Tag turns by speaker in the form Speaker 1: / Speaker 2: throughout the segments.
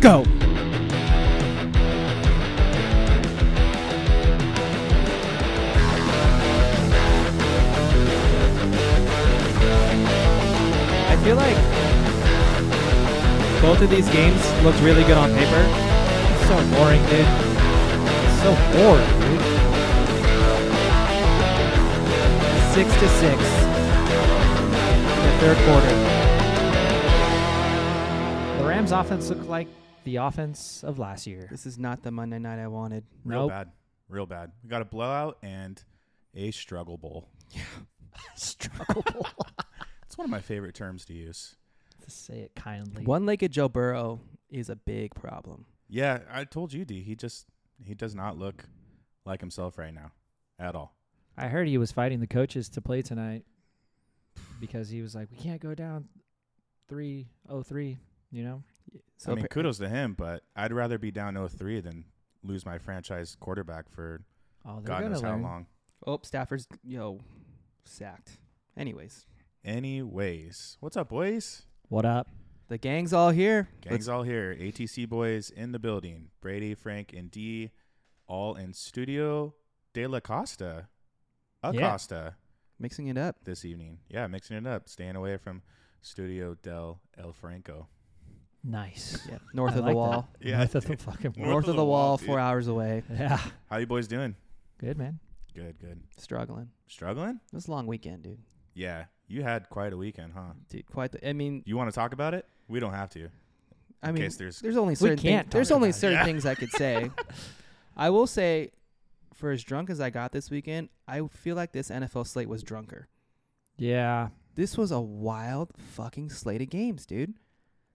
Speaker 1: go. I feel like both of these games looked really good on paper. It's so boring, dude. It's so bored, dude. Six to six in the third quarter. The Rams' offense looked like the offense of last year.
Speaker 2: This is not the Monday night I wanted.
Speaker 3: Real
Speaker 1: Nope.
Speaker 3: bad. Real bad. We got a blowout and a struggle bowl.
Speaker 1: Struggle
Speaker 3: It's one of my favorite terms to use.
Speaker 1: to say it kindly.
Speaker 2: One-legged Joe Burrow is a big problem.
Speaker 3: Yeah, I told you, D. He just he does not look like himself right now at all.
Speaker 1: I heard he was fighting the coaches to play tonight because he was like, "We can't go down three oh three, you know.
Speaker 2: So
Speaker 3: I mean,
Speaker 2: appar-
Speaker 3: kudos to him, but I'd rather be down 0-3 than lose my franchise quarterback for
Speaker 1: Oh, they're
Speaker 3: God
Speaker 1: gonna
Speaker 3: knows how
Speaker 1: learn.
Speaker 3: long.
Speaker 2: oh, Stafford's yo sacked. Anyways,
Speaker 3: Anyways, what's up, boys?
Speaker 1: What up?
Speaker 2: the gang's all here.
Speaker 3: Gang's all here. ATC boys in the building. Brady, Frank, and D, all in studio. De La Costa, Acosta
Speaker 2: mixing it up.
Speaker 3: this evening. Yeah, mixing it up, staying away from Studio Del El Franco.
Speaker 1: Nice.
Speaker 2: Yeah, north
Speaker 1: I
Speaker 2: of the
Speaker 1: like that.
Speaker 2: wall.
Speaker 3: Yeah,
Speaker 1: North of the fucking
Speaker 3: North
Speaker 2: North,
Speaker 1: wall.
Speaker 2: of the wall, four hours away.
Speaker 1: Yeah.
Speaker 3: How you boys doing?
Speaker 1: Good man.
Speaker 3: Good, good.
Speaker 2: Struggling.
Speaker 3: Struggling?
Speaker 2: It was a long weekend, dude.
Speaker 3: Yeah, you had quite a weekend, huh?
Speaker 2: Dude, quite. The, I mean,
Speaker 3: You want to talk about it? We don't have to.
Speaker 2: I mean,
Speaker 3: case there's-
Speaker 2: only certain
Speaker 1: can't
Speaker 2: things, there's
Speaker 1: talk
Speaker 2: only
Speaker 1: about it.
Speaker 2: certain
Speaker 3: Yeah.
Speaker 2: things I could say. I will say, for as drunk as I got this weekend, I feel like this NFL slate was drunker.
Speaker 1: Yeah.
Speaker 2: This was a wild fucking slate of games, dude.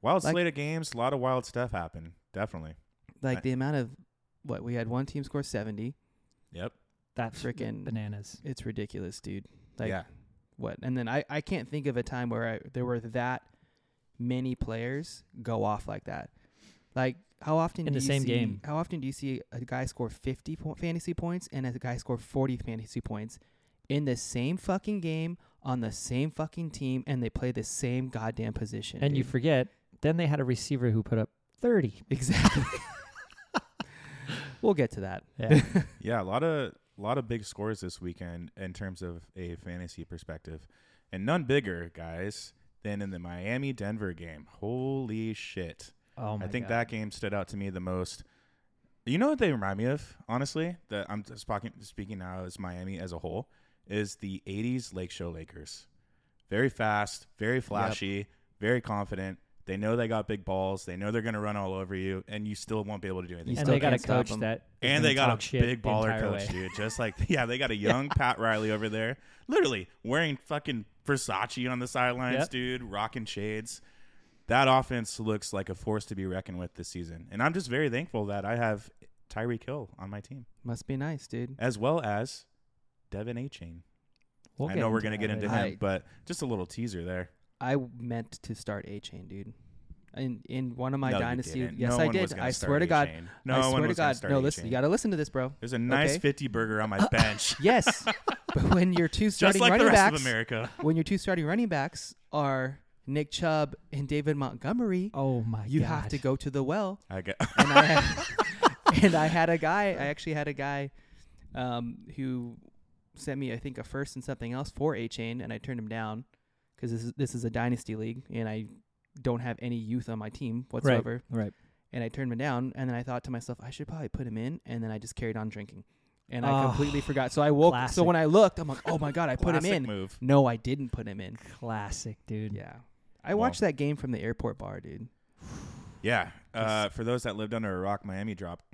Speaker 3: Wild
Speaker 2: Like-
Speaker 3: slate of games, a lot of wild stuff happened. Definitely.
Speaker 2: Like
Speaker 3: Right.
Speaker 2: the amount of what we had one team score seventy.
Speaker 3: Yep.
Speaker 1: That's
Speaker 2: Freaking,
Speaker 1: bananas.
Speaker 2: it's ridiculous, dude. Like
Speaker 3: yeah.
Speaker 2: what? And then I I can't think of a time where I, there were that many players go off like that. Like how often
Speaker 1: In
Speaker 2: do
Speaker 1: the
Speaker 2: you
Speaker 1: same
Speaker 2: see,
Speaker 1: game.
Speaker 2: How often do you see a guy score fifty po- fantasy points and a guy score forty fantasy points in the same fucking game on the same fucking team and they play the same goddamn position?
Speaker 1: And you
Speaker 2: dude?
Speaker 1: forget then they had a receiver who put up 30.
Speaker 2: exactly. we'll get to that.
Speaker 1: Yeah.
Speaker 3: Yeah, a lot of lot of big scores this weekend in terms of a fantasy perspective, and none bigger, guys, than in the Miami Denver game. Holy shit!
Speaker 1: oh my
Speaker 3: I think
Speaker 1: God.
Speaker 3: that game stood out to me the most. You know what they remind me of, honestly, that I'm speaking speaking now as Miami as a whole is the '80s Lake Show Lakers. Very fast, very flashy, very confident. They know they got big balls. They know they're going to run all over you, and you still won't be able to do anything.
Speaker 2: You
Speaker 1: and
Speaker 2: still
Speaker 1: they got a
Speaker 2: can't stop
Speaker 1: coach
Speaker 2: 'em.
Speaker 1: that is
Speaker 3: And
Speaker 1: gonna
Speaker 3: they
Speaker 1: talk
Speaker 3: got a
Speaker 1: shit
Speaker 3: big
Speaker 1: the
Speaker 3: baller
Speaker 1: entire
Speaker 3: coach,
Speaker 1: way.
Speaker 3: dude. Just like yeah, they got a young Pat Riley over there, literally wearing fucking Versace on the sidelines,
Speaker 1: Yep.
Speaker 3: dude, rocking shades. That offense looks like a force to be reckoned with this season, and I'm just very thankful that I have Tyreek Hill on my team
Speaker 2: Must be nice, dude.
Speaker 3: as well as Devin A. Chain.
Speaker 1: We'll
Speaker 3: I
Speaker 1: get
Speaker 3: know we're gonna get
Speaker 1: that
Speaker 3: into
Speaker 1: later.
Speaker 3: him,
Speaker 2: I-
Speaker 3: but just a little teaser there.
Speaker 2: I meant to start A Chain, dude. In in one of my
Speaker 3: No, you
Speaker 2: dynasty,
Speaker 3: didn't.
Speaker 2: yes,
Speaker 3: No
Speaker 2: I
Speaker 3: one
Speaker 2: did.
Speaker 3: was gonna
Speaker 2: I
Speaker 3: start
Speaker 2: swear to God,
Speaker 3: A-Chain. No
Speaker 2: I
Speaker 3: one
Speaker 2: swear to
Speaker 3: was gonna
Speaker 2: God,
Speaker 3: start
Speaker 2: no. Listen, you
Speaker 3: A-Chain.
Speaker 2: gotta listen to this, bro.
Speaker 3: There's a nice
Speaker 2: Okay.
Speaker 3: 50 burger on my bench,
Speaker 2: Yes, but when your two
Speaker 3: just
Speaker 2: starting
Speaker 3: like the
Speaker 2: running
Speaker 3: rest
Speaker 2: backs,
Speaker 3: of America.
Speaker 2: when your two starting running backs are Nick Chubb and David Montgomery,
Speaker 1: Oh my
Speaker 2: you
Speaker 1: God.
Speaker 2: have to go to the well.
Speaker 3: I got
Speaker 2: And I had, and I had a guy. I actually had a guy um, who sent me, I think, a first and something else for A Chain, and I turned him down because this is this is a dynasty league, and I don't have any youth on my team whatsoever.
Speaker 1: Right.
Speaker 2: and I turned him down. And then I thought to myself, I should probably put him in. And then I just carried on drinking, and I
Speaker 3: Ah,
Speaker 1: Oh,
Speaker 2: completely forgot. So I woke. So
Speaker 1: classic.
Speaker 2: when I looked, I'm like, oh my god, I put him
Speaker 3: Classic
Speaker 2: in.
Speaker 3: move.
Speaker 2: No, I didn't put him in.
Speaker 1: Classic, dude.
Speaker 2: Yeah, I
Speaker 3: Well.
Speaker 2: watched that game from the airport bar, dude.
Speaker 3: Yeah. Uh, for those that lived under a rock, Miami dropped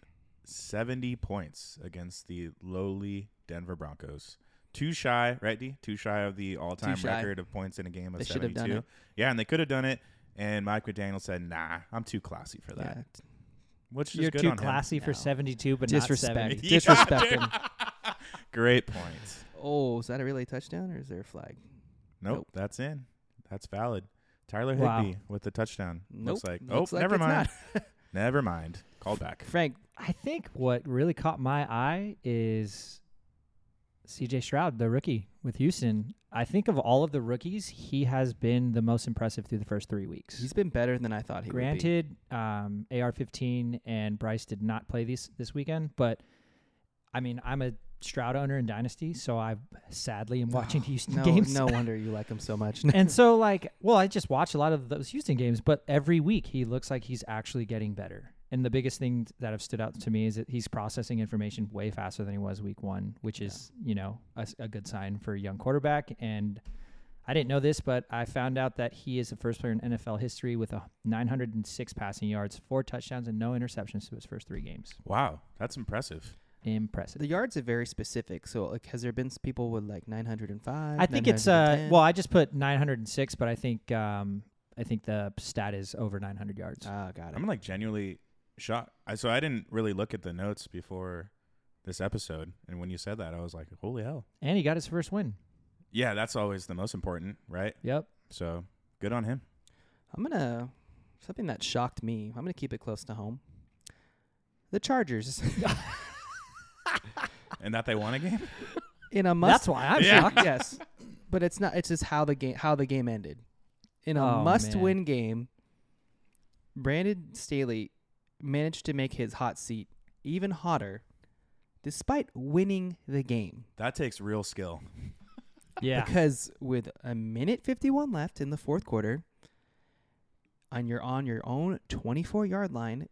Speaker 3: 70 points against the lowly Denver Broncos. Too shy, right, D? Too shy of the all time
Speaker 2: Too shy.
Speaker 3: record of points in a game of
Speaker 2: They should
Speaker 3: 72.
Speaker 2: have done it.
Speaker 3: Yeah, and they could have done it. And Mike McDaniel said, nah, I'm too classy for that.
Speaker 2: Yeah.
Speaker 3: Which is
Speaker 1: You're
Speaker 3: good
Speaker 1: too
Speaker 3: on him.
Speaker 1: classy for
Speaker 2: No.
Speaker 1: 72, but not 70.
Speaker 2: Disrespect. Disrespect
Speaker 3: Yeah, dude.
Speaker 2: him.
Speaker 3: Great point.
Speaker 2: Oh, is that a relay touchdown or is there a flag?
Speaker 3: Nope,
Speaker 2: Nope.
Speaker 3: that's in. That's valid. Tyler Higby
Speaker 1: Wow.
Speaker 3: with the touchdown.
Speaker 2: Nope.
Speaker 3: Looks like.
Speaker 2: Looks
Speaker 3: oh,
Speaker 2: like
Speaker 3: never
Speaker 2: it's
Speaker 3: mind.
Speaker 2: not.
Speaker 3: Never mind. Call back.
Speaker 2: Frank,
Speaker 1: I think what really caught my eye is CJ Stroud, the rookie with Houston. I think of all of the rookies, he has been the most impressive through the first three weeks.
Speaker 2: He's been better than I thought he would
Speaker 1: Granted, um, AR-15 and Bryce did not play these this weekend, but I mean, I'm a Stroud owner in Dynasty, so I sadly am watching
Speaker 2: be.
Speaker 1: Houston
Speaker 2: No,
Speaker 1: games.
Speaker 2: no wonder you like him so much.
Speaker 1: and so, like, well, I just watch a lot of those Houston games, but every week he looks like he's actually getting better. And the biggest thing that have stood out to me is that he's processing information way faster than he was week one, which is, you know, a, s- a good sign for a young quarterback. And I didn't know this, but I found out that he is the first player in NFL history with a 906 passing yards, four touchdowns, and no interceptions to his first three games.
Speaker 3: Wow, that's impressive.
Speaker 1: Impressive.
Speaker 2: the yards are very specific. So, like, has there been s- people with like 905?
Speaker 1: I think it's uh
Speaker 2: 910?
Speaker 1: well, I just put 906, but I think um I think the stat is over 900 yards.
Speaker 2: Ah, got it.
Speaker 3: I'm like genuinely shocked. I, so I didn't really look at the notes before this episode, and when you said that, I was like, "Holy hell!"
Speaker 1: and he got his first win.
Speaker 3: Yeah, that's always the most important, right?
Speaker 1: Yep.
Speaker 3: So good on him.
Speaker 2: I'm gonna something that shocked me. I'm gonna keep it close to home. The Chargers
Speaker 3: And that they won a game.
Speaker 2: in a must.
Speaker 1: That's why I'm
Speaker 3: Yeah.
Speaker 1: shocked.
Speaker 2: yes, but it's not. It's just how the game how the game ended. In a
Speaker 1: Oh,
Speaker 2: must-win game, Brandon Staley managed to make his hot seat even hotter, despite winning the game.
Speaker 3: That takes real skill.
Speaker 1: Yeah.
Speaker 2: Because with a minute 51 left in the fourth quarter, and you're on your own 24 yard line,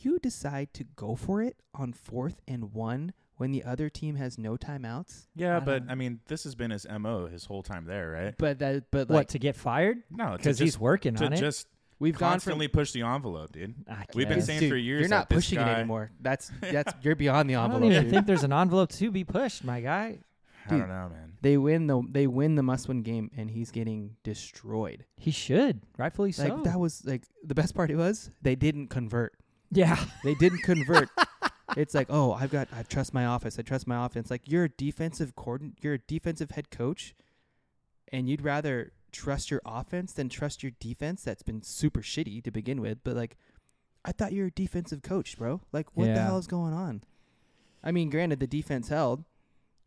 Speaker 2: you decide to go for it on fourth and one when the other team has no timeouts.
Speaker 3: Yeah,
Speaker 2: I
Speaker 3: but
Speaker 2: don't-
Speaker 3: I mean, this has been his mo his whole time there, right?
Speaker 2: But that, but
Speaker 1: what
Speaker 2: like
Speaker 1: to get fired?
Speaker 3: No,
Speaker 1: Because
Speaker 3: because
Speaker 1: he's working
Speaker 3: to
Speaker 1: on it.
Speaker 3: just
Speaker 2: we've gone from
Speaker 3: constantly push the envelope, dude.
Speaker 1: I
Speaker 3: We've been
Speaker 1: guess.
Speaker 3: saying
Speaker 2: Dude,
Speaker 3: for years
Speaker 2: you're not
Speaker 3: that this
Speaker 2: pushing it
Speaker 3: guy-
Speaker 2: anymore. That's that's you're beyond the
Speaker 1: I don't
Speaker 2: envelope.
Speaker 1: even
Speaker 2: dude.
Speaker 1: think there's an envelope to be pushed, my guy.
Speaker 3: I
Speaker 2: Dude.
Speaker 3: don't know, man.
Speaker 2: they win the they win the must win game, and he's getting destroyed.
Speaker 1: He should, rightfully
Speaker 2: Like
Speaker 1: so.
Speaker 2: that was like the best part. It was they didn't convert.
Speaker 1: yeah.
Speaker 2: They didn't convert. it's like, oh, I've got, I trust my office. I trust my offense. Like you're a defensive coordinator, you're a defensive head coach, and you'd rather trust your offense than trust your defense that's been super shitty to begin with. But like, I thought you were a defensive coach, bro. Like, what the
Speaker 1: Yeah.
Speaker 2: hell is going on? I mean, granted, the defense held,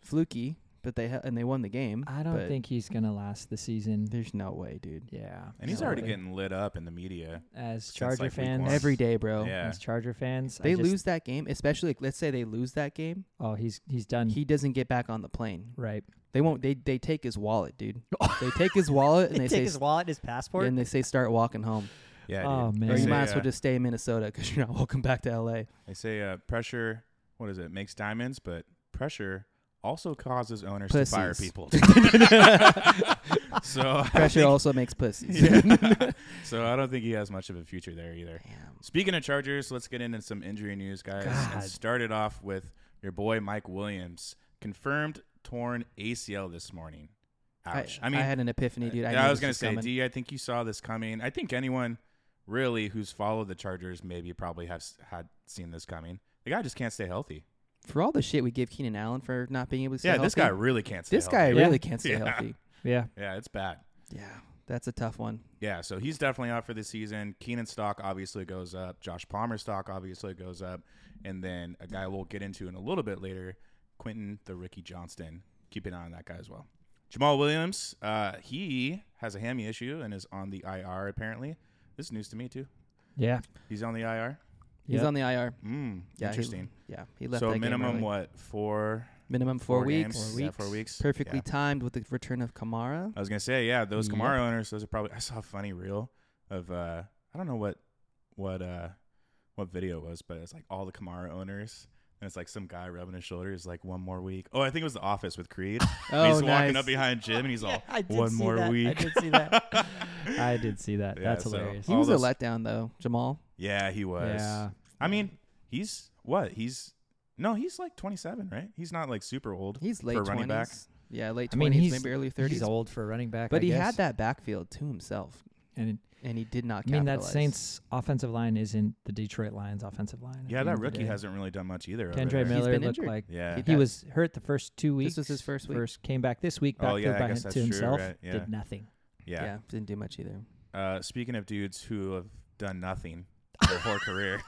Speaker 2: fluky, but they hel- and they won the game.
Speaker 1: I don't
Speaker 2: but
Speaker 1: think he's gonna last the season.
Speaker 2: there's no way, dude.
Speaker 1: Yeah.
Speaker 3: And he's
Speaker 2: No
Speaker 3: already
Speaker 2: way.
Speaker 3: getting lit up in the media.
Speaker 1: as
Speaker 3: like,
Speaker 1: Charger
Speaker 3: week
Speaker 1: fans.
Speaker 3: one.
Speaker 2: Every day, bro.
Speaker 3: yeah.
Speaker 1: As Charger fans, I
Speaker 2: They
Speaker 1: just-
Speaker 2: lose that game, especially like, let's say they lose that game.
Speaker 1: Oh, he's he's done.
Speaker 2: He doesn't get back on the plane.
Speaker 1: right.
Speaker 2: They won't. They they take his wallet, dude. They take his wallet and they, say
Speaker 1: wallet, his passport.
Speaker 2: and they say start walking home.
Speaker 3: Yeah,
Speaker 1: Oh,
Speaker 3: dude.
Speaker 1: man.
Speaker 2: Or
Speaker 1: They
Speaker 2: you
Speaker 1: say,
Speaker 2: might as well
Speaker 3: uh,
Speaker 2: just stay in Minnesota because you're not welcome back to L.A.
Speaker 3: They say uh, pressure, what is it, makes diamonds, but pressure also causes owners to fire
Speaker 2: Pussies.
Speaker 3: people. so, I
Speaker 2: Pressure
Speaker 3: think-
Speaker 2: also makes pussies.
Speaker 3: Yeah. so I don't think he has much of a future there either.
Speaker 2: Damn.
Speaker 3: Speaking of Chargers, let's get into some injury news, guys.
Speaker 1: God.
Speaker 3: And start it off with your boy Mike Williams, confirmed torn ACL this morning. Ouch. I, mean,
Speaker 2: I had an epiphany, dude. I,
Speaker 3: yeah,
Speaker 2: knew
Speaker 3: I was
Speaker 2: this
Speaker 3: gonna say,
Speaker 2: coming.
Speaker 3: D. I think you saw this coming. I think anyone really who's followed the Chargers maybe probably have s- had seen this coming. The guy just can't stay healthy.
Speaker 2: for all the shit we give Keenan Allen for not being able to. Stay
Speaker 3: yeah, this guy
Speaker 2: healthy,
Speaker 3: really can't stay.
Speaker 2: This guy
Speaker 3: healthy.
Speaker 1: Yeah.
Speaker 2: really can't stay
Speaker 3: Yeah.
Speaker 2: healthy.
Speaker 1: yeah.
Speaker 3: yeah, it's bad.
Speaker 2: Yeah, that's a tough one.
Speaker 3: Yeah, so he's definitely out for the season. Keenan stock obviously goes up. Josh Palmer's stock obviously goes up, and then a guy we'll get into in a little bit later, Quentin the Ricky Johnston. Keep an eye on that guy as well. Jamal Williams, uh, he has a hammy issue and is on the IR apparently. This is news to me too.
Speaker 1: Yeah.
Speaker 3: He's on the IR.
Speaker 2: He's
Speaker 1: Yep.
Speaker 2: on the IR.
Speaker 3: Mm,
Speaker 2: Yeah, he-
Speaker 3: interesting.
Speaker 2: Yeah, he left.
Speaker 3: so
Speaker 2: that game
Speaker 3: minimum
Speaker 2: early.
Speaker 3: what four?
Speaker 2: Minimum four, weeks.
Speaker 3: games?
Speaker 1: Four
Speaker 3: Yeah,
Speaker 1: weeks.
Speaker 3: four weeks.
Speaker 2: Perfectly
Speaker 3: Yeah.
Speaker 2: timed with the return of Kamara.
Speaker 3: I was gonna say yeah. Those
Speaker 2: Yep.
Speaker 3: Camaro owners, those are probably. I saw a funny reel of uh, I don't know what what uh what video it was, but it's like all the Camaro owners. And it's like some guy rubbing his shoulders, like one more week. Oh, I think it was The Office with Creed. And
Speaker 2: Oh,
Speaker 3: he's walking
Speaker 2: nice.
Speaker 3: up behind Jim, and he's all
Speaker 1: I did
Speaker 3: one
Speaker 1: see
Speaker 3: more
Speaker 1: that. I
Speaker 3: week.
Speaker 1: did see that. I did see that.
Speaker 3: Yeah,
Speaker 1: That's
Speaker 3: so-
Speaker 1: hilarious.
Speaker 2: He
Speaker 3: All
Speaker 2: was a
Speaker 3: those-
Speaker 2: letdown though, Jamal.
Speaker 3: yeah, he was.
Speaker 1: Yeah.
Speaker 3: I mean, he's what? He's no, he's like 27, right? He's not like super old.
Speaker 2: He's late
Speaker 3: running back?
Speaker 2: twenties. Yeah, late
Speaker 1: I mean,
Speaker 2: twenties,
Speaker 1: he's
Speaker 2: maybe early thirties.
Speaker 1: He's old for a running back.
Speaker 2: But
Speaker 1: I
Speaker 2: he
Speaker 1: guess.
Speaker 2: had that backfield to himself,
Speaker 1: And
Speaker 2: and he did not.
Speaker 1: I mean, that
Speaker 2: capitalize.
Speaker 1: Saints offensive line isn't the Detroit Lions offensive line. at
Speaker 3: yeah,
Speaker 1: the end
Speaker 3: that
Speaker 1: of the
Speaker 3: rookie
Speaker 1: day.
Speaker 3: hasn't really done much either. over there.
Speaker 1: Kendra
Speaker 2: He's
Speaker 1: Miller
Speaker 2: been
Speaker 1: looked
Speaker 2: injured.
Speaker 1: like
Speaker 3: Yeah,
Speaker 1: he
Speaker 2: Yeah.
Speaker 1: was hurt the first two weeks.
Speaker 2: This was his first week.
Speaker 1: First came back this week. Backfield
Speaker 3: Oh, yeah, I
Speaker 1: by
Speaker 3: guess
Speaker 1: him-
Speaker 3: that's
Speaker 1: to
Speaker 3: true,
Speaker 1: himself.
Speaker 3: right? Yeah.
Speaker 1: Did nothing.
Speaker 3: yeah.
Speaker 2: Yeah. didn't do much either.
Speaker 3: Uh, speaking of dudes who have done nothing their whole career,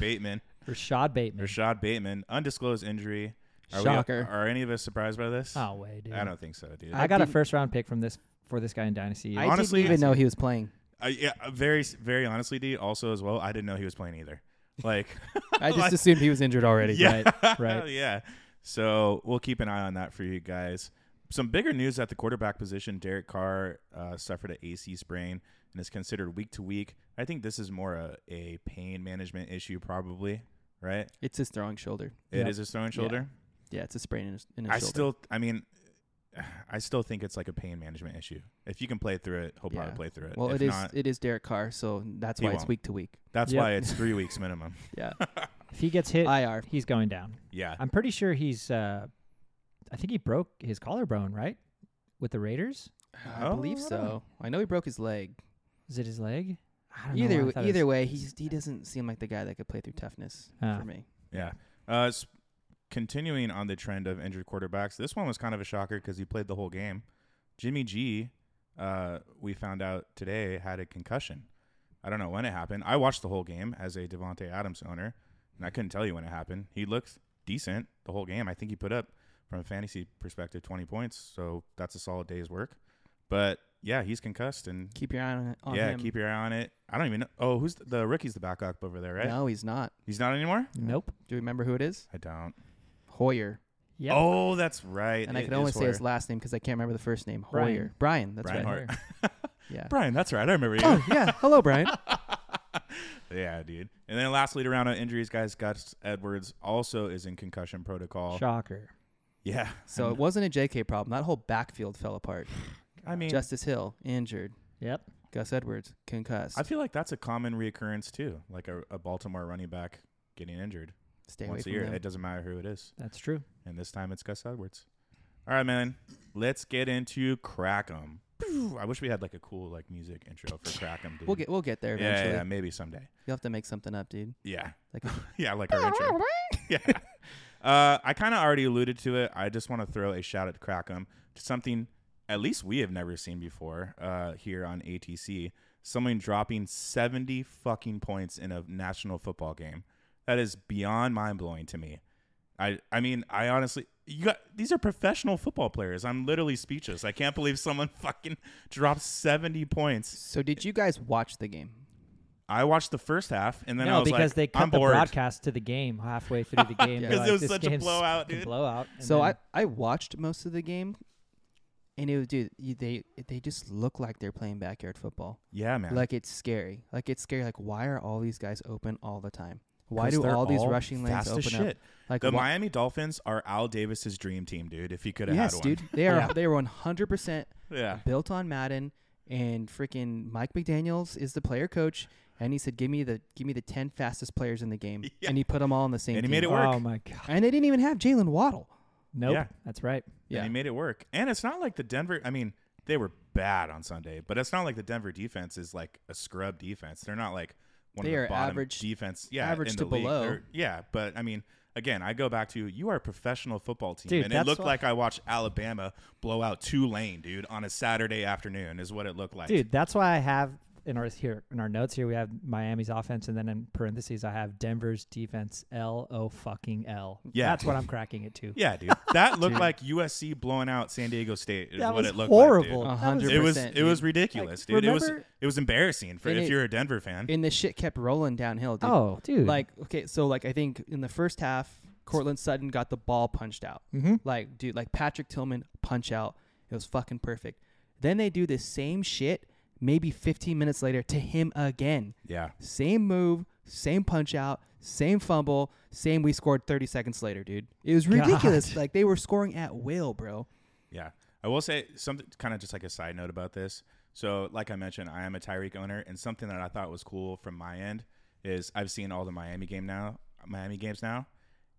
Speaker 3: Bateman,
Speaker 1: Rashad Bateman.
Speaker 3: Rashad Bateman, undisclosed injury. Are we-
Speaker 2: Shocker.
Speaker 3: are any of us surprised by this?
Speaker 1: Oh way, dude.
Speaker 3: I don't think so, dude.
Speaker 1: I,
Speaker 2: I
Speaker 1: got a
Speaker 2: didn't-
Speaker 1: first round pick from this for this guy in Dynasty.
Speaker 2: I
Speaker 3: Honestly,
Speaker 2: didn't even know he was playing.
Speaker 3: I, yeah, uh, very, very honestly, D. Also, as well, I didn't know he was playing either. Like,
Speaker 2: I just assumed he was injured already.
Speaker 3: yeah,
Speaker 1: right, right.
Speaker 3: yeah. So we'll keep an eye on that for you guys. Some bigger news at the quarterback position: Derek Carr uh, suffered an AC sprain and is considered week to week. I think this is more a, a pain management issue, probably. Right?
Speaker 2: It's his throwing shoulder.
Speaker 3: It
Speaker 1: Yep.
Speaker 3: is his throwing shoulder.
Speaker 2: Yeah, it's a sprain in his, in his
Speaker 3: I
Speaker 2: shoulder.
Speaker 3: still, I mean, I still think it's like a pain management issue. If you can play through it, he'll probably
Speaker 2: Yeah.
Speaker 3: play through it.
Speaker 2: well,
Speaker 3: if
Speaker 2: it is
Speaker 3: not,
Speaker 2: it is Derek Carr, so that's
Speaker 3: He
Speaker 2: why it's
Speaker 3: won't.
Speaker 2: week to week.
Speaker 3: that's
Speaker 1: Yep.
Speaker 3: why it's three weeks minimum.
Speaker 2: Yeah,
Speaker 1: If he gets hit,
Speaker 2: IR.
Speaker 1: he's going down.
Speaker 3: Yeah.
Speaker 1: I'm pretty sure he's. Uh, I think he broke his collarbone, right? With the Raiders,
Speaker 2: I
Speaker 3: Oh,
Speaker 2: believe so. I know he broke his leg.
Speaker 1: is it his leg? I don't know.
Speaker 2: Either
Speaker 1: why I thought it
Speaker 2: either
Speaker 1: was-
Speaker 2: way, he's he doesn't seem like the guy that could play through toughness
Speaker 1: Ah.
Speaker 2: for me.
Speaker 3: Yeah. Uh, s- continuing on the trend of injured quarterbacks, this one was kind of a shocker because he played the whole game. Jimmy G, uh, we found out today, had a concussion. I don't know when it happened. I watched the whole game as a Devonte Adams owner, and I couldn't tell you when it happened. He looked decent the whole game. I think he put up, from a fantasy perspective, 20 points, so that's a solid day's work. But yeah, he's concussed, and
Speaker 2: Keep your eye on, on
Speaker 3: yeah,
Speaker 2: him.
Speaker 3: keep your eye on it. I don't even know. Oh, who's the, the rookie's the backup over there, right?
Speaker 2: No, he's not.
Speaker 3: He's not anymore?
Speaker 1: Nope.
Speaker 2: Do you remember who it is?
Speaker 3: I don't.
Speaker 2: Hoyer.
Speaker 1: Yep.
Speaker 3: Oh, that's right.
Speaker 2: And I
Speaker 3: It
Speaker 2: can
Speaker 3: is
Speaker 2: only say his
Speaker 3: Hoyer.
Speaker 2: last name because I can't remember the first name.
Speaker 1: Brian.
Speaker 2: Hoyer. Brian. That's
Speaker 3: Brian
Speaker 2: right.
Speaker 3: Hoyer.
Speaker 2: Yeah.
Speaker 3: Brian, that's right. I remember you.
Speaker 2: Oh yeah. Hello, Brian.
Speaker 3: yeah, dude. And then lastly, to round out injuries, guys, Gus Edwards also is in concussion protocol.
Speaker 1: Shocker.
Speaker 3: Yeah.
Speaker 2: So it wasn't a JK problem. That whole backfield fell apart.
Speaker 3: I mean,
Speaker 2: Justice Hill injured.
Speaker 1: Yep.
Speaker 2: Gus Edwards concussed.
Speaker 3: I feel like that's a common reoccurrence too, like a, a Baltimore running back getting injured
Speaker 2: Stay away
Speaker 3: once a
Speaker 2: from
Speaker 3: year.
Speaker 2: them.
Speaker 3: It doesn't matter who it is,
Speaker 1: That's true.
Speaker 3: and this time it's Gus Edwards. All right, man. Let's get into Crack'em. Phew. I wish we had like a cool like music intro for Crack'em, dude.
Speaker 2: We'll get we'll get there
Speaker 3: yeah,
Speaker 2: eventually.
Speaker 3: yeah, yeah, maybe someday.
Speaker 2: You'll have to make something up, dude.
Speaker 3: Yeah.
Speaker 2: Like a-
Speaker 3: Yeah, like our intro. yeah. Uh, I kind of already alluded to it. I just want to throw a shout out to Crackham to something at least we have never seen before uh, here on ATC. Someone dropping 70 fucking points in a national football game. That is beyond mind blowing to me. I, I mean, I honestly, you got these are professional football players. I'm literally speechless. I can't believe someone fucking dropped 70 points.
Speaker 2: So did you guys watch the game?
Speaker 3: I watched the first half, and then I
Speaker 1: no,
Speaker 3: was
Speaker 1: because
Speaker 3: like,
Speaker 1: they
Speaker 3: I'm
Speaker 1: cut the
Speaker 3: bored.
Speaker 1: broadcast to the game halfway through the game. They're
Speaker 2: 'Cause
Speaker 1: like,
Speaker 3: it was
Speaker 1: "This
Speaker 3: such a
Speaker 1: game's
Speaker 3: blowout,
Speaker 1: fucking
Speaker 3: dude."
Speaker 1: Blowout. And
Speaker 2: So
Speaker 1: then-
Speaker 2: I I watched most of the game, and it was dude you- they they just look like they're playing backyard football.
Speaker 3: Yeah, man.
Speaker 2: Like it's scary. Like it's scary. Like why are all these guys open all the time? Why
Speaker 3: 'Cause
Speaker 2: do
Speaker 3: they're
Speaker 2: all these
Speaker 3: all
Speaker 2: rushing lanes
Speaker 3: fast
Speaker 2: open
Speaker 3: as
Speaker 2: up?
Speaker 3: shit.
Speaker 2: Like
Speaker 3: The
Speaker 2: why-
Speaker 3: Miami Dolphins are Al Davis's dream team, dude. If he could have
Speaker 2: yes,
Speaker 3: had one,
Speaker 2: dude, they are
Speaker 1: Yeah.
Speaker 2: they are one hundred percent
Speaker 3: Yeah,
Speaker 2: built on Madden and freaking Mike McDaniel's is the player coach, and he said give me the give me the ten fastest players in the game,
Speaker 3: Yeah.
Speaker 2: and he put them all in the same.
Speaker 3: And he
Speaker 2: team.
Speaker 3: made it work.
Speaker 1: oh my god.
Speaker 2: And they didn't even have Jalen Waddle.
Speaker 1: Nope.
Speaker 3: Yeah.
Speaker 1: That's right.
Speaker 3: and he made it work. And it's not like the Denver. I mean, they were bad on Sunday, but it's not like the Denver defense is like a scrub defense. They're not like one
Speaker 2: They
Speaker 3: of
Speaker 2: are
Speaker 3: the bottom
Speaker 2: average-
Speaker 3: defense. Yeah,
Speaker 2: average
Speaker 3: in
Speaker 2: to
Speaker 3: the league.
Speaker 2: below.
Speaker 3: They're- yeah, but I mean. Again, I go back to you are a professional football team,
Speaker 1: Dude,
Speaker 3: and it
Speaker 1: that's
Speaker 3: looked
Speaker 1: why-
Speaker 3: like I watched Alabama blow out Tulane, dude, on a Saturday afternoon. Is what it looked like.
Speaker 1: Dude, that's why I have in our here in our notes here we have Miami's offense and then in parentheses I have Denver's defense L O fucking L.
Speaker 3: Yeah.
Speaker 1: That's what I'm cracking it to.
Speaker 3: yeah, dude, that looked like USC blowing out San Diego State. Is
Speaker 1: that
Speaker 3: what
Speaker 1: was
Speaker 3: it looked like, dude.
Speaker 1: horrible.
Speaker 2: A
Speaker 1: That was-
Speaker 2: hundred
Speaker 3: it was
Speaker 2: 100%,
Speaker 3: it was
Speaker 2: dude.
Speaker 3: ridiculous,
Speaker 1: Like,
Speaker 3: dude. It was
Speaker 1: remember-
Speaker 3: it was embarrassing for
Speaker 2: And
Speaker 3: if
Speaker 2: it-
Speaker 3: you're a Denver fan.
Speaker 2: and the shit kept rolling downhill. Dude.
Speaker 1: Oh, dude.
Speaker 2: like okay, so like I think in the first half, Cortland Sutton got the ball punched out.
Speaker 1: Mhm.
Speaker 2: Like dude, like Patrick Tillman punch out. It was fucking perfect. Then they do the same shit maybe 15 minutes later to him again.
Speaker 3: yeah,
Speaker 2: Same move, same punch out, same fumble, same we scored 30 seconds later, dude. It was ridiculous. Like they were scoring at will, bro.
Speaker 3: yeah. I will say something kind of just like a side note about this. So, like I mentioned, I am a Tyreek owner, and something that I thought was cool from my end is I've seen all the Miami game now, Miami games now,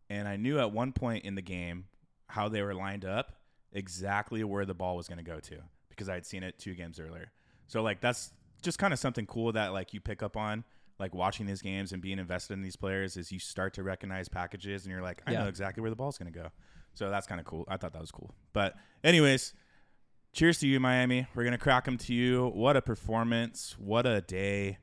Speaker 3: and I knew at one point in the game how they were lined up, exactly where the ball was going to go to because I had seen it two games earlier. So like that's just kind of something cool that like you pick up on like watching these games and being invested in these players is you start to recognize packages and you're like I
Speaker 2: Yeah.
Speaker 3: know exactly where the ball's going to go. So that's kind of cool. I thought that was cool. But anyways, cheers to you Miami. We're going to crack them to you. What a performance. What a day.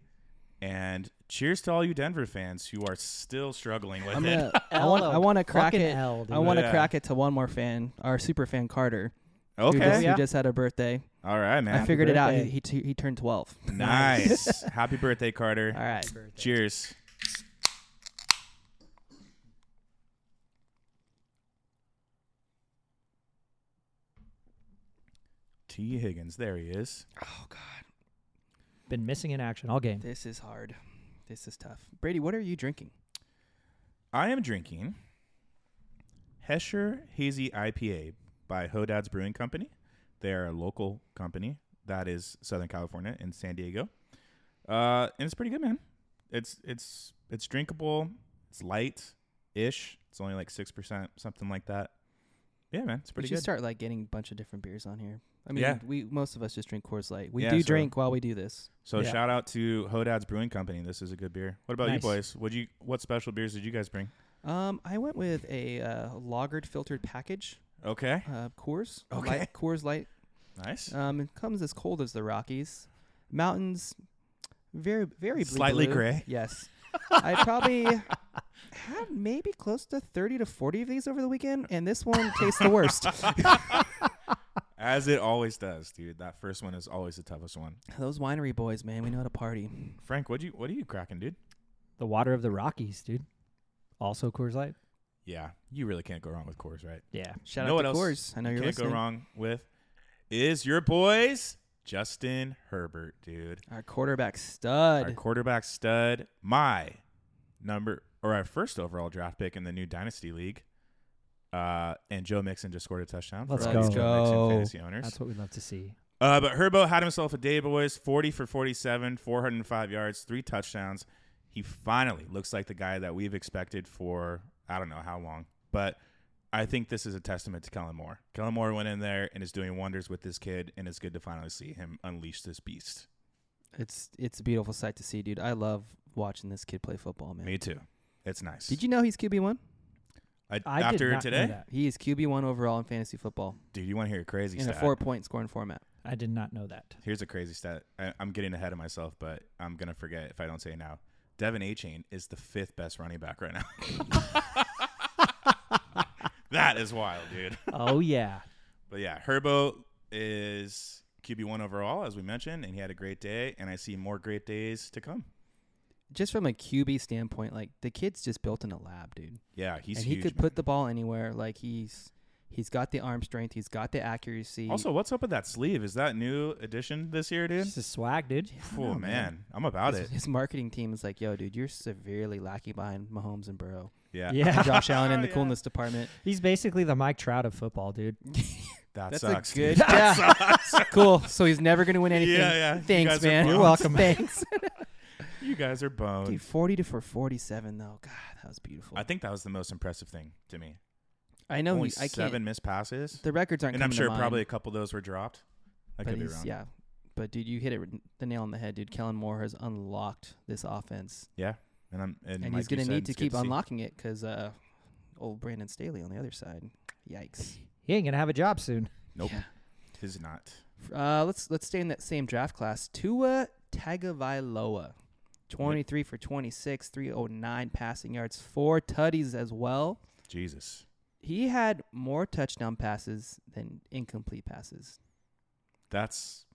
Speaker 3: And Cheers to all you Denver fans who are still struggling with
Speaker 2: I'm
Speaker 3: it.
Speaker 2: gonna, I want I want to crack
Speaker 4: Fucking
Speaker 2: it.
Speaker 4: L,
Speaker 2: I
Speaker 4: dude.
Speaker 2: want to
Speaker 3: Yeah.
Speaker 2: crack it to one more fan, our super fan Carter, who,
Speaker 3: okay.
Speaker 2: just,
Speaker 4: Yeah.
Speaker 2: who just had a birthday.
Speaker 3: All right, man.
Speaker 2: I figured it out.
Speaker 4: birthday.
Speaker 2: He, he he turned twelve.
Speaker 3: nice. Happy birthday, Carter.
Speaker 2: All right.
Speaker 3: Cheers. T. Higgins, there he is.
Speaker 2: Oh God,
Speaker 1: Been missing in action all game.
Speaker 2: this is hard. This is tough. Brady, what are you drinking?
Speaker 3: I am drinking Hesher Hazy IPA by Hodad's Brewing Company. They are a local company that is Southern California in San Diego, uh, and it's pretty good, man. It's it's it's drinkable. It's light ish. It's only like six percent, something like that. Yeah, man, it's
Speaker 2: We
Speaker 3: pretty
Speaker 2: should
Speaker 3: good.
Speaker 2: start like getting a bunch of different beers on here. I mean,
Speaker 3: Yeah.
Speaker 2: we most of us just drink Coors Light. We
Speaker 3: Yeah,
Speaker 2: do
Speaker 3: so-
Speaker 2: drink while we do this.
Speaker 3: so
Speaker 1: Yeah.
Speaker 3: shout out to Hodad's Brewing Company. This is a good beer. What about you
Speaker 1: Nice.
Speaker 3: boys? What you what special beers did you guys bring?
Speaker 2: Um, I went with a uh, lagered filtered package,
Speaker 3: Okay,
Speaker 2: uh, Coors.
Speaker 3: Okay.
Speaker 2: Light, Coors Light.
Speaker 3: nice.
Speaker 2: Um, it comes as cold as the Rockies, mountains, very very bleak
Speaker 3: Slightly
Speaker 2: blue.
Speaker 3: gray.
Speaker 2: Yes, I probably had maybe close to thirty to forty of these over the weekend, and this one tastes the worst.
Speaker 3: As it always does, dude. That first one is always the toughest one.
Speaker 2: Those winery boys, man, we know how to party.
Speaker 3: Frank, what do you what are you cracking, dude?
Speaker 1: The water of the Rockies, dude. Also Coors Light.
Speaker 3: Yeah, you really can't go wrong with Coors, right?
Speaker 1: Yeah.
Speaker 2: Shout
Speaker 3: You know
Speaker 2: out
Speaker 3: what
Speaker 2: to
Speaker 3: else
Speaker 2: Coors. I know
Speaker 3: you
Speaker 2: you're
Speaker 3: can't
Speaker 2: listening.
Speaker 3: go wrong with is your boys Justin Herbert, dude,
Speaker 2: Our quarterback stud.
Speaker 3: our quarterback stud, my number or our first overall draft pick in the new dynasty league. Uh, and Joe Mixon just scored a touchdown.
Speaker 1: Let's
Speaker 3: for all
Speaker 1: go.
Speaker 3: these Joe Mixon
Speaker 2: Go.
Speaker 3: fantasy owners.
Speaker 1: That's what we love to see.
Speaker 3: Uh, but Herbo had himself a day, boys. 40 for 47, 405 yards, three touchdowns. He finally looks like the guy that we've expected for I don't know how long. But I think this is a testament to Kellen Moore. Kellen Moore went in there and is doing wonders with this kid, and it's good to finally see him unleash this beast.
Speaker 2: It's it's a beautiful sight to see, dude. I love watching this kid play football, man.
Speaker 3: Me too. It's nice.
Speaker 2: Did you know he's QB one?
Speaker 3: I,
Speaker 1: I did
Speaker 3: after
Speaker 1: not know
Speaker 3: today,
Speaker 1: that.
Speaker 2: He is QB one overall in fantasy football
Speaker 3: dude, you want to hear a crazy
Speaker 2: in a
Speaker 3: stat?
Speaker 2: four point scoring format.
Speaker 1: I did not know that.
Speaker 3: Here's a crazy stat. I, I'm getting ahead of myself, but I'm gonna forget if I don't say it now. Devin A. Chain is the fifth best running back right now. that is wild, dude.
Speaker 1: oh yeah.
Speaker 3: But yeah, Herbo is QB one overall, as we mentioned, and he had a great day. And I see more great days to come.
Speaker 2: Just from a QB standpoint, like the kid's just built in a lab, dude.
Speaker 3: Yeah, he's
Speaker 2: and he
Speaker 3: huge.
Speaker 2: could
Speaker 3: man.
Speaker 2: put the ball anywhere. Like he's he's got the arm strength, he's got the accuracy.
Speaker 3: also, what's up with that sleeve? Is that new addition this year, dude?
Speaker 1: This is swag, dude.
Speaker 3: Oh
Speaker 2: know,
Speaker 3: man.
Speaker 2: man.
Speaker 3: I'm about
Speaker 2: his,
Speaker 3: it.
Speaker 2: his marketing team is like, "Yo, dude, you're severely lacking behind Mahomes and Burrow,
Speaker 3: Yeah,
Speaker 1: Yeah.
Speaker 2: and Josh Allen in the
Speaker 3: Yeah.
Speaker 2: coolness department."
Speaker 1: He's basically the Mike Trout of football, dude.
Speaker 3: that
Speaker 2: That's
Speaker 3: sucks.
Speaker 2: a
Speaker 3: dude.
Speaker 2: good. Yeah. cool. So he's never gonna win anything.
Speaker 3: Yeah, yeah. You
Speaker 2: Thanks,
Speaker 3: guys are
Speaker 2: man.
Speaker 3: You're
Speaker 1: boned. welcome.
Speaker 2: Thanks.
Speaker 3: You guys are boned.
Speaker 2: Dude, forty to for forty-seven though. God, that was beautiful.
Speaker 3: I think that was the most impressive thing to me.
Speaker 2: I know.
Speaker 3: Only
Speaker 2: He, I
Speaker 3: seven
Speaker 2: can't.
Speaker 3: missed passes.
Speaker 2: The records aren't.
Speaker 3: and I'm
Speaker 2: coming to
Speaker 3: sure
Speaker 2: mind,
Speaker 3: probably a couple of those were dropped. I
Speaker 2: but
Speaker 3: could be
Speaker 2: he's-
Speaker 3: wrong. Yeah.
Speaker 2: Yeah, but dude, you hit it with the nail on the head, dude. Kellen Moore has unlocked this offense,
Speaker 3: And I'm and,
Speaker 2: and,
Speaker 3: like
Speaker 2: he's
Speaker 3: you
Speaker 2: gonna
Speaker 3: said,
Speaker 2: need to
Speaker 3: it's good
Speaker 2: keep
Speaker 3: see.
Speaker 2: unlocking it because uh, old Brandon Staley on the other side. Yikes.
Speaker 1: He ain't gonna have a job soon.
Speaker 3: Nope,
Speaker 2: Yeah.
Speaker 3: he's not.
Speaker 2: Uh, let's let's stay in that same draft class. Tua Tagovailoa, twenty-three for twenty-six, three oh nine passing yards, four tutties as well.
Speaker 3: Jesus,
Speaker 2: He had more touchdown passes than incomplete passes.
Speaker 3: that's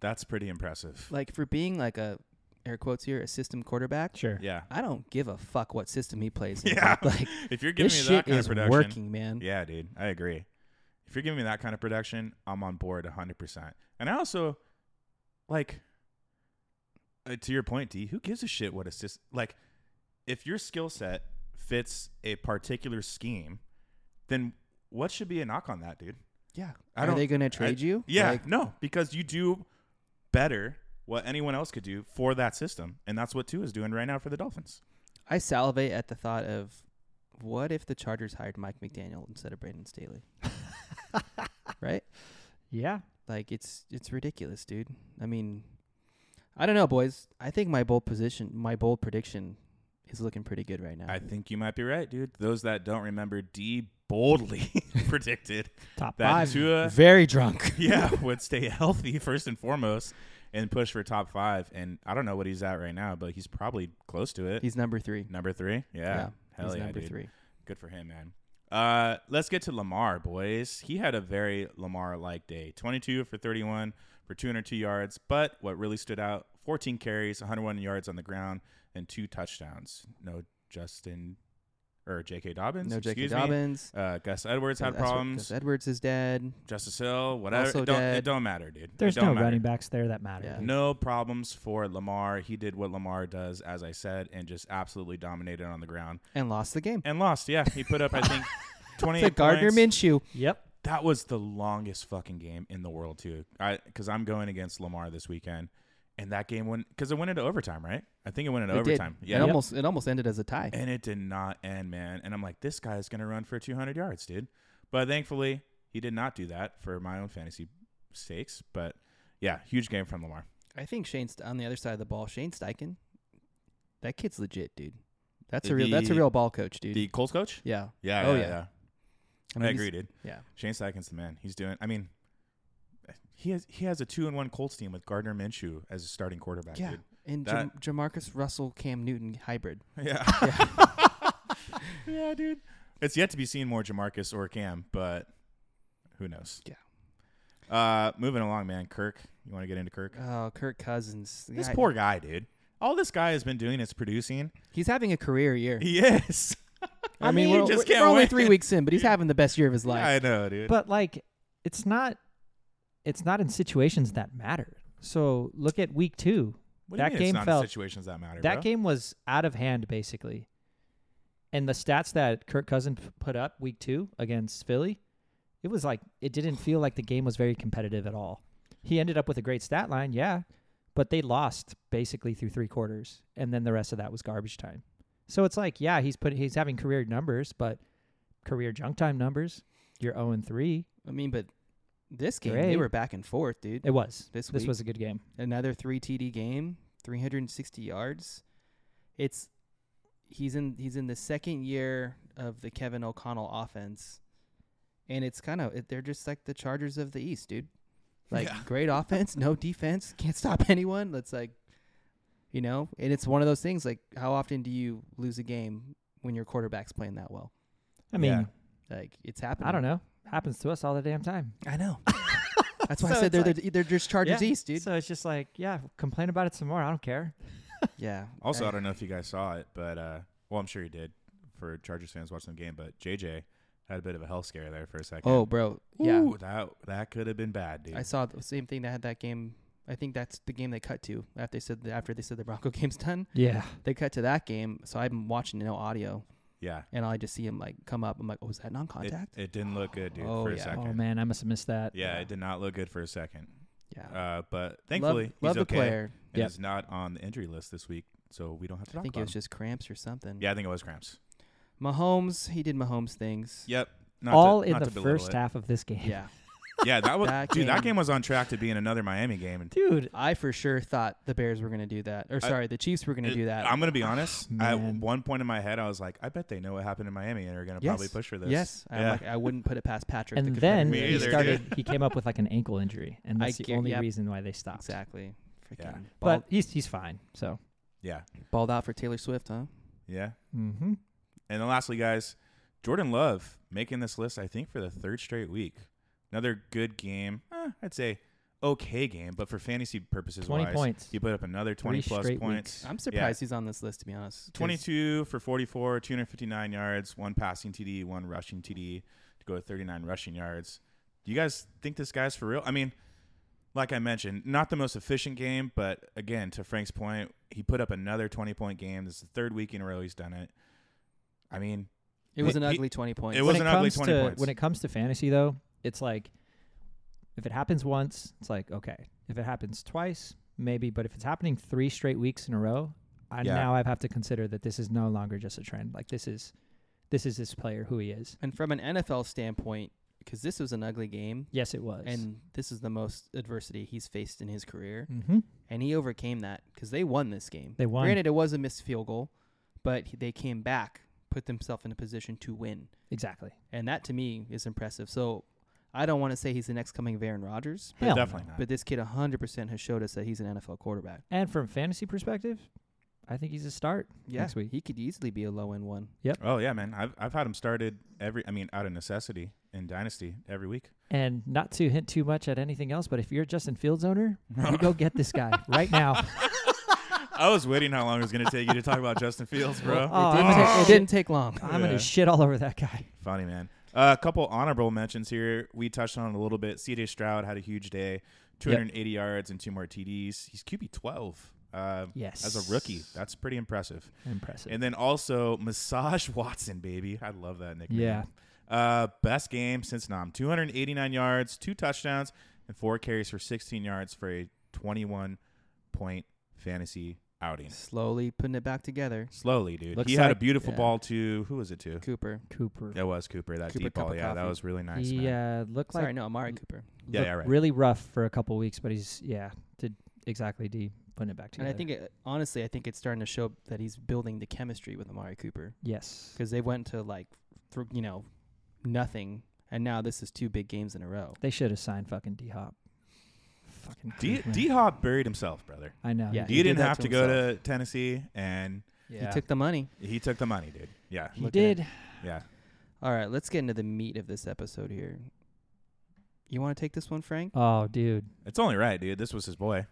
Speaker 3: that's pretty impressive.
Speaker 2: Like for being like a air quotes here a system quarterback.
Speaker 1: Sure.
Speaker 3: yeah,
Speaker 2: I don't give a fuck what system he plays in.
Speaker 3: yeah.
Speaker 2: Like
Speaker 3: if you're giving
Speaker 2: this
Speaker 3: me that
Speaker 2: shit
Speaker 3: kind
Speaker 2: is
Speaker 3: of production,
Speaker 2: working, man.
Speaker 3: yeah, dude, I agree. If you're giving me that kind of production, I'm on board 100. percent And I also like uh, to your point, D. Who gives a shit what assist? Like, if your skill set fits a particular scheme, then what should be a knock on that, dude?
Speaker 2: Yeah.
Speaker 3: I
Speaker 2: Are
Speaker 3: don't-
Speaker 2: they going to
Speaker 3: I-
Speaker 2: trade you?
Speaker 3: Yeah,
Speaker 2: Like,
Speaker 3: no, because you do better what anyone else could do for that system, and that's what Tua is doing right now for the Dolphins.
Speaker 2: I salivate at the thought of what if the Chargers hired Mike McDaniel instead of Brandon Staley? right?
Speaker 1: Yeah.
Speaker 2: Like it's it's ridiculous, dude. I mean, I don't know, boys. I think my bold position, my bold prediction, is looking pretty good right now.
Speaker 3: I think you might be right, dude. Those that don't remember, D boldly predicted
Speaker 1: Top
Speaker 3: that
Speaker 1: five.
Speaker 3: Tua,
Speaker 2: Very drunk.
Speaker 3: yeah, would stay healthy first and foremost, and push for top five. And I don't know what he's at right now, but he's probably close to it.
Speaker 2: He's number three.
Speaker 3: number three. Yeah, hell
Speaker 2: he's
Speaker 3: yeah,
Speaker 2: number
Speaker 3: dude.
Speaker 2: three.
Speaker 3: Good for him, man. Uh, let's get to Lamar, boys. He had a very Lamar-like day. 22 for 31 for 202 yards, but what really stood out: 14 carries, 101 yards on the ground, and two touchdowns. No Justin or J.K. Dobbins.
Speaker 2: No J.K.
Speaker 3: excuse me.
Speaker 2: Dobbins.
Speaker 3: Uh, Gus Edwards had
Speaker 2: That's what- 'cause
Speaker 3: problems.
Speaker 2: Edwards is dead.
Speaker 3: Justice Hill, whatever.
Speaker 2: Also
Speaker 3: it, don't,
Speaker 2: dead.
Speaker 3: it don't matter, dude. It
Speaker 1: There's
Speaker 3: don't
Speaker 1: no
Speaker 3: matter.
Speaker 1: running backs there that matter.
Speaker 2: Yeah.
Speaker 1: dude.
Speaker 3: No problems for Lamar. He did what Lamar does, as I said, and just absolutely dominated on the ground
Speaker 2: and lost the game.
Speaker 3: and lost. Yeah, he put up I think twenty.
Speaker 2: To Gardner Minshew.
Speaker 1: Yep.
Speaker 3: That was the longest fucking game in the world too. I because I'm going against Lamar this weekend, and that game went because it went into overtime, right? I think it went into
Speaker 2: It did.
Speaker 3: overtime.
Speaker 2: It
Speaker 3: Yeah,
Speaker 2: almost it almost ended as a tie.
Speaker 3: and it did not end, man. And I'm like, this guy's gonna run for 200 yards, dude. But thankfully, he did not do that for my own fantasy stakes. But yeah, huge game from Lamar.
Speaker 2: I think Shane St- on the other side of the ball, Shane Steichen. That kid's legit, dude. That's a real that's a
Speaker 3: The-
Speaker 2: real ball coach, dude.
Speaker 3: The Colts coach?
Speaker 2: yeah.
Speaker 3: Yeah.
Speaker 2: Oh,
Speaker 3: yeah,
Speaker 2: yeah.
Speaker 3: yeah. I,
Speaker 2: mean,
Speaker 3: agree,
Speaker 2: he's-
Speaker 3: dude.
Speaker 2: Yeah.
Speaker 3: Shane Steichen's the man. He's doing. I mean, he has he has a two and one Colts team with Gardner Minshew as a starting quarterback.
Speaker 2: Yeah.
Speaker 3: dude.
Speaker 2: And Jam-
Speaker 3: That-
Speaker 2: Jamarcus Russell Cam Newton hybrid.
Speaker 3: Yeah. yeah, dude. It's yet to be seen more Jamarcus or Cam, but who knows?
Speaker 2: Yeah.
Speaker 3: Uh, moving along, man. Kirk, you want to get into Kirk?
Speaker 2: Oh, Kirk Cousins.
Speaker 3: this
Speaker 2: Yeah,
Speaker 3: poor guy, dude. All this guy has been doing is producing.
Speaker 2: He's having a career year.
Speaker 3: He is.
Speaker 2: I mean,
Speaker 3: you
Speaker 2: we're,
Speaker 3: just
Speaker 2: we're-
Speaker 3: can't
Speaker 2: we're only
Speaker 3: win.
Speaker 2: three weeks in, but he's having the best year of his life.
Speaker 3: I know, dude.
Speaker 1: But like, it's not. It's not in situations that matter. So look at week two.
Speaker 3: What do you
Speaker 1: that
Speaker 3: mean it's
Speaker 1: game
Speaker 3: not
Speaker 1: fell.
Speaker 3: situations that matter.
Speaker 1: That
Speaker 3: bro?
Speaker 1: game was out of hand, basically. And the stats that Kirk Cousins p- put up week two against Philly, it was like it didn't feel like the game was very competitive at all. He ended up with a great stat line, yeah, but they lost basically through three quarters, and then the rest of that was garbage time. So it's like, yeah, he's put he's having career numbers, but career junk time numbers. You're zero and three.
Speaker 2: I mean, but this game
Speaker 1: Great.
Speaker 2: they were back and forth, dude.
Speaker 1: It was
Speaker 2: This
Speaker 1: this
Speaker 2: week?
Speaker 1: was a good game.
Speaker 2: another three TD game, 360 yards. It's he's in he's in the second year of the Kevin O'Connell offense, and it's kind of it, they're just like the Chargers of the East, dude. Like
Speaker 3: Yeah.
Speaker 2: great offense, no defense, can't stop anyone. That's like, you know, and it's one of those things. Like, how often do you lose a game when your quarterback's playing that well?
Speaker 1: I mean,
Speaker 3: Yeah.
Speaker 2: Like, it's happening.
Speaker 1: I don't know. Happens to us all the damn time.
Speaker 2: I know. That's why
Speaker 1: So
Speaker 2: I said
Speaker 1: it's
Speaker 2: they're
Speaker 1: like-
Speaker 2: the, they're just Chargers
Speaker 1: Yeah.
Speaker 2: East, dude.
Speaker 1: So it's just like, yeah, complain about it some more. I don't care.
Speaker 2: yeah.
Speaker 3: Also,
Speaker 2: I-
Speaker 3: I don't know if you guys saw it, but uh, well, I'm sure you did for Chargers fans watching the game. But JJ had a bit of a health scare there for a second.
Speaker 2: oh, bro. Yeah.
Speaker 3: Ooh, that that could have been bad, dude.
Speaker 2: I saw the same thing that had that game. I think that's the game they cut to after they said the, after they said the Bronco game's done.
Speaker 1: Yeah.
Speaker 2: They cut to that game, so I'm watching no audio,
Speaker 3: yeah,
Speaker 2: and I just see him like come up. I'm like, oh, is that
Speaker 3: it,
Speaker 2: non-contact?
Speaker 3: it didn't look good, dude,
Speaker 2: Oh,
Speaker 3: for a
Speaker 2: yeah.
Speaker 3: second.
Speaker 1: Oh man, I must have missed that.
Speaker 3: Yeah, it did not look good for a second.
Speaker 2: yeah.
Speaker 3: Uh, but
Speaker 2: Love-
Speaker 3: thankfully,
Speaker 2: love,
Speaker 3: he's
Speaker 2: the
Speaker 3: okay
Speaker 2: player.
Speaker 3: and
Speaker 1: Yep.
Speaker 3: is not on the injury list this week, so we don't have to
Speaker 2: I
Speaker 3: talk
Speaker 2: think
Speaker 3: about
Speaker 2: it was
Speaker 3: him.
Speaker 2: just cramps or something.
Speaker 3: Yeah, I think it was cramps.
Speaker 2: Mahomes, he did Mahomes things.
Speaker 3: Yep. Not to-
Speaker 1: All in
Speaker 3: not
Speaker 1: the
Speaker 3: to belittle
Speaker 1: first
Speaker 3: it.
Speaker 1: half of this game.
Speaker 2: Yeah.
Speaker 3: Yeah, that was
Speaker 2: That
Speaker 3: dude. That
Speaker 2: game-
Speaker 3: game was on track to be in another Miami game, and
Speaker 1: Dude,
Speaker 2: I for sure thought the Bears were gonna do that, or sorry, the Chiefs were gonna
Speaker 3: It-
Speaker 2: do that.
Speaker 3: I'm gonna be honest. At
Speaker 1: Man.
Speaker 3: one point in my head, I was like, I bet they know what happened in Miami and are gonna
Speaker 2: yes.
Speaker 3: probably push for this.
Speaker 2: Yes. I'm
Speaker 3: Yeah.
Speaker 2: like, I wouldn't put it past Patrick.
Speaker 1: and
Speaker 2: the
Speaker 1: then
Speaker 3: Me
Speaker 2: Confederate.
Speaker 1: he
Speaker 3: either,
Speaker 1: started he came up with like an ankle injury and
Speaker 2: I
Speaker 1: that's the
Speaker 2: get-
Speaker 1: only
Speaker 2: yep.
Speaker 1: reason why they stopped.
Speaker 2: exactly. Freaking
Speaker 3: Yeah.
Speaker 1: But
Speaker 2: balled,
Speaker 1: he's he's fine. So
Speaker 3: Yeah.
Speaker 2: balled out for Taylor Swift, huh?
Speaker 3: Yeah.
Speaker 1: mm-hmm.
Speaker 3: And then lastly, guys, Jordan Love making this list, I think, for the third straight week. Another good game. Eh, I'd say okay game, but for fantasy purposes,
Speaker 1: 20
Speaker 3: wise,
Speaker 1: points.
Speaker 3: He put up another 20
Speaker 1: Three
Speaker 3: plus
Speaker 1: straight
Speaker 3: points.
Speaker 1: weeks.
Speaker 2: I'm surprised he's on this list, to be honest. 'cause
Speaker 3: 22 for 44, 259 yards, one passing TD, one rushing TD to go to 39 rushing yards. Do you guys think this guy's for real? I mean, like I mentioned, not the most efficient game, but again, to Frank's point, he put up another 20 point game. This is the third week in a row he's done it. I mean,
Speaker 2: It was
Speaker 3: He-
Speaker 2: an
Speaker 3: he-
Speaker 2: ugly 20 points.
Speaker 3: It was
Speaker 1: when
Speaker 3: an
Speaker 1: it
Speaker 3: ugly
Speaker 1: comes
Speaker 3: 20
Speaker 1: to
Speaker 3: points.
Speaker 1: when it comes to fantasy though, it's like if it happens once, it's like okay. If it happens twice, maybe, but if it's happening 3 straight weeks in a row, I
Speaker 3: Yeah.
Speaker 1: now I have to consider that this is no longer just a trend. Like this is this is this player who he is.
Speaker 2: And from an NFL standpoint, because this was an ugly game,
Speaker 1: Yes, it was.
Speaker 2: and this is the most adversity he's faced in his career,
Speaker 1: mm-hmm.
Speaker 2: and he overcame that because they won this game.
Speaker 1: They won.
Speaker 2: Granted, it was a missed field goal, but he- they came back, put themselves in a position to win,
Speaker 1: Exactly.
Speaker 2: and that to me is impressive. So I don't want to say he's the next coming of Aaron Rodgers,
Speaker 3: But
Speaker 1: Hell
Speaker 3: definitely
Speaker 1: no.
Speaker 3: not.
Speaker 2: but this kid 100% has showed us that he's an NFL quarterback.
Speaker 1: And from fantasy perspective, I think he's a start
Speaker 2: Yeah,
Speaker 1: next week.
Speaker 2: he could easily be a low end one.
Speaker 3: Oh yeah, man. I've I've had him started every. I mean, out of necessity in Dynasty every week.
Speaker 1: And not to hint too much at anything else, but if you're a Justin Fields owner, you go get this guy right now.
Speaker 3: I was waiting how long it was going to take you to talk about Justin Fields, bro.
Speaker 1: Oh,
Speaker 2: it, didn't
Speaker 1: I'm-
Speaker 2: ta- it didn't take long.
Speaker 1: I'm
Speaker 3: Yeah.
Speaker 1: gonna shit all over that guy.
Speaker 3: Funny man. Uh, a couple honorable mentions here. We touched on it a little bit. C.J. Stroud had a huge day, 280 yards and two more TDs. He's QB 12. Uh,
Speaker 1: Yes,
Speaker 3: As a rookie, that's pretty impressive.
Speaker 1: impressive.
Speaker 3: And then also Massage Watson, baby. I love that nickname.
Speaker 1: yeah,
Speaker 3: Uh, best game since Nam. 289 yards, two touchdowns, and four carries for 16 yards for a 21 point fantasy outing.
Speaker 2: Slowly putting it back together.
Speaker 3: Slowly, dude.
Speaker 1: Looks
Speaker 3: he had a
Speaker 1: like-
Speaker 3: beautiful
Speaker 2: yeah.
Speaker 3: ball to who was it to?
Speaker 2: Cooper.
Speaker 1: Cooper.
Speaker 3: That was Cooper. That
Speaker 2: Cooper
Speaker 3: deep
Speaker 2: cup
Speaker 3: ball.
Speaker 2: of
Speaker 3: Yeah, that
Speaker 2: coffee.
Speaker 3: was really nice.
Speaker 1: he
Speaker 3: man.
Speaker 1: uh, looked like
Speaker 2: Sorry, no, Amari Cooper.
Speaker 3: Yeah,
Speaker 1: looked
Speaker 3: yeah, right.
Speaker 1: really rough for a couple weeks, but he's yeah did exactly D putting it back together.
Speaker 2: And I think, it, honestly, I think it's starting to show that he's building the chemistry with Amari Cooper
Speaker 1: yes,
Speaker 2: because they went to like, th- you know, nothing, and now this is two big games in a row.
Speaker 1: they should have signed fucking D Hop. Fucking
Speaker 3: D
Speaker 1: creep, man.
Speaker 3: D Hop buried himself, brother.
Speaker 1: I know.
Speaker 2: Yeah,
Speaker 1: Yeah,
Speaker 3: D
Speaker 2: he did
Speaker 3: didn't
Speaker 2: that
Speaker 3: have
Speaker 2: to
Speaker 3: to go to Tennessee, and
Speaker 1: yeah.
Speaker 2: He took the money.
Speaker 3: he took the money, dude. Yeah,
Speaker 1: He
Speaker 2: looking at-
Speaker 1: did.
Speaker 3: yeah.
Speaker 2: All right, let's get into the meat of this episode here. You want to take this one, Frank?
Speaker 1: Oh, dude.
Speaker 3: It's only right, dude. This was his boy.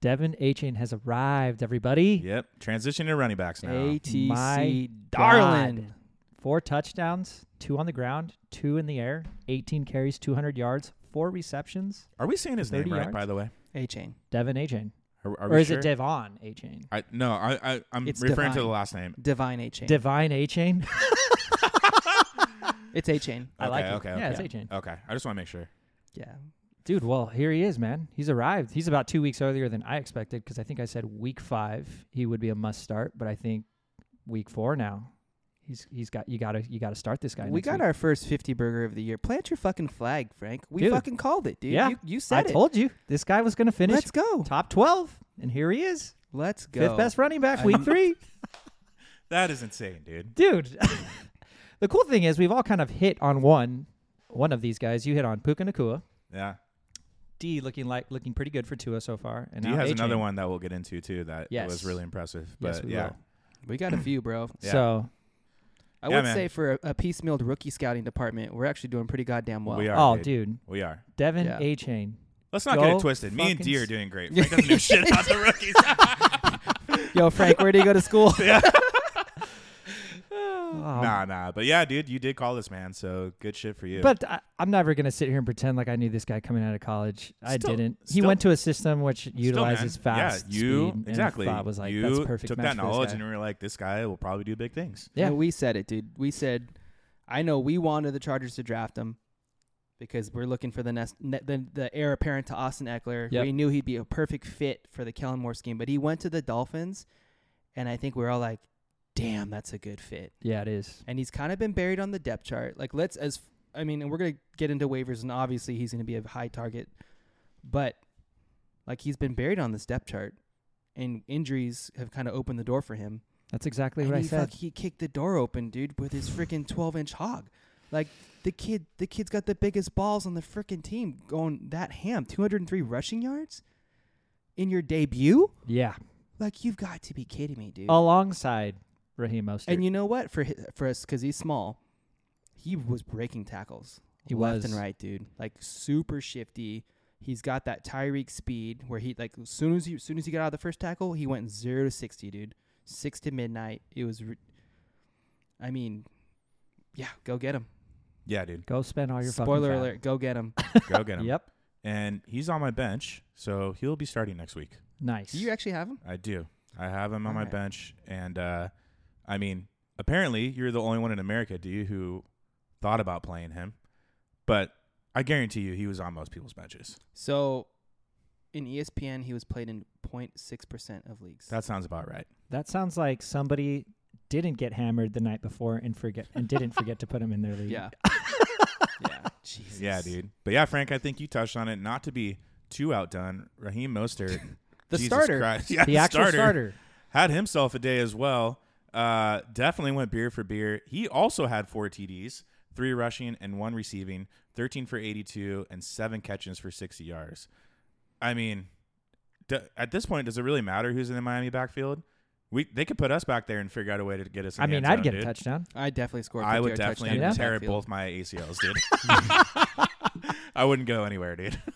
Speaker 1: Devin Achain has arrived, everybody.
Speaker 3: Yep. Transition to running backs now.
Speaker 2: ATC
Speaker 1: My
Speaker 2: darling.
Speaker 1: Four touchdowns, two on the ground, two in the air, 18 carries, 200 yards, four receptions.
Speaker 3: Are we saying his name
Speaker 1: 30
Speaker 3: right?
Speaker 1: yards?
Speaker 3: By the way,
Speaker 2: A chain.
Speaker 1: Devin Achain.
Speaker 3: are, are
Speaker 1: Or
Speaker 3: we
Speaker 1: is
Speaker 3: sure?
Speaker 1: it Devon Achain?
Speaker 3: I, no, I, I I'm
Speaker 2: It's
Speaker 3: referring to
Speaker 2: Divine.
Speaker 3: the last name.
Speaker 2: Divine A chain.
Speaker 1: Divine Achain?
Speaker 2: it's A chain.
Speaker 1: I
Speaker 3: Okay,
Speaker 1: like it.
Speaker 3: okay,
Speaker 1: yeah,
Speaker 3: okay.
Speaker 1: it's Achain.
Speaker 3: Okay, I just want to make sure.
Speaker 2: Yeah.
Speaker 1: Dude, well, here he is, man. He's arrived. He's about two weeks earlier than I expected because I think I said week five he would be a must start, but I think week four now. He's he's got you gotta you gotta start this guy.
Speaker 2: we
Speaker 1: next
Speaker 2: got
Speaker 1: week.
Speaker 2: our first 50 burger of the year. Plant your fucking flag, Frank. We
Speaker 1: Dude.
Speaker 2: fucking called it, dude.
Speaker 1: Yeah.
Speaker 2: You, you
Speaker 1: I
Speaker 2: said it.
Speaker 1: told you this guy was gonna finish
Speaker 2: Let's go.
Speaker 1: top twelve, and here he is.
Speaker 2: Let's go.
Speaker 1: Fifth best running back,
Speaker 3: I
Speaker 1: week
Speaker 3: know.
Speaker 1: three.
Speaker 3: That is insane, dude.
Speaker 1: Dude, the cool thing is we've all kind of hit on one one of these guys. You hit on Puka Nakua.
Speaker 3: Yeah.
Speaker 1: D looking like looking pretty good for Tua so far. And
Speaker 3: D
Speaker 1: now
Speaker 3: has
Speaker 1: A-Chain.
Speaker 3: another one that we'll get into too. That
Speaker 1: Yes.
Speaker 3: was really impressive. But
Speaker 1: Yes, we
Speaker 3: yeah,
Speaker 1: will.
Speaker 2: We got a few, bro.
Speaker 3: Yeah.
Speaker 1: So
Speaker 2: I
Speaker 3: Yeah,
Speaker 2: would
Speaker 3: man.
Speaker 2: say for a, a piecemealed rookie scouting department, we're actually doing pretty goddamn well.
Speaker 3: we are.
Speaker 1: oh
Speaker 3: dude.
Speaker 1: dude.
Speaker 3: we are.
Speaker 1: Devin
Speaker 2: Yeah.
Speaker 1: A chain.
Speaker 3: Let's not get
Speaker 1: Go
Speaker 3: it twisted. Me and
Speaker 1: fucking
Speaker 3: D are
Speaker 1: s-
Speaker 3: doing great. Frank doesn't know shit about the rookies.
Speaker 2: Yo, Frank, where do you go to school?
Speaker 1: Oh. Um,
Speaker 3: nah, nah. But yeah, dude, you did call this man, so good shit for you.
Speaker 1: But I, I'm never gonna sit here and pretend like I knew this guy coming out of college. I
Speaker 3: Still-
Speaker 1: didn't. He
Speaker 3: still-
Speaker 1: went to a system which utilizes
Speaker 3: Still, man,
Speaker 1: fast.
Speaker 3: Yeah, you
Speaker 1: speed,
Speaker 3: exactly.
Speaker 1: And thought was like
Speaker 3: you
Speaker 1: that's perfect.
Speaker 3: took
Speaker 1: match for
Speaker 3: that
Speaker 1: this
Speaker 3: knowledge
Speaker 1: guy.
Speaker 3: and we were like, this guy will probably do big things.
Speaker 1: Yeah.
Speaker 2: And we said it, dude. We said, I know we wanted the Chargers to draft him because we're looking for the nest, ne- the, the heir apparent to Austin Eckler.
Speaker 1: Yep.
Speaker 2: We knew he'd be a perfect fit for the Kellen Moore scheme, but he went to the Dolphins, and I think we're all like, damn, that's a good fit.
Speaker 1: yeah, it is.
Speaker 2: And he's kind of been buried on the depth chart. Like, let's as I mean, and we're gonna get into waivers, and obviously he's gonna be a high target, but like he's been buried on this depth chart, and injuries have kind of opened the door for him.
Speaker 1: That's exactly
Speaker 2: And
Speaker 1: what I
Speaker 2: he, fuck,
Speaker 1: said.
Speaker 2: he kicked the door open, dude, with his freaking 12 inch hog. Like the kid, the kid's got the biggest balls on the freaking team, going that ham, 203 rushing yards in your debut.
Speaker 1: Yeah.
Speaker 2: Like you've got to be kidding me, dude.
Speaker 1: Alongside Raheem Mostert.
Speaker 2: and you know what? For hi- for us, because he's small, he was breaking tackles.
Speaker 1: He
Speaker 2: left
Speaker 1: was.
Speaker 2: and right, dude. Like super shifty. He's got that Tyreek speed where he like as soon as you as soon as he got out of the first tackle, he went zero to sixty, dude. Six to midnight. It was. Re- I mean, yeah, go get him.
Speaker 3: Yeah, dude.
Speaker 1: Go spend all your fucking
Speaker 2: Spoiler
Speaker 1: fat.
Speaker 2: alert, go get him.
Speaker 3: Go get him.
Speaker 1: Yep.
Speaker 3: And he's on my bench, so he'll be starting next week.
Speaker 1: Nice.
Speaker 2: Do you actually have him?
Speaker 3: I do. I have him on my
Speaker 2: Alright.
Speaker 3: bench, and uh, I mean, apparently you're the only one in America, do you, who thought about playing him? But I guarantee you, he was on most people's benches.
Speaker 2: So, in E ESPN, he was played in 06 percent of leagues.
Speaker 3: That sounds about right.
Speaker 1: that sounds like somebody didn't get hammered the night before and forget and didn't forget to put him in their league.
Speaker 2: yeah. yeah. Jesus.
Speaker 3: Yeah, dude. But yeah, Frank, I think you touched on it. Not to be too outdone, Raheem Mostert,
Speaker 2: The
Speaker 3: Jesus
Speaker 2: starter.
Speaker 3: Christ. yeah,
Speaker 1: The actual starter.
Speaker 3: had himself a day as well. Uh, definitely went beer for beer. He also had four TDs. three rushing and one receiving, 13 for 82, and seven catches for 60 yards. I mean, d- at this point, does it really matter who's in the Miami backfield? We they could put us back there and figure out a way to get us. In
Speaker 1: I
Speaker 3: the
Speaker 1: mean,
Speaker 3: end
Speaker 1: I'd
Speaker 3: zone,
Speaker 1: get
Speaker 3: dude.
Speaker 1: a touchdown.
Speaker 2: I definitely scored.
Speaker 3: I
Speaker 2: 50
Speaker 3: would
Speaker 2: yard
Speaker 3: definitely
Speaker 2: touchdown in the
Speaker 3: tear
Speaker 2: backfield.
Speaker 3: both my ACLs, dude. I wouldn't go anywhere, dude.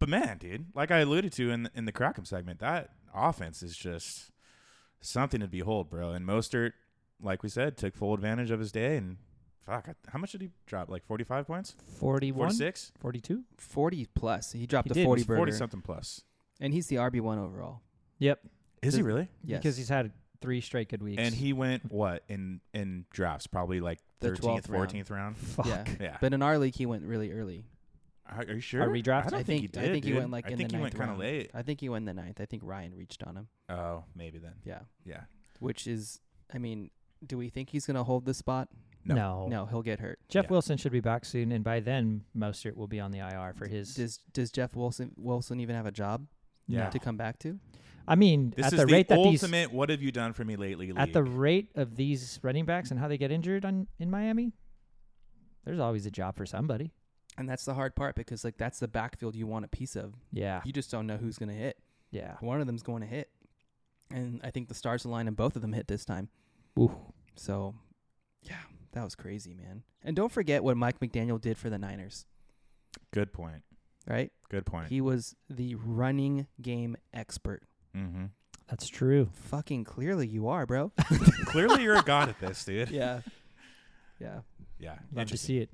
Speaker 3: But man, dude, like I alluded to in in the Crackham segment, that offense is just something to behold, bro. And Mostert, like we said, took full advantage of his day. And fuck, I- how much did he drop? Like forty five points,
Speaker 1: 41,
Speaker 3: forty six,
Speaker 1: 42?
Speaker 2: Forty plus. He dropped
Speaker 1: He
Speaker 2: a
Speaker 1: did. It
Speaker 2: forty
Speaker 1: was
Speaker 2: burger,
Speaker 3: forty something plus.
Speaker 2: and he's the RB one overall.
Speaker 1: Yep.
Speaker 3: Is he
Speaker 2: Does-
Speaker 3: really?
Speaker 2: Yes,
Speaker 1: Because he's had three straight good weeks.
Speaker 3: And he went what in in drafts? Probably like
Speaker 2: The 12th
Speaker 3: thirteenth, fourteenth round.
Speaker 1: Fuck.
Speaker 2: yeah.
Speaker 3: Yeah.
Speaker 2: But in our league, he went really early.
Speaker 3: Are are you sure?
Speaker 1: Are we drafted?
Speaker 3: I don't
Speaker 2: I
Speaker 3: think,
Speaker 2: think,
Speaker 3: he did.
Speaker 2: I think
Speaker 3: dude.
Speaker 2: he went like
Speaker 3: I
Speaker 2: in
Speaker 3: think
Speaker 2: the
Speaker 3: he
Speaker 2: ninth
Speaker 3: went kind of
Speaker 2: round.
Speaker 3: late.
Speaker 2: I think he went the ninth. I think Ryan reached on him.
Speaker 3: Oh, maybe then.
Speaker 2: Yeah,
Speaker 3: Yeah.
Speaker 2: which is, I mean, do we think he's gonna hold this spot?
Speaker 3: No.
Speaker 1: no.
Speaker 2: No, he'll get hurt.
Speaker 1: Jeff
Speaker 3: Yeah.
Speaker 1: Wilson should be back soon, and by then Mostert will be on the IR for his.
Speaker 2: Does Does Jeff Wilson Wilson even have a job
Speaker 3: Yeah.
Speaker 2: to come back to?
Speaker 1: I mean,
Speaker 3: This
Speaker 1: at
Speaker 3: is
Speaker 1: the rate that these
Speaker 3: ultimate. What have you done for me lately? League.
Speaker 1: at the rate of these running backs and how they get injured on in Miami, there's always a job for somebody.
Speaker 2: And that's the hard part because like that's the backfield you want a piece of.
Speaker 1: Yeah,
Speaker 2: You just don't know who's gonna hit.
Speaker 1: yeah.
Speaker 2: One of them's going to hit, and I think the stars aligned and both of them hit this time.
Speaker 1: Ooh.
Speaker 2: So, yeah, that was crazy, man. And don't forget what Mike McDaniel did for the Niners.
Speaker 3: good point.
Speaker 2: Right?
Speaker 3: Good point.
Speaker 2: He was the running game expert.
Speaker 3: mm-hmm.
Speaker 1: That's true.
Speaker 2: Fucking clearly you are, bro.
Speaker 3: Clearly, you're a god at this, dude.
Speaker 2: yeah. Yeah.
Speaker 3: Yeah,
Speaker 1: Love to
Speaker 3: interesting.
Speaker 1: see it.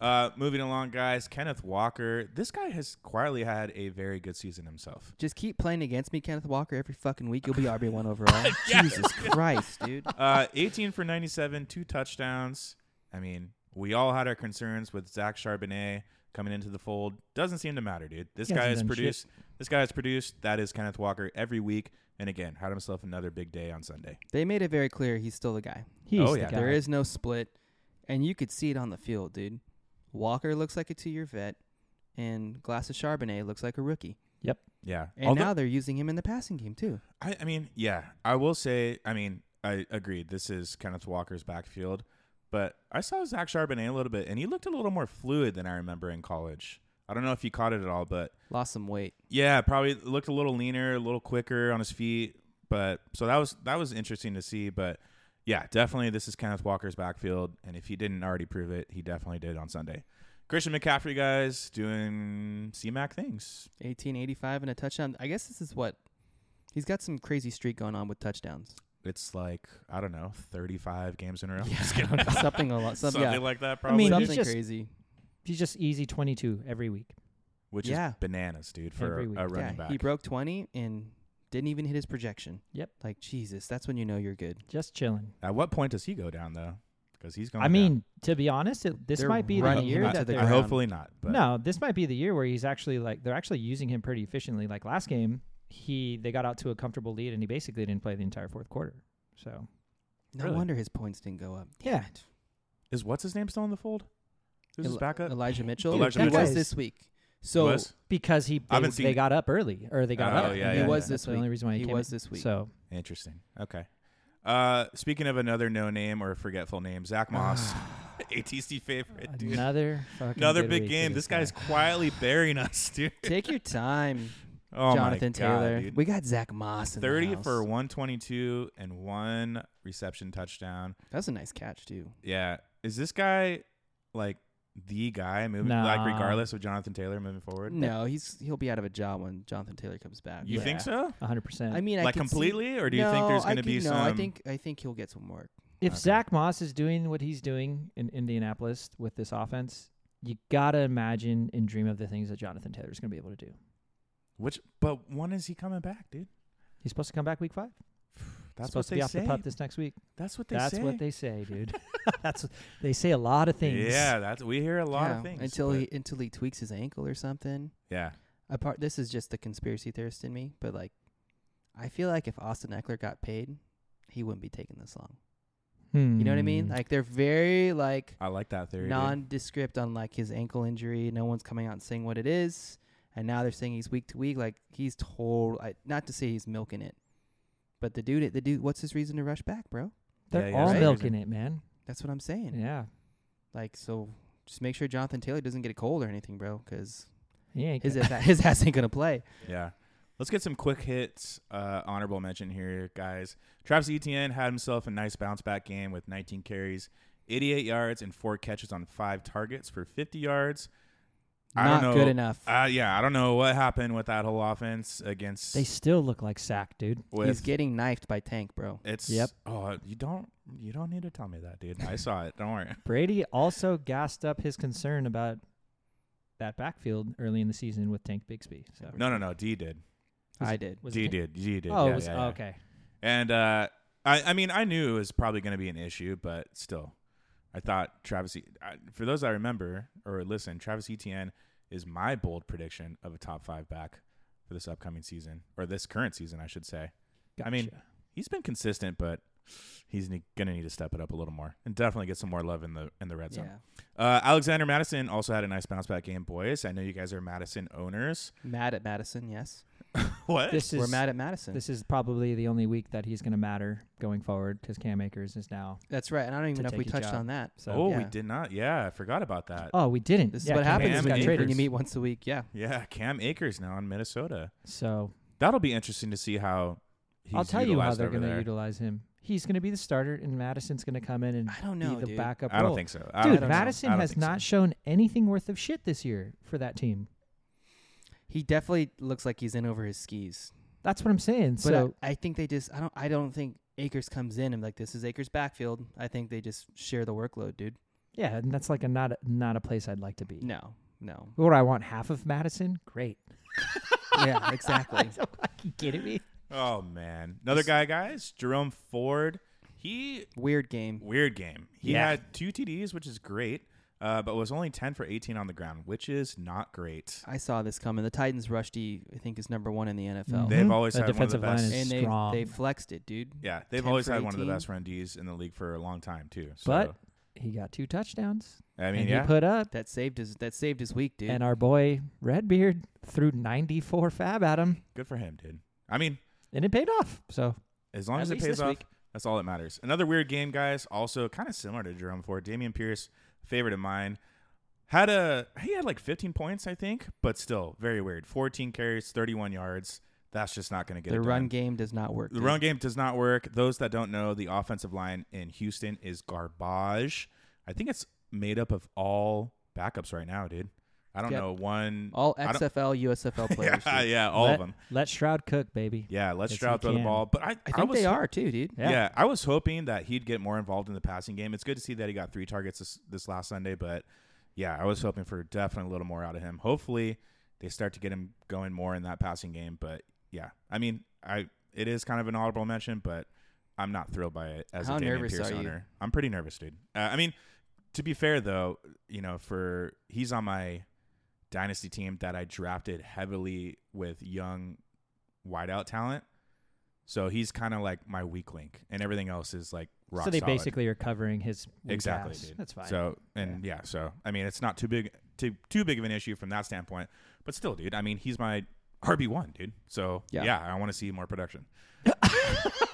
Speaker 3: Uh, moving along, guys. Kenneth Walker. This guy has quietly had a very good season himself.
Speaker 2: Just keep playing against me, Kenneth Walker, every fucking week. You'll be RB1 overall. Jesus Christ, dude.
Speaker 3: Uh, 18 for 97, two touchdowns. I mean, we all had our concerns with Zach Charbonnet coming into the fold. Doesn't seem to matter, dude. This
Speaker 1: He
Speaker 3: guy
Speaker 1: hasn't done
Speaker 3: has
Speaker 1: shit.
Speaker 3: produced. This guy has produced. That is Kenneth Walker every week, and again had himself another big day on Sunday.
Speaker 2: They made it very clear he's still the guy.
Speaker 1: He's
Speaker 3: Oh,
Speaker 1: the
Speaker 3: yeah.
Speaker 1: guy.
Speaker 2: There is no split, and you could see it on the field, dude. Walker looks like a two year vet, and Glass of Charbonnet looks like a rookie.
Speaker 3: Yeah,
Speaker 2: And now they're using him in the passing game, too.
Speaker 3: I, I mean, yeah, I will say, I mean, I agreed. This is Kenneth Walker's backfield, but I saw Zach Charbonnet a little bit, and he looked a little more fluid than I remember in college. I don't know if you caught it at all, but
Speaker 2: Lost some weight.
Speaker 3: yeah, probably looked a little leaner, a little quicker on his feet. But so that was that was interesting to see. But yeah, definitely this is Kenneth Walker's backfield, and if he didn't already prove it, he definitely did on Sunday. Christian McCaffrey, guys, doing CMAC things.
Speaker 2: 1885 and a touchdown. I guess this is what he's got some crazy streak going on with touchdowns.
Speaker 3: It's like I don't know, thirty-five games in a row.
Speaker 2: something a lot. Some,
Speaker 3: Something
Speaker 2: yeah.
Speaker 3: like that,
Speaker 1: I
Speaker 3: probably.
Speaker 1: mean, he's
Speaker 2: something
Speaker 1: just-
Speaker 2: crazy.
Speaker 1: He's just easy 22 every week.
Speaker 3: which
Speaker 2: Yeah.
Speaker 3: is bananas, dude, for
Speaker 1: Every week.
Speaker 3: a running
Speaker 2: yeah,
Speaker 3: back.
Speaker 2: he broke 20 and didn't even hit his projection.
Speaker 1: Yep.
Speaker 2: Like Jesus, that's when you know you're good.
Speaker 1: Just chilling.
Speaker 3: At what point does he go down though? Because he's going.
Speaker 1: I
Speaker 3: down.
Speaker 1: mean, to be honest, it, this
Speaker 2: They're
Speaker 1: might be the
Speaker 2: running
Speaker 1: year
Speaker 2: him
Speaker 1: that
Speaker 2: to the
Speaker 1: they're
Speaker 3: I,
Speaker 2: ground.
Speaker 3: hopefully not. But
Speaker 1: No, this might be the year where he's actually like they're actually using him pretty efficiently. Like last game, he they got out to a comfortable lead and he basically didn't play the entire fourth quarter. So
Speaker 2: No
Speaker 3: Really?
Speaker 2: wonder his points didn't go up.
Speaker 1: Yeah.
Speaker 2: Damn it.
Speaker 3: is what's his name still in the fold? Who's his
Speaker 2: Eli-
Speaker 3: backup?
Speaker 2: Elijah Mitchell.
Speaker 3: Elijah
Speaker 2: he
Speaker 3: Mitchell.
Speaker 2: was this week. So
Speaker 3: Wes?
Speaker 1: because he
Speaker 3: I
Speaker 1: they,
Speaker 3: haven't seen-
Speaker 1: they got up early or they got
Speaker 3: Oh,
Speaker 1: up.
Speaker 3: yeah,
Speaker 2: He yeah, was yeah.
Speaker 1: That's
Speaker 2: this
Speaker 1: the only
Speaker 2: week.
Speaker 1: reason why he,
Speaker 2: He
Speaker 1: came
Speaker 2: was
Speaker 1: in.
Speaker 2: this week.
Speaker 1: So
Speaker 3: interesting. Okay. Uh, speaking of another no name or forgetful name, Zach Moss,
Speaker 2: Ah.
Speaker 3: ATC favorite, dude. Another,
Speaker 1: another fucking good
Speaker 3: big
Speaker 1: week for
Speaker 3: game. This guy's quietly burying us, dude.
Speaker 2: take your time,
Speaker 3: Oh
Speaker 2: Jonathan
Speaker 3: my God,
Speaker 2: Taylor.
Speaker 3: dude.
Speaker 2: We got Zach Moss. In
Speaker 3: Thirty
Speaker 2: the house.
Speaker 3: for one twenty-two and one reception touchdown.
Speaker 2: That was a nice catch too.
Speaker 3: Yeah. Is this guy like the guy moving like
Speaker 1: Nah.
Speaker 3: regardless of Jonathan Taylor moving forward?
Speaker 2: No, he's he'll be out of a job when Jonathan Taylor comes back.
Speaker 3: You
Speaker 1: Yeah.
Speaker 3: think so?
Speaker 1: 100. percent
Speaker 2: I mean, I
Speaker 3: like
Speaker 2: could see-
Speaker 3: completely, or do you think
Speaker 2: No,
Speaker 3: there's
Speaker 2: I
Speaker 3: going to
Speaker 2: could-
Speaker 3: be
Speaker 2: no,
Speaker 3: some?
Speaker 2: I think I think he'll get some work.
Speaker 1: If
Speaker 3: Okay.
Speaker 1: Zach Moss is doing what he's doing in Indianapolis with this offense, you gotta imagine and dream of the things that Jonathan Taylor's gonna be able to do.
Speaker 3: which, but when is he coming back, dude?
Speaker 1: He's supposed to come back week five.
Speaker 3: That's what
Speaker 1: supposed to
Speaker 3: they
Speaker 1: be off
Speaker 3: say.
Speaker 1: the pup this next week.
Speaker 3: that's what they
Speaker 1: That's
Speaker 3: say.
Speaker 1: what they say, dude. that's they say a lot of things.
Speaker 3: Yeah, that's we hear a lot
Speaker 2: Yeah,
Speaker 3: of things
Speaker 2: until
Speaker 3: but-
Speaker 2: he until he tweaks his ankle or something.
Speaker 3: Yeah,
Speaker 2: Apart, this is just the conspiracy theorist in me, but like, I feel like if Austin Eckler got paid, he wouldn't be taking this long. You know what I mean?
Speaker 3: Mm.
Speaker 1: Hmm.
Speaker 2: Like they're very like
Speaker 3: I like that theory. dude.
Speaker 2: nondescript on like his ankle injury. No one's coming out and saying what it is, and now they're saying he's week to week. Like he's told, I, not to say he's milking it, but the dude, the dude, what's his reason to rush back, bro?
Speaker 1: They're
Speaker 3: Yeah, yeah,
Speaker 1: all
Speaker 2: right.
Speaker 1: milking it, man.
Speaker 2: That's what I'm saying.
Speaker 1: Yeah.
Speaker 2: Like so, just make sure Jonathan Taylor doesn't get a cold or anything, bro, because
Speaker 1: He ain't
Speaker 2: his
Speaker 1: gonna-
Speaker 2: ass, his ass ain't gonna play.
Speaker 3: Yeah. Let's get some quick hits. Uh, honorable mention here, guys. Travis Etienne had himself a nice bounce back game with 19 carries, 88 yards, and four catches on five targets for 50 yards. I
Speaker 2: Not
Speaker 3: don't know.
Speaker 2: good enough.
Speaker 3: Uh, yeah, I don't know what happened with that whole offense against.
Speaker 1: They still look like sack, dude.
Speaker 3: with,
Speaker 2: He's getting knifed by Tank, bro.
Speaker 3: It's
Speaker 1: Yep.
Speaker 3: Oh, you don't you don't need to tell me that, dude. I saw it. Don't worry.
Speaker 1: Brady also gassed up his concern about that backfield early in the season with Tank Bixby. So
Speaker 3: No, no, no. D did.
Speaker 1: Was
Speaker 2: I
Speaker 1: it-
Speaker 2: did.
Speaker 1: was it
Speaker 3: D
Speaker 1: Tank-
Speaker 3: did. D did.
Speaker 1: Oh,
Speaker 3: yeah,
Speaker 1: it was,
Speaker 3: yeah, yeah.
Speaker 1: oh, okay.
Speaker 3: And uh, I, I mean, I knew it was probably going to be an issue, but still, I thought Travis. E- I, for those that remember or listen, Travis Etienne is my bold prediction of a top five back for this upcoming season or this current season, I should say. I mean,
Speaker 1: Gotcha.
Speaker 3: he's been consistent, but he's ne- going to need to step it up a little more and definitely get some more love in the in the red
Speaker 2: Yeah.
Speaker 3: zone. Uh, Alexander Madison also had a nice bounce back game, boys. I know you guys are Madison owners.
Speaker 2: Mad at Madison, yes.
Speaker 3: What?
Speaker 1: this
Speaker 2: We're
Speaker 1: is
Speaker 2: mad at Madison.
Speaker 1: this is probably the only week that he's going to matter going forward because Cam Akers is now.
Speaker 2: That's right. And I don't
Speaker 1: to
Speaker 2: even know if
Speaker 1: take
Speaker 2: we
Speaker 1: his
Speaker 2: touched
Speaker 1: job.
Speaker 2: on that.
Speaker 1: So
Speaker 3: oh, we
Speaker 2: yeah.
Speaker 3: did not. Yeah, I forgot about that.
Speaker 1: oh, we didn't.
Speaker 2: This
Speaker 1: Yeah,
Speaker 2: is what
Speaker 1: Cam
Speaker 2: happens
Speaker 1: Akers
Speaker 3: Cam
Speaker 2: when
Speaker 1: got
Speaker 2: you-
Speaker 3: and
Speaker 1: traded.
Speaker 2: when you
Speaker 3: Akers.
Speaker 2: meet once a week. Yeah.
Speaker 3: Yeah, Cam Akers now in Minnesota.
Speaker 1: So
Speaker 3: That'll be interesting to see how. He's
Speaker 1: I'll tell you how they're
Speaker 3: going
Speaker 1: going
Speaker 3: to
Speaker 1: to utilize him. He's going to be the starter, and Madison's going to come in and
Speaker 2: I don't know,
Speaker 1: be the
Speaker 2: dude.
Speaker 1: backup.
Speaker 3: I don't
Speaker 1: role.
Speaker 3: think so. I
Speaker 1: Dude,
Speaker 3: don't know. I
Speaker 1: Madison
Speaker 3: don't
Speaker 1: has
Speaker 3: think so.
Speaker 1: not shown anything worth of shit this year for that team.
Speaker 2: He definitely looks like he's in over his skis.
Speaker 1: That's what I'm saying.
Speaker 3: uh,
Speaker 2: But
Speaker 1: so
Speaker 2: I, I think they just I don't I don't think Akers comes in and like this is Akers backfield. I think they just share the workload, dude.
Speaker 1: yeah, and that's like a not a, not a place I'd like to be.
Speaker 2: No. No.
Speaker 1: Would I want half of Madison? Great.
Speaker 2: yeah, exactly.
Speaker 1: So you kidding me?
Speaker 3: Oh man, another guy, guys. Jerome Ford. He
Speaker 2: Weird game.
Speaker 3: weird game. He
Speaker 1: Yeah.
Speaker 3: had two TDs, which is great, uh, but was only ten for eighteen on the ground, which is not great.
Speaker 2: I saw this coming. The Titans rush D I think is number 1 in the
Speaker 1: Mm,
Speaker 2: NFL.
Speaker 3: They've always
Speaker 1: The
Speaker 3: had one of the
Speaker 1: hmm, defensive line
Speaker 3: best.
Speaker 1: is
Speaker 2: and they
Speaker 1: strong.
Speaker 2: they flexed it, dude.
Speaker 3: yeah, they've
Speaker 2: 10
Speaker 3: always
Speaker 2: for
Speaker 3: had one of the
Speaker 2: 18.
Speaker 3: best run Ds in the league for a long time too. So,
Speaker 1: But he got two touchdowns.
Speaker 3: I mean,
Speaker 1: and
Speaker 3: yeah,
Speaker 1: he put up.
Speaker 2: That saved his that saved his week, dude.
Speaker 1: And our boy Redbeard threw 94 fab at him,
Speaker 3: good for him, dude. I mean,
Speaker 1: and it paid off. So
Speaker 3: As long
Speaker 2: At
Speaker 3: as it
Speaker 2: least
Speaker 3: pays
Speaker 2: this
Speaker 3: off,
Speaker 2: week.
Speaker 3: that's all that matters. Another weird game, guys. Also, kind of similar to Jerome Ford. Damian Pierce, favorite of mine, had a he had like 15 points, I think, but still very weird. 14 carries, 31 yards. That's just not going to get
Speaker 2: the
Speaker 3: it
Speaker 2: run
Speaker 3: done.
Speaker 2: game does not work.
Speaker 3: The run game does not work. Those that don't know, the offensive line in Houston is garbage. I think it's made up of all backups right now, dude. I don't
Speaker 2: Yep.
Speaker 3: know one
Speaker 2: All
Speaker 3: I don't-
Speaker 2: XFL, USFL players.
Speaker 3: Yeah,
Speaker 2: dude.
Speaker 3: yeah, all
Speaker 1: let,
Speaker 3: of them.
Speaker 1: Let Stroud cook, baby.
Speaker 3: Yeah, let's
Speaker 1: Yes,
Speaker 3: try
Speaker 1: he
Speaker 3: to throw the
Speaker 1: can.
Speaker 3: ball. But I,
Speaker 2: I think
Speaker 3: was
Speaker 2: they are too, dude.
Speaker 1: Yeah.
Speaker 3: Yeah. I was hoping that he'd get more involved in the passing game. It's good to see that he got three targets this, this last Sunday, but yeah, I was hoping for definitely a little more out of him. Hopefully, they start to get him going more in that passing game. But yeah, I mean, I it is kind of an audible mention, but I'm not thrilled by it as
Speaker 2: How
Speaker 3: a Damian
Speaker 2: nervous
Speaker 3: Pierce
Speaker 2: are you?
Speaker 3: owner. I'm pretty nervous, dude. Uh, I mean, to be fair though, you know, for he's on my dynasty team that I drafted heavily with young wideout talent. So he's kind of like my weak link, and everything else is like rock
Speaker 1: so they
Speaker 3: solid.
Speaker 1: basically are covering his weak
Speaker 3: exactly.
Speaker 1: ass.
Speaker 3: dude.
Speaker 1: That's fine.
Speaker 3: So and yeah. so I mean, it's not too big too too big of an issue from that standpoint, but still, dude. I mean, he's my RB one, dude. So yeah,
Speaker 2: Yeah.
Speaker 3: I want to see more production.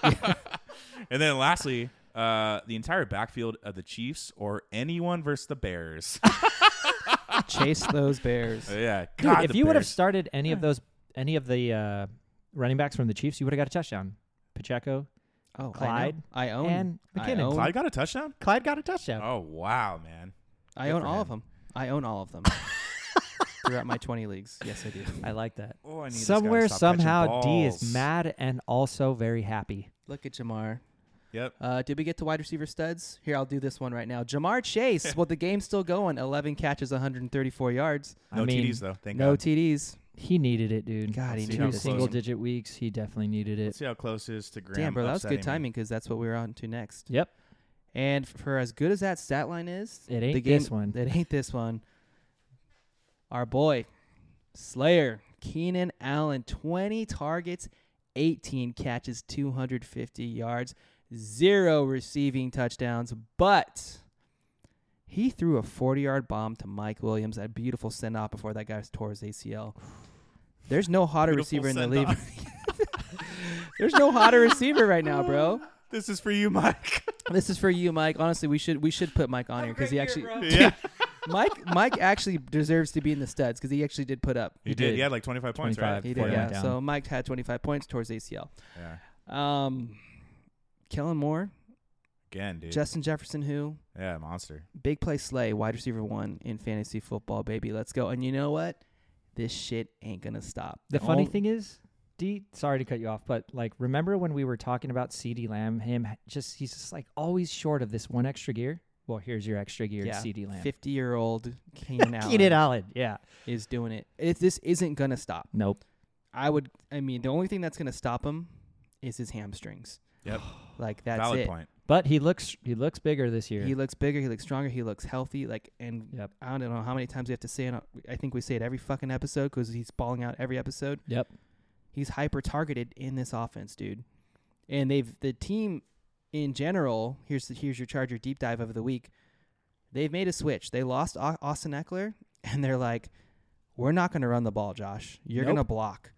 Speaker 3: and then lastly, uh, the entire backfield of the Chiefs or anyone versus the Bears.
Speaker 2: Chase those bears.
Speaker 3: yeah,
Speaker 1: Dude,
Speaker 3: God,
Speaker 1: if
Speaker 3: the
Speaker 1: you would have
Speaker 3: Bears.
Speaker 1: started any of those, any of the uh, running backs from the Chiefs, you would have got a touchdown. Pacheco
Speaker 2: Oh,
Speaker 1: Clyde
Speaker 2: I, know. I own
Speaker 1: and McKinnon.
Speaker 2: I own,
Speaker 3: Clyde got a touchdown.
Speaker 1: Clyde got a touchdown.
Speaker 3: Oh wow, man.
Speaker 2: I
Speaker 3: Good
Speaker 2: own
Speaker 3: for
Speaker 2: all
Speaker 3: him.
Speaker 2: of them. I own all of them throughout my 20 leagues. Yes, I do.
Speaker 1: I like that.
Speaker 3: Oh, I need this guy to
Speaker 1: Somewhere,
Speaker 3: stop catching
Speaker 1: somehow, D
Speaker 3: balls.
Speaker 1: is mad and also very happy.
Speaker 2: Look at Jamar.
Speaker 3: Yep.
Speaker 2: Uh, did we get to wide receiver studs? Here, I'll do this one right now. Jamar Chase. well, the game's still going. 11 catches, 134 yards.
Speaker 3: No
Speaker 1: I mean,
Speaker 3: TDs though. Thank
Speaker 2: no
Speaker 3: God.
Speaker 2: TDs.
Speaker 1: He needed it, dude.
Speaker 2: God, he
Speaker 3: Let's see
Speaker 1: Two
Speaker 3: how
Speaker 2: needed
Speaker 3: close
Speaker 1: single
Speaker 2: it.
Speaker 1: digit weeks. He definitely needed
Speaker 3: Let's
Speaker 1: it.
Speaker 3: see how close it is to Graham.
Speaker 2: Damn, bro, that was
Speaker 3: upsetting
Speaker 2: good
Speaker 3: me.
Speaker 2: timing because that's what we were on to next.
Speaker 1: Yep.
Speaker 2: And for as good as that stat line is,
Speaker 1: It ain't
Speaker 2: the game,
Speaker 1: this one.
Speaker 2: It ain't this one. Our boy, Slayer, Keenan Allen, 20 targets, 18 catches, 250 yards, zero receiving touchdowns, but he threw a 40 yard bomb to Mike Williams, that beautiful send off before that guy tore his ACL. There's no hotter
Speaker 3: Beautiful
Speaker 2: receiver in the league.
Speaker 3: send-off.
Speaker 2: There's no hotter receiver right now, bro.
Speaker 3: This is for you, Mike.
Speaker 2: This is for you, Mike. Honestly, we should we should put Mike on here because he actually
Speaker 3: yeah,
Speaker 2: Mike Mike actually deserves to be in the studs because he actually did put up.
Speaker 3: he did. He had like 25 points,
Speaker 1: 25.
Speaker 3: right?
Speaker 2: He
Speaker 1: Four
Speaker 2: did. Yeah.
Speaker 1: down.
Speaker 2: So Mike had 25 points towards ACL.
Speaker 3: Yeah.
Speaker 2: Um, Kellen Moore,
Speaker 3: Again, dude.
Speaker 2: Justin Jefferson, who
Speaker 3: yeah, monster.
Speaker 2: big play Slay, wide receiver one in fantasy football, baby. Let's go. And you know what? This shit ain't gonna stop.
Speaker 1: The funny
Speaker 2: only-
Speaker 1: thing is, D. Sorry to cut you off, but like, remember when we were talking about C.D. Lamb? Him just he's just like always short of this one extra gear. Well, here's your extra gear,
Speaker 2: Yeah.
Speaker 1: C.D. Lamb.
Speaker 2: fifty-year-old Keenan Allen
Speaker 1: Keenan Allen, yeah.
Speaker 2: is doing it. If this isn't gonna stop,
Speaker 1: Nope.
Speaker 2: I would. I mean, the only thing that's gonna stop him is his hamstrings.
Speaker 3: Yep.
Speaker 2: Like that's
Speaker 3: Valid
Speaker 2: it.
Speaker 3: point.
Speaker 1: But he looks he looks bigger this year.
Speaker 2: He looks bigger. He looks stronger. He looks healthy. Like, and
Speaker 1: Yep.
Speaker 2: I don't know how many times we have to say it. I think we say it every fucking episode because he's balling out every episode.
Speaker 1: yep.
Speaker 2: He's hyper targeted in this offense, dude. And they've the team in general. Here's the, here's your Charger deep dive of the week. They've made a switch. They lost Au- Austin Eckler, and they're like, "We're not going to run the ball, Josh. You're
Speaker 1: Nope.
Speaker 2: going to block."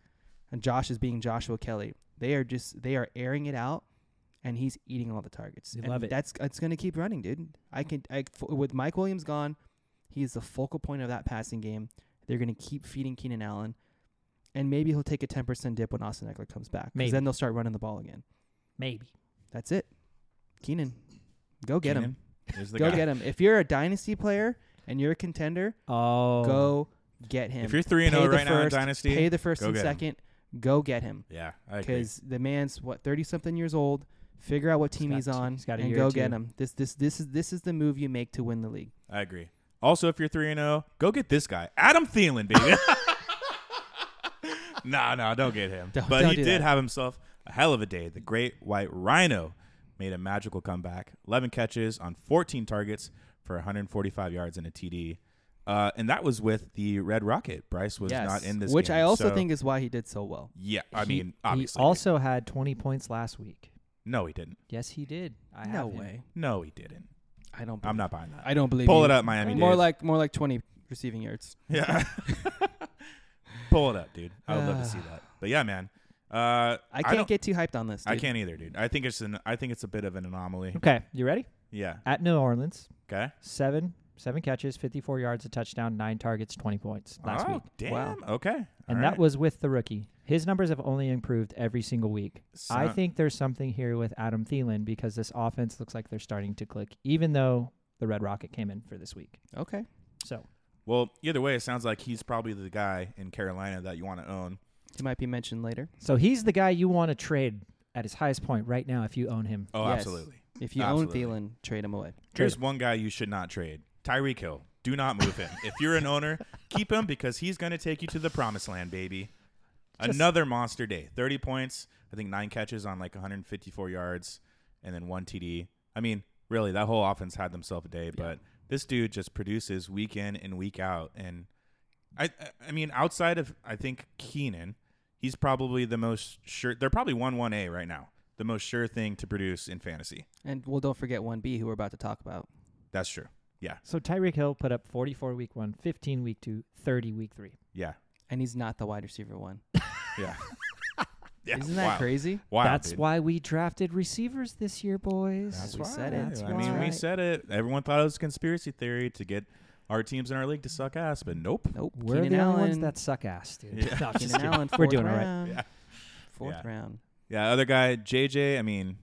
Speaker 2: And Josh is being Joshua Kelly. They are just they are airing it out, and he's eating all the targets.
Speaker 1: They
Speaker 2: And
Speaker 1: love it.
Speaker 2: That's it's going to keep running, dude. I can I, f- with Mike Williams gone, he is the focal point of that passing game. They're going to keep feeding Keenan Allen, and maybe he'll take a ten percent dip when Austin Eckler comes back. 'cause
Speaker 1: Maybe.
Speaker 2: then they'll start running the ball again.
Speaker 1: Maybe.
Speaker 2: That's it. Keenan, go get him.
Speaker 3: Keenan is the
Speaker 2: Go
Speaker 3: guy.
Speaker 2: get him. If you're a dynasty player and you're a contender,
Speaker 1: Oh.
Speaker 2: go get him.
Speaker 3: If you're 3 and
Speaker 2: Pay
Speaker 3: 0
Speaker 2: the
Speaker 3: right now in
Speaker 2: first-
Speaker 3: Dynasty,
Speaker 2: Pay the first
Speaker 3: go
Speaker 2: and
Speaker 3: get him.
Speaker 2: second. Go get him
Speaker 3: yeah, I agree.
Speaker 2: because the man's what thirty something years old. Figure out what
Speaker 1: He's
Speaker 2: team
Speaker 1: got
Speaker 2: he's
Speaker 1: two-
Speaker 2: on
Speaker 1: he's got a
Speaker 2: and
Speaker 1: year or
Speaker 2: go
Speaker 1: two.
Speaker 2: get him. This this this is this is the move you make to win the league.
Speaker 3: I agree. Also, if you're 3 and 0, go get this guy, Adam Thielen, baby. nah, nah, don't get him.
Speaker 2: Don't-
Speaker 3: but
Speaker 2: don't
Speaker 3: he
Speaker 2: do
Speaker 3: did
Speaker 2: that.
Speaker 3: have himself a hell of a day. The great white rhino made a magical comeback. 11 catches on 14 targets for 145 yards and a TD. Uh, and that was with the Red Rocket. Bryce was not in this
Speaker 2: which
Speaker 3: game,
Speaker 2: I also
Speaker 3: so-
Speaker 2: think is why he did so well.
Speaker 3: Yeah, I
Speaker 1: He-
Speaker 3: mean, obviously.
Speaker 1: He also had 20 points last week.
Speaker 3: no, he didn't.
Speaker 1: Yes, he did. I
Speaker 2: no
Speaker 1: have him.
Speaker 2: way.
Speaker 3: No, he didn't.
Speaker 2: I don't. Believe
Speaker 3: I'm not buying that.
Speaker 2: I don't believe.
Speaker 3: Pull
Speaker 2: you.
Speaker 3: it up, Miami.
Speaker 2: More
Speaker 3: Dade.
Speaker 2: like more like twenty receiving yards.
Speaker 3: Yeah. Pull it up, dude. I would love to see that. But yeah, man. Uh,
Speaker 2: I
Speaker 3: I,
Speaker 2: can't
Speaker 3: don't-
Speaker 2: get too hyped on this. Dude.
Speaker 3: I can't either, dude. I think it's an. I think it's a bit of an anomaly.
Speaker 1: Okay, you ready?
Speaker 3: Yeah.
Speaker 1: At New Orleans,
Speaker 3: Okay.
Speaker 1: seven seven catches, 54 yards, a touchdown, nine targets, 20 points last
Speaker 3: oh,
Speaker 1: week.
Speaker 3: damn.
Speaker 2: Wow.
Speaker 3: Okay.
Speaker 1: And that was with the rookie. His numbers have only improved every single week. I think there's something here with Adam Thielen because this offense looks like they're starting to click, even though the Red Rocket came in for this week.
Speaker 2: Okay.
Speaker 1: So
Speaker 3: Well, either way, it sounds like he's probably the guy in Carolina that you want to own.
Speaker 2: He might be mentioned later.
Speaker 1: so he's the guy you want to trade at his highest point right now if you own him.
Speaker 3: Oh,
Speaker 2: Yes.
Speaker 3: absolutely.
Speaker 2: If you
Speaker 3: Absolutely.
Speaker 2: own Thielen, trade him away.
Speaker 3: Here's one guy you should not trade: Tyreek Hill. Do not move him. if you're an owner, keep him because he's going to take you to the promised land, baby. Another monster day. 30 points, I think 9 catches on like 154 yards and then 1 TD. I mean, really that whole offense had themselves a day, but this dude just produces week in and week out and I I- I mean, outside of I think Keenan, he's probably the most sure they're probably 1-1A right now. The most sure thing to produce in fantasy.
Speaker 2: And well, don't forget one B, who we're about to talk about.
Speaker 3: That's true. Yeah.
Speaker 1: So Tyreek Hill put up 44 week one, 15 week two, 30 week three.
Speaker 3: Yeah.
Speaker 2: And he's not the wide receiver one.
Speaker 3: Yeah. yeah.
Speaker 2: Isn't that
Speaker 3: Wow.
Speaker 2: crazy?
Speaker 3: Wow,
Speaker 1: That's
Speaker 3: dude.
Speaker 1: why we drafted receivers this year, boys.
Speaker 2: That's We why. said it.
Speaker 1: That's
Speaker 3: I mean, we
Speaker 1: why.
Speaker 3: said it. Everyone thought it was a conspiracy theory to get our teams in our league to suck ass, but nope.
Speaker 2: Nope.
Speaker 1: We're
Speaker 2: Keenan
Speaker 1: the
Speaker 2: Allen.
Speaker 1: only ones that suck ass, dude.
Speaker 3: Yeah.
Speaker 1: No, I'm just
Speaker 2: Keenan
Speaker 1: kidding.
Speaker 2: Allen.
Speaker 1: We're
Speaker 2: fourth
Speaker 1: doing all right.
Speaker 2: round,
Speaker 3: Yeah.
Speaker 2: Fourth
Speaker 3: Yeah.
Speaker 2: round.
Speaker 3: Yeah, other guy, JJ. I mean,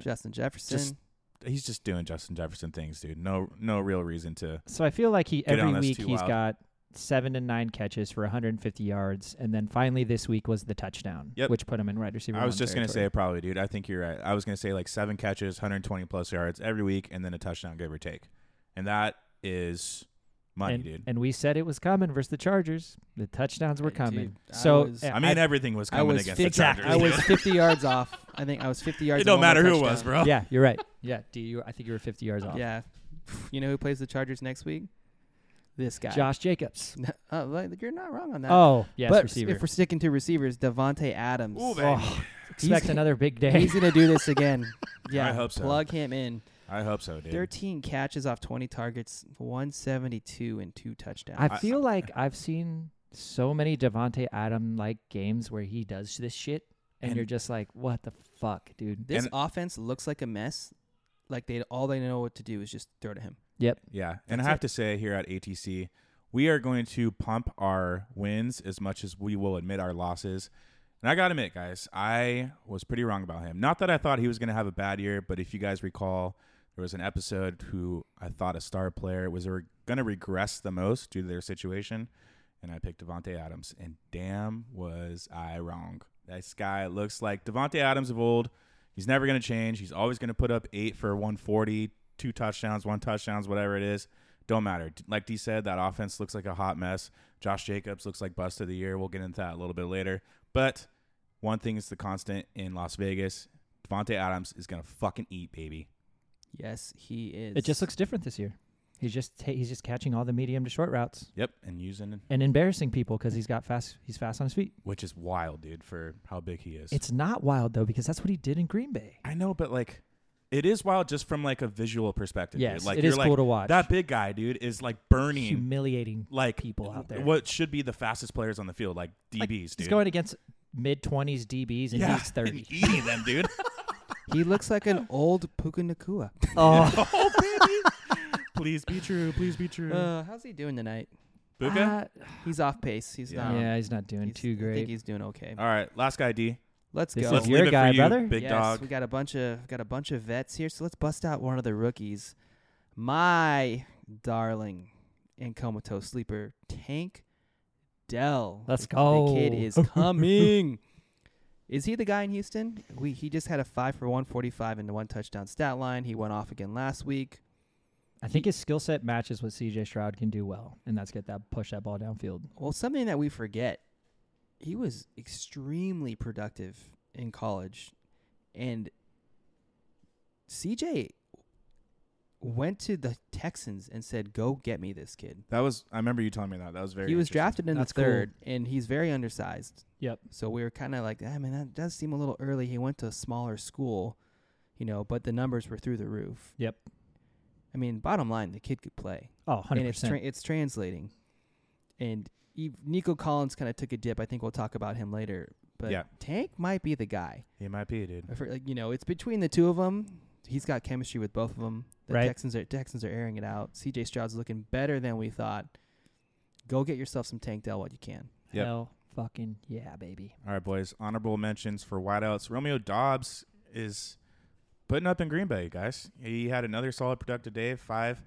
Speaker 2: Justin Jefferson.
Speaker 3: Just- he's just doing Justin Jefferson things, dude. No, no real reason to.
Speaker 1: So I feel like he
Speaker 3: Get
Speaker 1: every
Speaker 3: on us
Speaker 1: week
Speaker 3: too
Speaker 1: he's
Speaker 3: wild.
Speaker 1: got seven to nine catches for 150 yards, and then finally this week was the touchdown,
Speaker 3: Yep.
Speaker 1: which put him in right receiver.
Speaker 3: I was
Speaker 1: one
Speaker 3: just gonna
Speaker 1: territory.
Speaker 3: say probably, dude. I think you're right. I was gonna say like seven catches, 120 plus yards every week, and then a touchdown, give or take. And that is money,
Speaker 1: and,
Speaker 3: dude.
Speaker 1: and we said it was coming versus the Chargers. The touchdowns were
Speaker 2: Hey,
Speaker 1: coming.
Speaker 2: dude, I
Speaker 1: so
Speaker 2: was-
Speaker 1: yeah,
Speaker 3: I mean, everything was
Speaker 2: I
Speaker 3: coming
Speaker 2: was
Speaker 3: against
Speaker 2: fifty.
Speaker 3: the Chargers.
Speaker 2: I was
Speaker 3: dude.
Speaker 2: fifty yards off. I think I was fifty yards.
Speaker 3: it don't
Speaker 2: and one
Speaker 3: matter
Speaker 2: more
Speaker 3: who it was,
Speaker 2: touchdown.
Speaker 3: bro.
Speaker 1: yeah, you're right. Yeah, D, you, I think you were 50 yards off.
Speaker 2: Yeah. You know who plays the Chargers next week? This guy.
Speaker 1: Josh Jacobs.
Speaker 2: Uh, like, you're not wrong on that.
Speaker 1: Oh, yes,
Speaker 2: but
Speaker 1: receiver.
Speaker 2: if we're sticking to receivers, Devonte Adams.
Speaker 3: Ooh, baby.
Speaker 1: oh, expect
Speaker 2: He's-
Speaker 1: another big day.
Speaker 2: He's gonna do this again. Yeah,
Speaker 3: I hope so.
Speaker 2: Plug him in.
Speaker 3: I hope so, dude.
Speaker 2: 13 catches off 20 targets, 172 and two touchdowns.
Speaker 1: I
Speaker 3: I-
Speaker 1: feel like I've seen so many Devonte Adam like games where he does this shit, and,
Speaker 3: And-
Speaker 1: you're just like, what the fuck, dude?
Speaker 2: this
Speaker 3: and-
Speaker 2: offense looks like a mess, like they all they know what to do is just throw to him.
Speaker 3: Yeah. And I
Speaker 2: That's
Speaker 3: have
Speaker 2: it.
Speaker 3: to say here at ATC, we are going to pump our wins as much as we will admit our losses. And I got to admit, guys, I was pretty wrong about him. Not that I thought he was going to have a bad year, but if you guys recall, there was an episode who I thought a star player was going to regress the most due to their situation. And I picked Devonte Adams. And damn, was I wrong. This guy looks like Devonte Adams of old. He's never going to change. He's always going to put up eight for 140, two touchdowns, one touchdowns, whatever it is. Don't matter. Like D said, that offense looks like a hot mess. Josh Jacobs looks like bust of the year. We'll get into that a little bit later. But one thing is the constant in Las Vegas: Devontae Adams is gonna fucking eat, baby.
Speaker 2: Yes, he is.
Speaker 1: It just looks different this year. He's just ta- he's just catching all the medium to short routes
Speaker 3: Yep, and using
Speaker 1: and embarrassing people because he's got fast. He's fast on his feet.
Speaker 3: which is wild, dude, for how big he is.
Speaker 1: It's not wild though because that's what he did in Green Bay.
Speaker 3: I know, but like, it is wild just from like a visual perspective.
Speaker 1: Yes,
Speaker 3: dude. like
Speaker 1: it
Speaker 3: you're
Speaker 1: is
Speaker 3: like,
Speaker 1: cool to watch.
Speaker 3: That big guy, dude, is like burning
Speaker 1: Humiliating
Speaker 3: like
Speaker 1: people out there.
Speaker 3: What should be the fastest players on the field, like DBs,
Speaker 1: Like,
Speaker 3: dude.
Speaker 1: He's going against mid twenties DBs and
Speaker 3: yeah,
Speaker 1: he's thirty.
Speaker 3: and eating them, dude.
Speaker 2: he looks like an old Puka Nakua.
Speaker 1: oh,
Speaker 3: oh baby. Please be true. Please be true.
Speaker 2: Uh, how's he doing tonight?
Speaker 3: Buka.
Speaker 1: ah,
Speaker 2: He's off pace. He's
Speaker 3: Yeah.
Speaker 2: not.
Speaker 1: yeah, he's not doing
Speaker 2: he's- I
Speaker 1: too
Speaker 2: think
Speaker 1: great.
Speaker 2: he's doing okay.
Speaker 3: All right, last guy D.
Speaker 2: Let's
Speaker 1: This
Speaker 2: go.
Speaker 1: is
Speaker 3: Let's
Speaker 1: your
Speaker 3: leave it
Speaker 1: guy,
Speaker 3: for you,
Speaker 1: brother.
Speaker 3: big
Speaker 2: yes,
Speaker 3: dog.
Speaker 2: we got a bunch of got a bunch of vets here, so let's bust out one of the rookies. My darling and comatose sleeper, Tank Dell.
Speaker 1: Let's
Speaker 2: The kid
Speaker 1: go.
Speaker 2: is coming. is he the guy in Houston? We he just had a five for one forty five and one touchdown stat line. He went off again last week.
Speaker 1: I think his skill set matches what CJ Stroud can do well, and that's get that push that ball downfield.
Speaker 2: Well, something that we forget, he was extremely productive in college, and CJ went to the Texans and said, "Go get me this kid."
Speaker 3: That was I remember you telling me that. That was very
Speaker 2: he was
Speaker 3: interesting.
Speaker 2: drafted in
Speaker 1: That's
Speaker 2: the
Speaker 1: cool.
Speaker 2: third, and he's very undersized.
Speaker 1: Yep.
Speaker 2: So we were kind of like, "I mean, that does seem a little early." He went to a smaller school, you know, but the numbers were through the roof.
Speaker 1: Yep.
Speaker 2: I mean, bottom line, the kid could play
Speaker 1: Oh, 100
Speaker 2: and it's tra-
Speaker 1: percent.
Speaker 2: it's translating. And Eve, Nico Collins kind of took a dip. I think we'll talk about him later. But
Speaker 3: Yeah.
Speaker 2: Tank might be the guy.
Speaker 3: He might be, dude.
Speaker 2: I feel like you know, it's between the two of them. He's got chemistry with both of them. The
Speaker 1: Right.
Speaker 2: Texans are Texans are airing it out. C.J. Stroud's looking better than we thought. Go get yourself some Tank Dell while you can.
Speaker 3: Yep.
Speaker 1: Hell, fucking yeah, baby.
Speaker 3: All right, boys. Honorable mentions for wideouts. Romeo Dobbs is putting up in Green Bay, guys. He had another solid productive day, five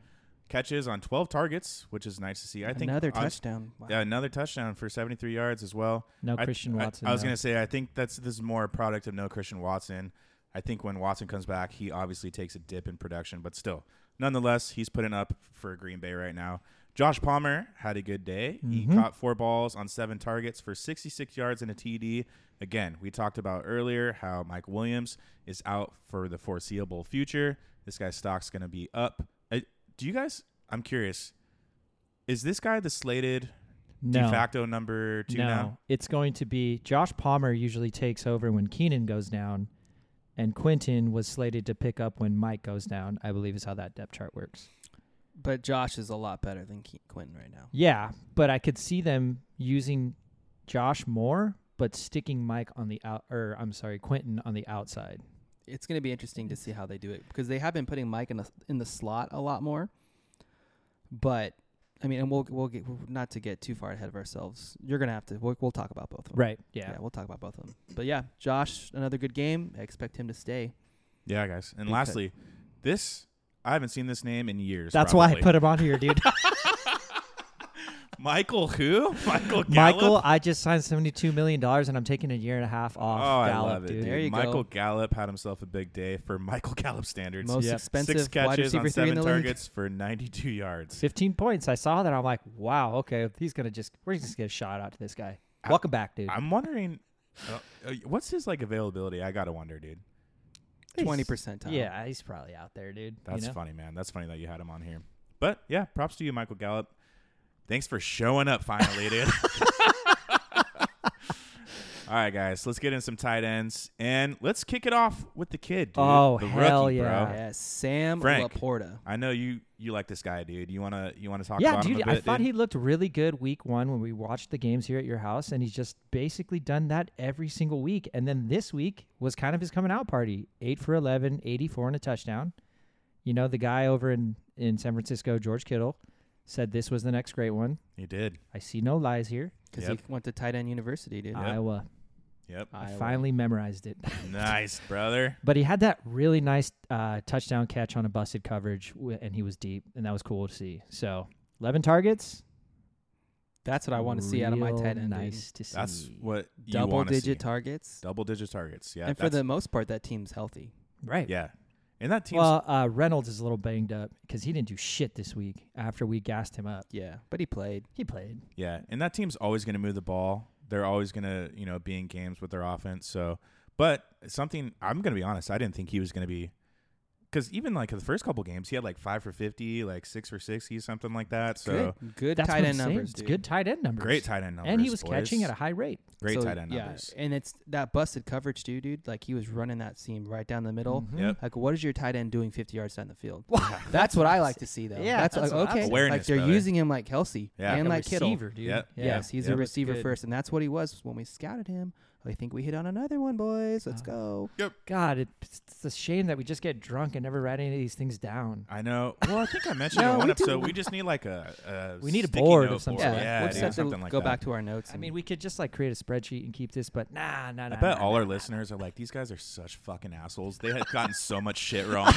Speaker 3: catches on 12 targets, which is nice to see. I think
Speaker 2: another
Speaker 3: I-
Speaker 2: touchdown. Wow.
Speaker 3: Yeah, another touchdown for 73 yards as well.
Speaker 1: No
Speaker 3: I-
Speaker 1: Christian
Speaker 3: I-
Speaker 1: Watson.
Speaker 3: I, was
Speaker 1: though.
Speaker 3: gonna say I think that's this is more a product of no Christian Watson. I think when Watson comes back, he obviously takes a dip in production, but still, nonetheless, he's putting up for Green Bay right now. Josh Palmer had a good day. He
Speaker 1: Mhm.
Speaker 3: caught four balls on seven targets for 66 yards and a TD. Again, we talked about earlier how Mike Williams is out for the foreseeable future. This guy's stock's going to be up. Uh, do you guys? I'm curious. Is this guy the slated de
Speaker 1: no.
Speaker 3: facto number two
Speaker 1: no,
Speaker 3: now?
Speaker 1: it's going to be Josh Palmer usually takes over when Keenan goes down, and Quinton was slated to pick up when Mike goes down. I believe is how that depth chart works.
Speaker 2: But Josh is a lot better than Ke- Quentin right now.
Speaker 1: Yeah, but I could see them using Josh more, but sticking Mike on the out, or I'm sorry, Quinton on the outside.
Speaker 2: It's going to be interesting to see how they do it because they have been putting Mike in the in the slot a lot more. But I mean, and we'll we'll get not to get too far ahead of ourselves. You're going to have to we'll, we'll talk about both of them.
Speaker 1: Right.
Speaker 2: Yeah.
Speaker 1: Yeah.
Speaker 2: we'll talk about both of them. But yeah, Josh, another good game. I expect him to stay.
Speaker 3: Yeah, guys. And
Speaker 2: Because-
Speaker 3: lastly, this I haven't seen this name in years.
Speaker 1: That's why I
Speaker 3: probably.
Speaker 1: put him on here, dude.
Speaker 3: Michael who? Michael Gallup?
Speaker 1: Michael, I just signed seventy-two million dollars, and I'm taking a year and a half
Speaker 3: Oh,
Speaker 1: off.
Speaker 3: I
Speaker 1: Gallup,
Speaker 3: love it.
Speaker 1: dude.
Speaker 3: Dude.
Speaker 2: There you
Speaker 3: Michael
Speaker 2: go.
Speaker 3: Gallup had himself a big day for Michael Gallup standards.
Speaker 2: Most
Speaker 1: Yep.
Speaker 2: expensive
Speaker 3: Six
Speaker 2: wide
Speaker 3: catches
Speaker 2: receiver
Speaker 3: on
Speaker 2: three in
Speaker 3: seven
Speaker 2: the league.
Speaker 3: targets for 92 yards.
Speaker 1: 15 points. I saw that. I'm like, wow, okay, he's gonna just we're just gonna get a shot out to this guy.
Speaker 3: I-
Speaker 1: Welcome back, dude.
Speaker 3: I'm wondering, uh, uh, what's his like availability? I gotta wonder, dude.
Speaker 2: Twenty percentile.
Speaker 1: yeah, he's probably out there, dude.
Speaker 3: That's
Speaker 1: you know?
Speaker 3: funny, man. That's funny that you had him on here. But yeah, props to you, Michael Gallup. Thanks for showing up finally, dude. All right, guys, let's get in some tight ends and let's kick it off with the kid, dude.
Speaker 1: Oh,
Speaker 3: the
Speaker 1: hell
Speaker 3: rookie,
Speaker 1: yeah.
Speaker 3: Bro.
Speaker 2: Yeah, Sam
Speaker 3: Frank.
Speaker 2: Laporta.
Speaker 3: I know you you like this guy, dude. You wanna you wanna talk
Speaker 1: Yeah,
Speaker 3: about
Speaker 1: dude.
Speaker 3: him a
Speaker 1: I
Speaker 3: bit,
Speaker 1: thought
Speaker 3: dude?
Speaker 1: he looked really good week one when we watched the games here at your house, and he's just basically done that every single week. And then this week was kind of his coming out party. Eight for 11, 84 and a touchdown. You know, the guy over in, in San Francisco, George Kittle, said this was the next great one.
Speaker 3: You did.
Speaker 1: I see no lies here.
Speaker 2: because
Speaker 3: Yep.
Speaker 2: he went to tight end university, dude.
Speaker 3: Yep.
Speaker 1: Iowa.
Speaker 3: Yep.
Speaker 1: I
Speaker 2: Iowa.
Speaker 1: finally memorized it.
Speaker 3: nice, brother.
Speaker 1: But he had that really nice uh, touchdown catch on a busted coverage, w- and he was deep, and that was cool to see. So, 11 targets.
Speaker 2: That's what I want to see out of my
Speaker 1: Real
Speaker 2: tight end. dude.
Speaker 1: Nice to see.
Speaker 3: That's what you
Speaker 2: Double
Speaker 3: wanna
Speaker 2: digit
Speaker 3: see.
Speaker 2: targets,
Speaker 3: Double digit targets. Yeah.
Speaker 2: and for
Speaker 3: that's-
Speaker 2: the most part, that team's healthy.
Speaker 1: right.
Speaker 3: yeah, and that team's
Speaker 1: Well, uh, Reynolds is a little banged up because he didn't do shit this week after we gassed him up.
Speaker 2: Yeah, but he played.
Speaker 1: He played.
Speaker 3: yeah, and that team's always going to move the ball. They're always going to you know be in games with their offense. So, but something I'm going to be honest, I didn't think he was going to be because even like the first couple games, he had like five for fifty, like six for sixty, something like that. So
Speaker 2: good, good
Speaker 1: That's
Speaker 2: tight
Speaker 1: what
Speaker 2: end
Speaker 1: I'm saying.
Speaker 2: numbers.
Speaker 1: It's
Speaker 2: dude.
Speaker 1: good tight end numbers.
Speaker 3: great tight end numbers,
Speaker 1: and he was
Speaker 3: boys.
Speaker 1: catching at a high rate.
Speaker 3: great
Speaker 2: So,
Speaker 3: tight end
Speaker 2: yeah,
Speaker 3: numbers.
Speaker 2: and it's that busted coverage too, dude. Like he was running that seam right down the middle.
Speaker 1: Mhm.
Speaker 3: Yep.
Speaker 2: Like, what is your tight end doing 50 yards down the field?
Speaker 1: Wow.
Speaker 2: That's what I like to see, though.
Speaker 1: Yeah,
Speaker 2: that's,
Speaker 1: that's
Speaker 2: like,
Speaker 1: what I'm
Speaker 2: okay.
Speaker 1: saying.
Speaker 3: Awareness,
Speaker 2: like they're
Speaker 3: brother.
Speaker 2: using him like Kelsey
Speaker 3: Yeah.
Speaker 2: and
Speaker 1: a
Speaker 2: like Kittle.
Speaker 1: receiver, dude.
Speaker 3: Yep.
Speaker 1: Yeah.
Speaker 2: Yes, he's
Speaker 3: Yep.
Speaker 2: a receiver
Speaker 1: Good.
Speaker 2: first, and that's what he was when we scouted him. I think we hit on another one, boys. Let's
Speaker 1: Oh.
Speaker 2: go.
Speaker 1: God, it- it's a shame that we just get drunk and never write any of these things down.
Speaker 3: I know. Well, I think I mentioned
Speaker 2: No,
Speaker 3: in one
Speaker 2: we
Speaker 3: episode. We just need like a, a
Speaker 1: We need a
Speaker 3: sticky
Speaker 1: board
Speaker 3: note
Speaker 1: of some
Speaker 3: board.
Speaker 1: sort.
Speaker 3: Yeah,
Speaker 2: we'll
Speaker 3: dude,
Speaker 2: just have to
Speaker 3: something like
Speaker 2: go
Speaker 3: that.
Speaker 2: back to our notes.
Speaker 1: I
Speaker 2: and-
Speaker 1: mean, we could just like create a spreadsheet and keep this, but nah, nah, nah.
Speaker 3: I bet
Speaker 1: nah,
Speaker 3: all our
Speaker 1: nah.
Speaker 3: listeners are like, these guys are such fucking assholes. They had gotten so much shit wrong.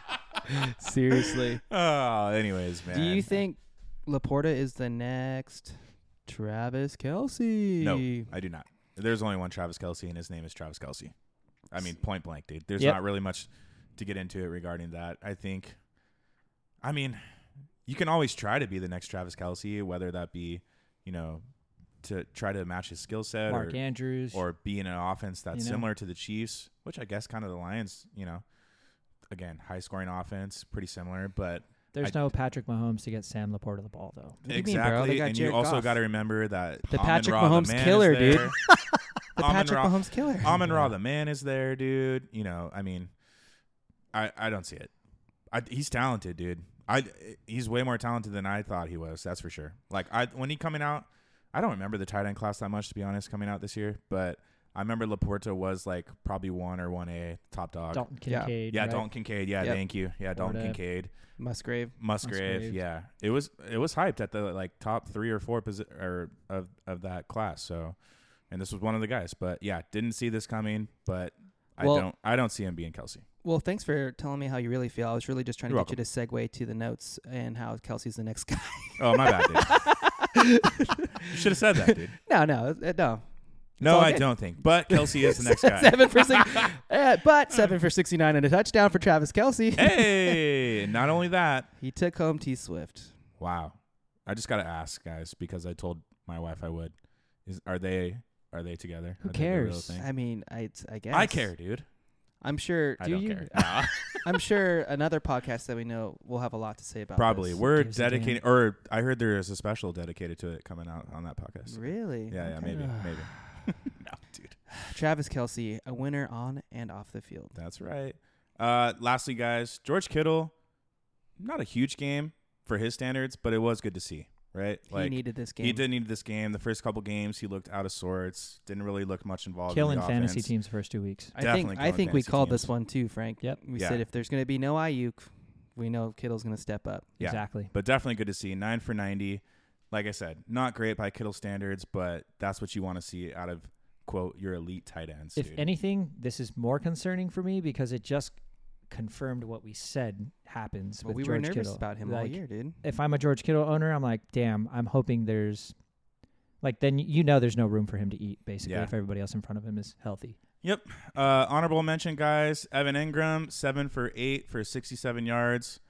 Speaker 2: seriously.
Speaker 3: oh, anyways, man.
Speaker 2: Do you think Laporta is the next Travis Kelsey?
Speaker 3: No, I do not. There's only one Travis Kelsey, and his name is Travis Kelsey. I mean, point blank, dude. There's
Speaker 1: Yep.
Speaker 3: not really much to get into it regarding that. I think, I mean, you can always try to be the next Travis Kelsey, whether that be, you know, to try to match his skill set or
Speaker 1: Mark Andrews.
Speaker 3: or be in an offense that's
Speaker 1: You know?
Speaker 3: similar to the Chiefs, which I guess kind of the Lions, you know, again, high scoring offense, pretty similar, but
Speaker 1: There's
Speaker 3: I-
Speaker 1: no Patrick Mahomes to get Sam Laporta the ball though.
Speaker 2: do you mean, bro? They
Speaker 3: exactly.
Speaker 2: got
Speaker 3: and
Speaker 2: Jared
Speaker 3: you also
Speaker 2: Goff.
Speaker 3: got to remember that
Speaker 2: The
Speaker 3: Amon-Ra
Speaker 2: Patrick
Speaker 3: the
Speaker 2: Mahomes
Speaker 3: man is
Speaker 2: killer, dude.
Speaker 3: there.
Speaker 2: the
Speaker 3: Amon
Speaker 2: Patrick
Speaker 3: Ra-
Speaker 2: Mahomes killer.
Speaker 3: Amon Ra the man is there, dude. You know, I mean, I I don't see it. I, he's talented, dude. I he's way more talented than I thought he was. That's for sure. Like I when he coming out, I don't remember the tight end class that much to be honest coming out this year, but I remember Laporta was like probably one or one A top dog.
Speaker 1: Dalton
Speaker 2: Yeah.
Speaker 1: Kincaid.
Speaker 3: yeah,
Speaker 1: right?
Speaker 3: Dalton Kincaid. Yeah,
Speaker 2: Yep.
Speaker 3: thank you. Yeah, Dalton
Speaker 1: Florida.
Speaker 3: Kincaid,
Speaker 2: Musgrave.
Speaker 3: Musgrave,
Speaker 1: Musgrave.
Speaker 3: Yeah, it was it was hyped at the like top three or four posi- or of of that class. So, and this was one of the guys. But yeah, didn't see this coming. But
Speaker 2: Well-
Speaker 3: I don't I don't see him being Kelsey.
Speaker 2: Well, thanks for telling me how you really feel. I was really just trying to
Speaker 3: You're
Speaker 2: get you to segue to the notes and how Kelsey's the next guy.
Speaker 3: Oh my bad, dude. you should have said that, dude.
Speaker 2: no, no, uh, no.
Speaker 3: No,
Speaker 2: all
Speaker 3: I
Speaker 2: good.
Speaker 3: don't think. But Kelsey is the next guy.
Speaker 2: seven for six, uh, but seven for sixty-nine and a touchdown for Travis Kelsey.
Speaker 3: hey, not only that.
Speaker 2: He took home T Swift.
Speaker 3: Wow, I just gotta ask, guys, because I told my wife I would. Is are they are they together?
Speaker 1: Who
Speaker 3: Are they the real
Speaker 1: cares?
Speaker 3: thing?
Speaker 2: I mean, I, I guess
Speaker 3: I care, dude.
Speaker 2: I'm sure.
Speaker 3: I
Speaker 1: Do
Speaker 3: don't
Speaker 1: you?
Speaker 3: care.
Speaker 2: I'm sure another podcast that we know will have a lot to say about.
Speaker 3: Probably.
Speaker 2: this.
Speaker 3: We're
Speaker 1: gives a damn?
Speaker 3: dedicating, or I heard there is a special dedicated to it coming out on that podcast.
Speaker 2: Really?
Speaker 3: Yeah, yeah,
Speaker 2: Okay.
Speaker 3: maybe, maybe. no, dude,
Speaker 2: Travis Kelsey, a winner on and off the field.
Speaker 3: that's right. Uh, lastly, guys, George Kittle, not a huge game for his standards, but it was good to see. Right,
Speaker 2: he needed this game.
Speaker 3: he did need this game. The first couple games, he looked out of sorts. Didn't really look much involved.
Speaker 1: killing
Speaker 3: in the
Speaker 1: fantasy
Speaker 3: offense.
Speaker 1: teams the first two weeks.
Speaker 2: I
Speaker 3: Definitely
Speaker 2: think. I
Speaker 3: going
Speaker 2: think we
Speaker 3: fantasy
Speaker 2: called
Speaker 3: teams.
Speaker 2: this one too, Frank.
Speaker 1: Yep.
Speaker 2: We
Speaker 3: Yeah.
Speaker 2: said if there's going to be no Ayuk, we know Kittle's going to step up.
Speaker 3: Yeah.
Speaker 1: Exactly.
Speaker 3: but definitely good to see. Nine for 90. Like I said, not great by Kittle standards, but that's what you want to see out of, quote, your elite tight ends.
Speaker 1: If
Speaker 3: dude.
Speaker 1: anything, this is more concerning for me because it just confirmed what we said happens
Speaker 2: But
Speaker 1: with
Speaker 2: we were
Speaker 1: George
Speaker 2: nervous
Speaker 1: Kittle.
Speaker 2: about him all
Speaker 1: Like,
Speaker 2: year, dude.
Speaker 1: If I'm a George Kittle owner, I'm like, damn, I'm hoping there's like then you know there's no room for him to eat basically
Speaker 3: Yeah.
Speaker 1: if everybody else in front of him is healthy.
Speaker 3: Yep. Uh, honorable mention, guys. Evan Ingram, seven for eight for 67 yards.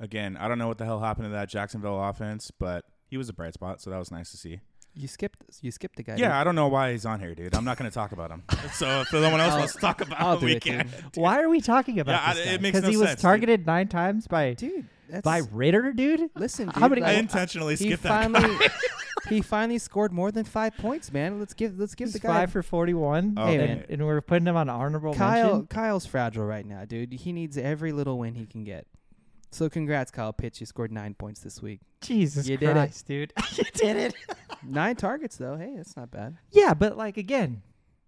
Speaker 3: Again, I don't know what the hell happened to that Jacksonville offense, but he was a bright spot, so that was nice to see.
Speaker 2: You skipped. You skipped the guy.
Speaker 3: yeah, I don't know why he's on here, dude. I'm not going to talk about him. so if someone else
Speaker 2: I'll-
Speaker 3: wants to talk about
Speaker 2: I'll
Speaker 3: him,
Speaker 2: do
Speaker 3: we
Speaker 2: it,
Speaker 3: can.
Speaker 2: dude.
Speaker 1: Why are we talking about
Speaker 3: Yeah, I-
Speaker 1: this?
Speaker 3: it makes
Speaker 1: Because
Speaker 3: no
Speaker 1: he was
Speaker 3: sense, dude.
Speaker 1: targeted nine times by
Speaker 2: dude. Dude, that's
Speaker 1: by Ritter, dude.
Speaker 2: listen. Dude,
Speaker 1: How many-
Speaker 3: I
Speaker 2: like,
Speaker 3: intentionally
Speaker 2: he
Speaker 3: skipped that. guy.
Speaker 2: finally he finally scored more than five points, man. Let's give let's give
Speaker 1: He's
Speaker 2: the guy
Speaker 1: five for forty-one,
Speaker 3: Oh,
Speaker 1: and,
Speaker 2: man.
Speaker 1: and we're putting him on honorable
Speaker 2: Kyle
Speaker 1: mention.
Speaker 2: Kyle's fragile right now, dude. He needs every little win he can get. So congrats, Kyle Pitts. You scored nine points this week.
Speaker 1: Jesus
Speaker 2: You did it.
Speaker 1: Christ, dude! you did it.
Speaker 2: Nine targets though. Hey, that's not bad.
Speaker 1: Yeah, but like again,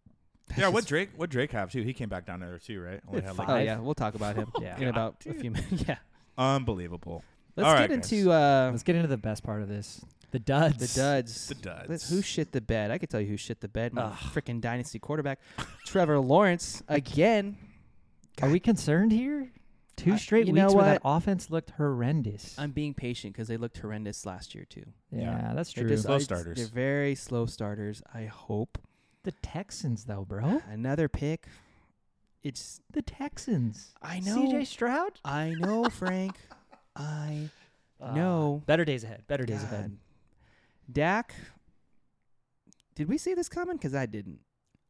Speaker 3: Yeah, what Drake? What Drake have too? He came back down to earth too, right? Only had like
Speaker 2: Oh
Speaker 1: Five.
Speaker 2: yeah, we'll talk about him
Speaker 1: Yeah.
Speaker 2: in about a few minutes. yeah,
Speaker 3: unbelievable.
Speaker 2: let's
Speaker 3: All
Speaker 2: get
Speaker 3: right,
Speaker 2: into uh,
Speaker 1: Let's get into the best part of this. The duds.
Speaker 2: the duds.
Speaker 3: The duds.
Speaker 2: Let- who shit the bed? I could tell you who shit the bed. My
Speaker 1: Ugh.
Speaker 2: freaking dynasty quarterback, Trevor Lawrence again.
Speaker 1: Are we concerned here? Two
Speaker 2: I-
Speaker 1: straight
Speaker 2: you
Speaker 1: weeks
Speaker 2: know
Speaker 1: where that offense looked horrendous.
Speaker 2: I'm being patient because they looked horrendous last year too.
Speaker 1: yeah,
Speaker 3: Yeah.
Speaker 1: that's
Speaker 2: They're
Speaker 1: true.
Speaker 2: just-
Speaker 3: Slow
Speaker 2: I-
Speaker 3: starters.
Speaker 2: They're very slow starters. I hope
Speaker 1: the Texans, though, bro.
Speaker 2: another pick. It's
Speaker 1: The Texans.
Speaker 2: I know.
Speaker 1: CJ Stroud.
Speaker 2: I know, Frank. I
Speaker 1: Uh,
Speaker 2: No.
Speaker 1: Better days ahead. Better days
Speaker 2: God.
Speaker 1: ahead.
Speaker 2: Dak. Did we see this coming? Because I didn't.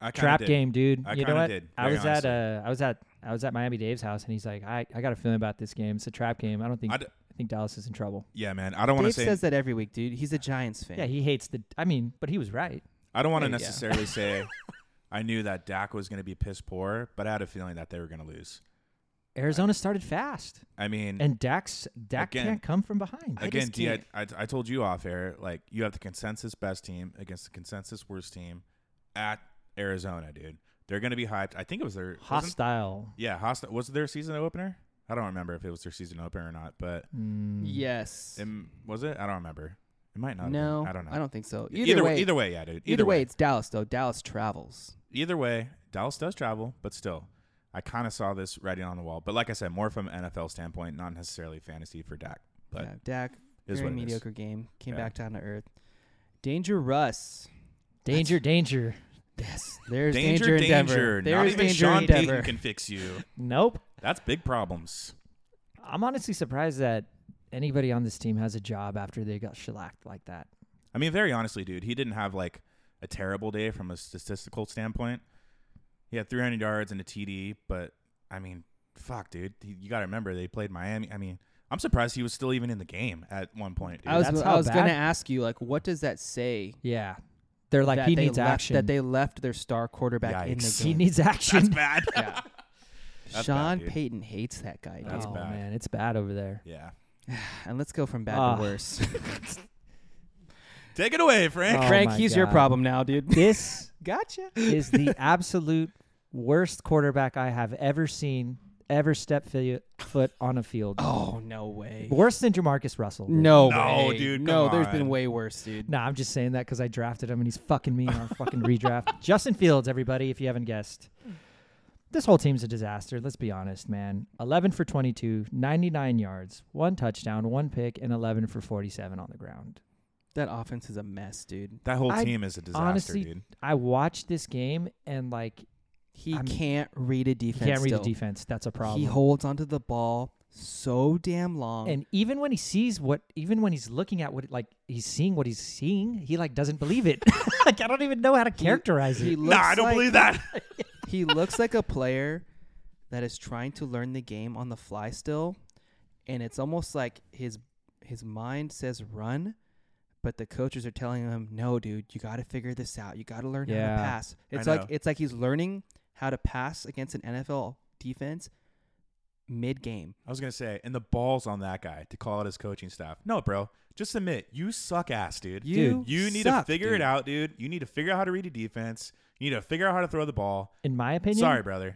Speaker 3: I kinda
Speaker 1: Trap
Speaker 3: did.
Speaker 1: game, dude.
Speaker 3: I
Speaker 1: you know
Speaker 3: kinda
Speaker 1: what?
Speaker 3: did,
Speaker 1: I
Speaker 3: very
Speaker 1: was at uh, I was at I was at Miami Dave's house, and he's like, I, I got a feeling about this game. It's a trap game. I don't think I
Speaker 3: I d-
Speaker 1: think Dallas is in trouble.
Speaker 3: Yeah, man. I don't want to
Speaker 2: Dave
Speaker 3: say.
Speaker 2: says that every week, dude. He's a Giants fan.
Speaker 1: Yeah, he hates the. I mean, but he was right.
Speaker 3: I don't want to
Speaker 2: Yeah, yeah.
Speaker 3: necessarily say. I knew that Dak was going to be piss poor, but I had a feeling that they were going to lose.
Speaker 1: Arizona started fast,
Speaker 3: I mean,
Speaker 1: and Dak's Dak
Speaker 3: Mm. Again.
Speaker 1: can't come from behind.
Speaker 2: I
Speaker 3: again,
Speaker 2: just
Speaker 3: D, I,
Speaker 2: can't.
Speaker 3: I, I told you off air, like you have the consensus best team against the consensus worst team at Arizona, dude. They're going to be hyped. I think it was their wasn't-
Speaker 1: Hostile.
Speaker 3: Yeah, hostile. Was it their season opener? I don't remember if it was their season opener or not, but
Speaker 1: Mm.
Speaker 2: Yes.
Speaker 3: it, was it? I don't remember. It might not. have
Speaker 2: no.
Speaker 3: been. I don't know.
Speaker 2: I don't think so.
Speaker 3: E-, either,
Speaker 2: Either,
Speaker 3: way,
Speaker 2: way.
Speaker 3: either way, yeah, dude. Either,
Speaker 2: Either way,
Speaker 3: way,
Speaker 2: it's Dallas though. Dallas travels.
Speaker 3: either way, Dallas does travel, but still, I kind of saw this writing on the wall. But like I said, more from an NFL standpoint, not necessarily fantasy for Dak. But
Speaker 2: yeah, Dak,
Speaker 3: it is
Speaker 2: very
Speaker 3: what it is.
Speaker 2: mediocre game. Came
Speaker 3: Yeah.
Speaker 2: back down to earth. Danger Russ.
Speaker 1: Danger, danger.
Speaker 2: Yes. There's danger,
Speaker 3: Danger,
Speaker 2: in Denver.
Speaker 3: danger. Not
Speaker 2: There's
Speaker 3: even
Speaker 2: danger
Speaker 3: Sean
Speaker 2: in
Speaker 3: Payton
Speaker 2: Denver.
Speaker 3: can fix you.
Speaker 1: Nope.
Speaker 3: That's big problems.
Speaker 1: I'm honestly surprised that anybody on this team has a job after they got shellacked like that.
Speaker 3: I mean, very honestly, dude, he didn't have like a terrible day from a statistical standpoint. He had 300 yards and a TD, but I mean, fuck, dude, you you got to remember they played Miami. I mean, I'm surprised he was still even in the game at one point. Dude.
Speaker 2: I was
Speaker 1: that's
Speaker 2: I
Speaker 1: how
Speaker 2: was
Speaker 1: bad-
Speaker 2: gonna ask you like, what does that say?
Speaker 1: Yeah. They're like
Speaker 2: that
Speaker 1: he
Speaker 2: they
Speaker 1: needs
Speaker 2: left,
Speaker 1: action.
Speaker 2: That they left their star quarterback in
Speaker 3: Yikes.
Speaker 2: the
Speaker 1: he
Speaker 2: game.
Speaker 1: needs
Speaker 3: That's
Speaker 1: action.
Speaker 3: bad.
Speaker 2: yeah.
Speaker 3: That's
Speaker 2: Sean
Speaker 3: bad, dude.
Speaker 2: Payton hates that guy, dude.
Speaker 3: That's
Speaker 1: oh
Speaker 3: bad.
Speaker 1: man, it's bad over there.
Speaker 3: yeah,
Speaker 2: And let's go from bad
Speaker 1: Ah.
Speaker 2: to worse.
Speaker 3: take it away, Frank.
Speaker 1: Oh
Speaker 2: Frank,
Speaker 1: my
Speaker 2: he's your
Speaker 1: God.
Speaker 2: problem now, dude.
Speaker 1: This
Speaker 2: gotcha.
Speaker 1: is the absolute worst quarterback I have ever seen ever step fi- foot on a field.
Speaker 2: Oh no way.
Speaker 1: Worse than Jamarcus Russell. dude.
Speaker 2: No,
Speaker 3: No,
Speaker 2: way.
Speaker 3: dude,
Speaker 2: No,
Speaker 3: come
Speaker 2: there's been
Speaker 3: on.
Speaker 2: way worse, dude.
Speaker 1: Nah, I'm just saying that because I drafted him and he's fucking me on a fucking redraft. Justin Fields, everybody, if you haven't guessed. This whole team's a disaster. Let's be honest, man. 11 for 22, 99 yards, one touchdown, one pick, and 11 for 47 on the ground.
Speaker 2: That offense is a mess, dude.
Speaker 3: That whole
Speaker 1: I-
Speaker 3: team is a disaster,
Speaker 1: honestly,
Speaker 3: dude.
Speaker 1: I watched this game and, like,
Speaker 2: He
Speaker 1: I'm-
Speaker 2: can't read a
Speaker 1: you
Speaker 2: defense.
Speaker 1: can't read
Speaker 2: still.
Speaker 1: the defense. That's a problem.
Speaker 2: He holds onto the ball so damn long.
Speaker 1: and even when he sees what, even when he's looking at what, like, he's seeing what he's seeing, he, like, doesn't believe it. like, I don't even know how to characterize
Speaker 2: he
Speaker 1: it.
Speaker 2: looks
Speaker 3: Nah, I don't
Speaker 2: like,
Speaker 3: believe that.
Speaker 2: he looks like a player that is trying to learn the game on the fly still, and it's almost like his his mind says run, but the coaches are telling him, "No, dude, you got to figure this out. You got to learn how
Speaker 1: Yeah.
Speaker 2: to pass." It's
Speaker 3: know.
Speaker 2: like it's like he's learning how to pass against an NFL defense mid game.
Speaker 3: I was gonna say, and the balls on that guy to call out his coaching staff. No, bro, just admit you suck ass, dude.
Speaker 2: You
Speaker 3: You need
Speaker 2: suck,
Speaker 3: to figure
Speaker 2: dude.
Speaker 3: it out, dude. You need to figure out how to read a defense. You need to figure out how to throw the ball.
Speaker 1: In my opinion,
Speaker 3: Sorry, brother.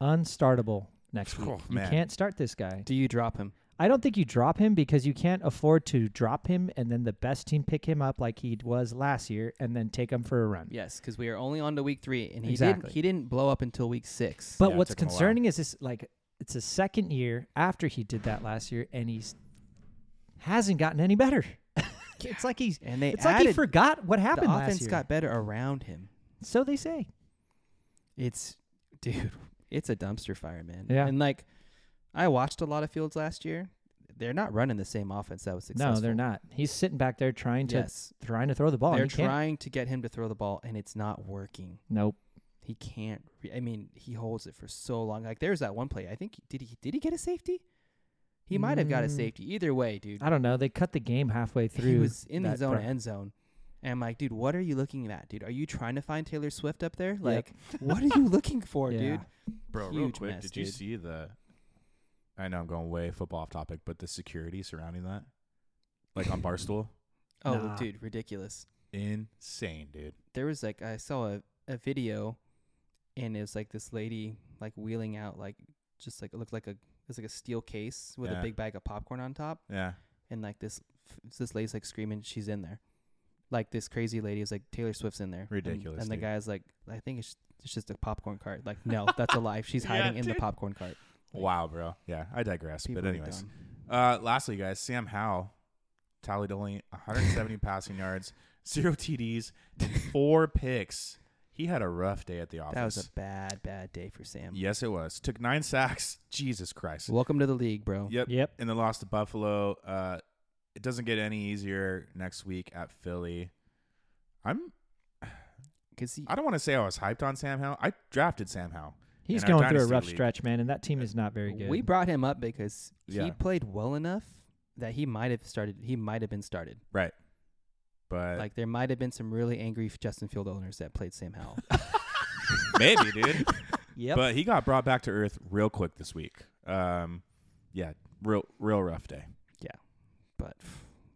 Speaker 1: unstartable next week.
Speaker 3: Oh,
Speaker 1: you
Speaker 3: man.
Speaker 1: can't start this guy.
Speaker 2: Do you drop him?
Speaker 1: I don't think you drop him because you can't afford to drop him and then the best team pick him up like he was last year and then take him for a run.
Speaker 2: Yes, because we are only on to week three, and he
Speaker 1: Exactly.
Speaker 2: didn't he didn't blow up until week six.
Speaker 1: But
Speaker 3: Yeah, it
Speaker 1: what's
Speaker 3: took him a while.
Speaker 1: concerning is this like it's a second year after he did that last year and he's hasn't gotten any better. it's like he's
Speaker 2: and they
Speaker 1: it's like
Speaker 2: added
Speaker 1: he forgot what
Speaker 2: the
Speaker 1: happened last
Speaker 2: offense
Speaker 1: year.
Speaker 2: got better around him.
Speaker 1: so they say.
Speaker 2: It's dude, it's a dumpster fire, man.
Speaker 1: Yeah.
Speaker 2: And like I watched a lot of fields last year. They're not running the same offense that was successful.
Speaker 1: No, they're not. He's sitting back there trying to
Speaker 2: Yes.
Speaker 1: trying to throw the ball. and
Speaker 2: they're
Speaker 1: he can't.
Speaker 2: trying to get him to throw the ball and it's not working.
Speaker 1: Nope.
Speaker 2: He can't re- I mean, he holds it for so long. Like there's that one play. I think did he did he get a safety? He might have got a
Speaker 1: Mm.
Speaker 2: safety. Either way, dude.
Speaker 1: I don't know. They cut the game halfway through.
Speaker 2: He was in
Speaker 1: that
Speaker 2: his own
Speaker 1: pro-
Speaker 2: end zone. And I'm like, dude, what are you looking at, dude? Are you trying to find Taylor Swift up there?
Speaker 1: Yep.
Speaker 2: Like, what are you looking for,
Speaker 1: Yeah.
Speaker 2: dude?
Speaker 3: Bro, real
Speaker 2: Huge
Speaker 3: quick,
Speaker 2: mess,
Speaker 3: did you
Speaker 2: dude.
Speaker 3: see the? I know I'm going way football off topic, but the security surrounding that, like on Barstool,
Speaker 2: Oh,
Speaker 1: Nah.
Speaker 2: dude, ridiculous.
Speaker 3: insane, dude.
Speaker 2: there was like I saw a, a video and it was like this lady like wheeling out like just like it looked like a it's like a steel case with
Speaker 3: Yeah.
Speaker 2: a big bag of popcorn on top,
Speaker 3: Yeah.
Speaker 2: and like this f- this lady's like screaming, she's in there. Like this crazy lady is like Taylor Swift's in there. And-
Speaker 3: Ridiculous,
Speaker 2: And,
Speaker 3: dude.
Speaker 2: the guy's like, I think it's it's just a popcorn cart. Like no, that's a lie. She's
Speaker 3: Yeah,
Speaker 2: hiding in the
Speaker 3: dude.
Speaker 2: popcorn cart. Like,
Speaker 3: Wow, bro. Yeah, I digress.
Speaker 2: People
Speaker 3: but
Speaker 2: are
Speaker 3: anyways,
Speaker 2: dumb.
Speaker 3: Uh, lastly, guys, Sam Howell tallied only 170 passing yards, zero TDs, four picks. He had a rough day at the office.
Speaker 2: that was a bad bad day for Sam.
Speaker 3: yes, it was. Took nine sacks. Jesus Christ.
Speaker 2: Welcome to the league, bro.
Speaker 3: Yep.
Speaker 1: Yep.
Speaker 3: And the loss to Buffalo. Uh, it doesn't get any easier next week at Philly. I'm.
Speaker 2: Cause he,
Speaker 3: I don't want to say I was hyped on Sam Howell. I drafted Sam Howell.
Speaker 1: He's
Speaker 3: In our
Speaker 1: going through a
Speaker 3: dynasty
Speaker 1: rough
Speaker 3: league.
Speaker 1: stretch, man, and that team is not very good.
Speaker 2: we brought him up because
Speaker 3: Yeah.
Speaker 2: he played well enough that he might have started. He might have been started.
Speaker 3: But
Speaker 2: like there might have been some really angry Justin Field owners that played Sam Howell.
Speaker 3: maybe, dude.
Speaker 1: yep.
Speaker 3: But he got brought back to earth real quick this week. Um, yeah, real, real rough day.
Speaker 2: but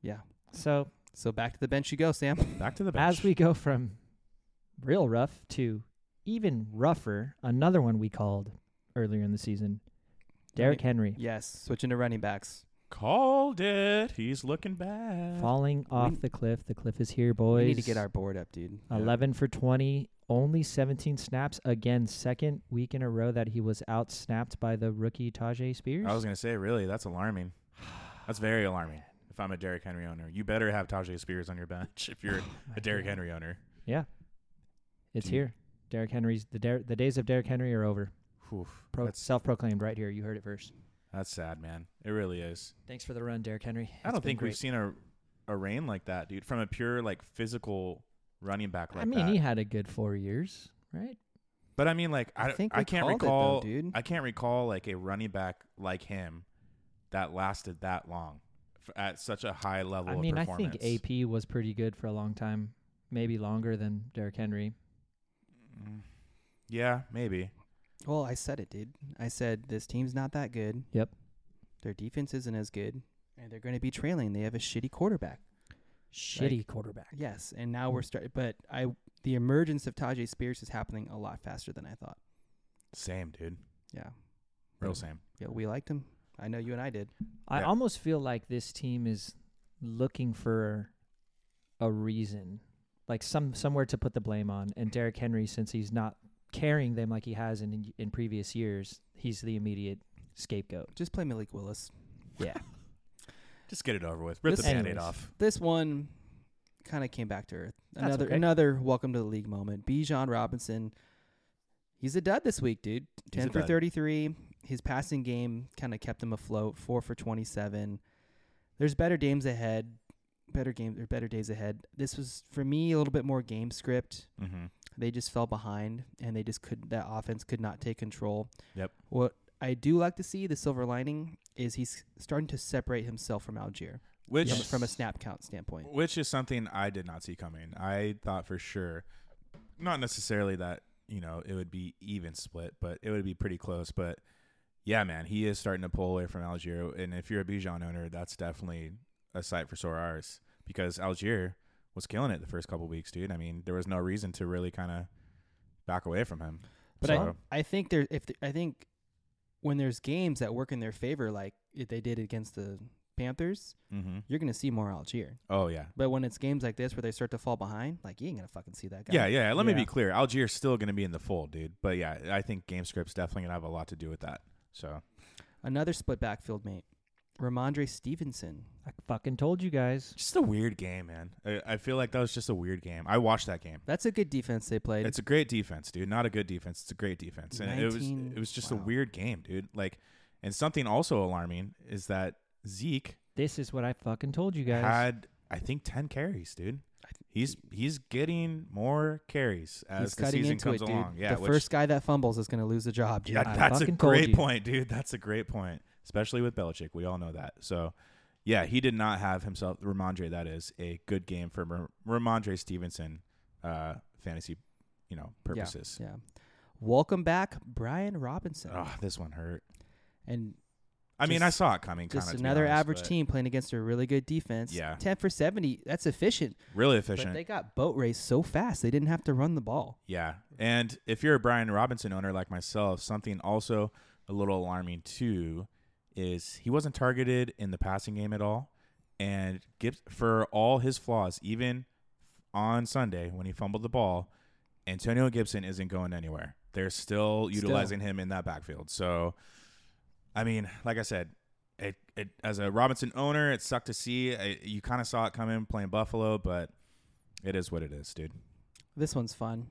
Speaker 2: yeah,
Speaker 1: so
Speaker 2: so back to the bench you go, Sam.
Speaker 3: Back to the bench.
Speaker 1: as we go from real rough to even rougher, another one we called earlier in the season, Derrick Henry
Speaker 2: Yes, switching to running backs.
Speaker 3: Called it. He's looking bad.
Speaker 1: falling off the cliff. The cliff is here, boys.
Speaker 2: We need to get our board up, dude.
Speaker 3: yeah.
Speaker 1: 11 for 20, only 17 snaps. Again, second week in a row that he was out snapped by the rookie Tajay Spears.
Speaker 3: I was gonna say, really, that's alarming. That's very alarming. If I'm a Derrick Henry owner, you better have Tajay Spears on your bench. If you're a Derrick
Speaker 1: God.
Speaker 3: Henry owner,
Speaker 1: it's
Speaker 3: Dude.
Speaker 1: here. Derrick Henry's the Der- the days of Derrick Henry are over.
Speaker 3: Whew,
Speaker 1: Pro-
Speaker 3: that's
Speaker 1: self-proclaimed right here. You heard it first.
Speaker 3: that's sad, man. It really is.
Speaker 1: Thanks for the run, Derrick Henry.
Speaker 3: I don't think we've seen a a reign like that, dude, from a pure like physical running back like
Speaker 1: I mean,
Speaker 3: that.
Speaker 1: he had a good 4 years, right?
Speaker 3: but I mean, like I,
Speaker 2: I think
Speaker 3: I
Speaker 2: we
Speaker 3: can't
Speaker 2: called it, though,
Speaker 3: recall,
Speaker 2: dude.
Speaker 3: I can't recall like a running back like him that lasted that long f- at such a high level.
Speaker 1: I mean,
Speaker 3: of
Speaker 1: I
Speaker 3: performance.
Speaker 1: think AP was pretty good for a long time, maybe longer than Derrick Henry.
Speaker 3: Mm. Yeah, maybe.
Speaker 2: Well, I said it, dude. I said this team's not that good.
Speaker 1: Yep.
Speaker 2: Their defense isn't as good, and they're going to be trailing. They have a shitty quarterback.
Speaker 1: Shitty quarterback.
Speaker 2: Yes, and now
Speaker 1: Hmm.
Speaker 2: we're starting. But I, the emergence of Tajay Spears is happening a lot faster than I thought.
Speaker 3: Same, dude.
Speaker 2: Yeah,
Speaker 3: Real
Speaker 2: Yeah.
Speaker 3: same.
Speaker 2: yeah, we liked him. I know you and I did.
Speaker 1: I
Speaker 3: Yeah.
Speaker 1: almost feel like this team is looking for a reason, like some somewhere to put the blame on. And Derrick Henry, since he's not carrying them like he has in in previous years, he's the immediate scapegoat.
Speaker 2: Just play Malik Willis.
Speaker 1: Yeah,
Speaker 3: Just get it over with. Rip
Speaker 2: This-
Speaker 3: the band-aid
Speaker 1: Anyways.
Speaker 3: off.
Speaker 2: this one kind of came back to earth.
Speaker 1: That's
Speaker 2: Another
Speaker 1: okay.
Speaker 2: another welcome to the league moment. Bijan Robinson, he's a dud this week, dude.
Speaker 3: He's
Speaker 2: Ten
Speaker 3: a
Speaker 2: for
Speaker 3: dud.
Speaker 2: thirty three. His passing game kind of kept him afloat. Four for twenty seven. There's better games ahead. Better games or better days ahead. This was for me a little bit more game script.
Speaker 3: Mm-hmm.
Speaker 2: They just fell behind and they just could that offense could not take control.
Speaker 3: Yep.
Speaker 2: What I do like to see the silver lining is he's starting to separate himself from Algier
Speaker 3: Which
Speaker 2: from,
Speaker 1: Yes.
Speaker 2: from a snap count standpoint.
Speaker 3: which is something I did not see coming. I thought for sure, not necessarily that you know it would be even split, but it would be pretty close. But yeah, man, he is starting to pull away from Algier, and if you're a Bijan owner, that's definitely a sight for sore eyes because Algier was killing it the first couple weeks, dude. I mean, there was no reason to really kind of back away from him.
Speaker 2: But
Speaker 3: So-
Speaker 2: I, I think there if th- I think when there's games that work in their favor, like if they did against the Panthers,
Speaker 3: Mm-hmm.
Speaker 2: you're gonna see more Algier.
Speaker 3: Oh yeah,
Speaker 2: But when it's games like this where they start to fall behind, like you ain't gonna fucking see that guy.
Speaker 3: Yeah, yeah. Let me
Speaker 1: Yeah.
Speaker 3: be clear. Algier's still going to be in the fold, dude. But yeah, I think game script's definitely going to have a lot to do with that. So
Speaker 2: Another split backfield mate, Ramondre Stevenson.
Speaker 1: I fucking told you guys.
Speaker 3: just a weird game, man. I, I feel like that was just a weird game. I watched that game.
Speaker 2: That's a good defense they played.
Speaker 3: It's a great defense, dude. Not a good defense. It's a great defense, and it was
Speaker 2: 19
Speaker 3: it was just a
Speaker 2: wow.
Speaker 3: weird game, dude. Like, and something also alarming is that Zeke
Speaker 1: This is what I fucking told you guys.
Speaker 3: had I think ten carries, dude.
Speaker 2: I th-
Speaker 3: He's he's getting more carries as
Speaker 2: He's
Speaker 3: the
Speaker 2: cutting
Speaker 3: season
Speaker 2: into
Speaker 3: comes
Speaker 2: it, dude.
Speaker 3: along. Yeah,
Speaker 2: the
Speaker 3: which-
Speaker 2: first guy that fumbles is gonna lose the job, dude.
Speaker 3: Yeah,
Speaker 1: I
Speaker 3: that's a
Speaker 1: fucking told
Speaker 3: great
Speaker 1: you.
Speaker 3: point, dude. That's a great point, especially with Belichick. We all know that. So, yeah, he did not have himself Ramondre. That is a good game for Ra- Ramondre Stevenson, uh, fantasy, you know, purposes.
Speaker 2: Yeah. Welcome back, Brian Robinson.
Speaker 3: Oh, this one hurt.
Speaker 2: And
Speaker 3: I mean,
Speaker 2: Just-
Speaker 3: I saw it coming. Kinda,
Speaker 2: Just
Speaker 3: to be
Speaker 2: another
Speaker 3: honest,
Speaker 2: average
Speaker 3: but
Speaker 2: team playing against a really good defense.
Speaker 3: Yeah.
Speaker 2: 10 for 70. That's efficient.
Speaker 3: Really efficient.
Speaker 2: But they got boat raced so fast, they didn't have to run the ball.
Speaker 3: Yeah. And if you're a Brian Robinson owner like myself, something also a little alarming too is he wasn't targeted in the passing game at all. And Gibbs, for all his flaws, even on Sunday when he fumbled the ball, Antonio Gibson isn't going anywhere. They're still utilizing him in that backfield. So, I mean, like I said, it, it as a Robinson owner, it sucked to see. I you kind of saw it coming playing Buffalo, but it is what it is, dude.
Speaker 2: This one's fun.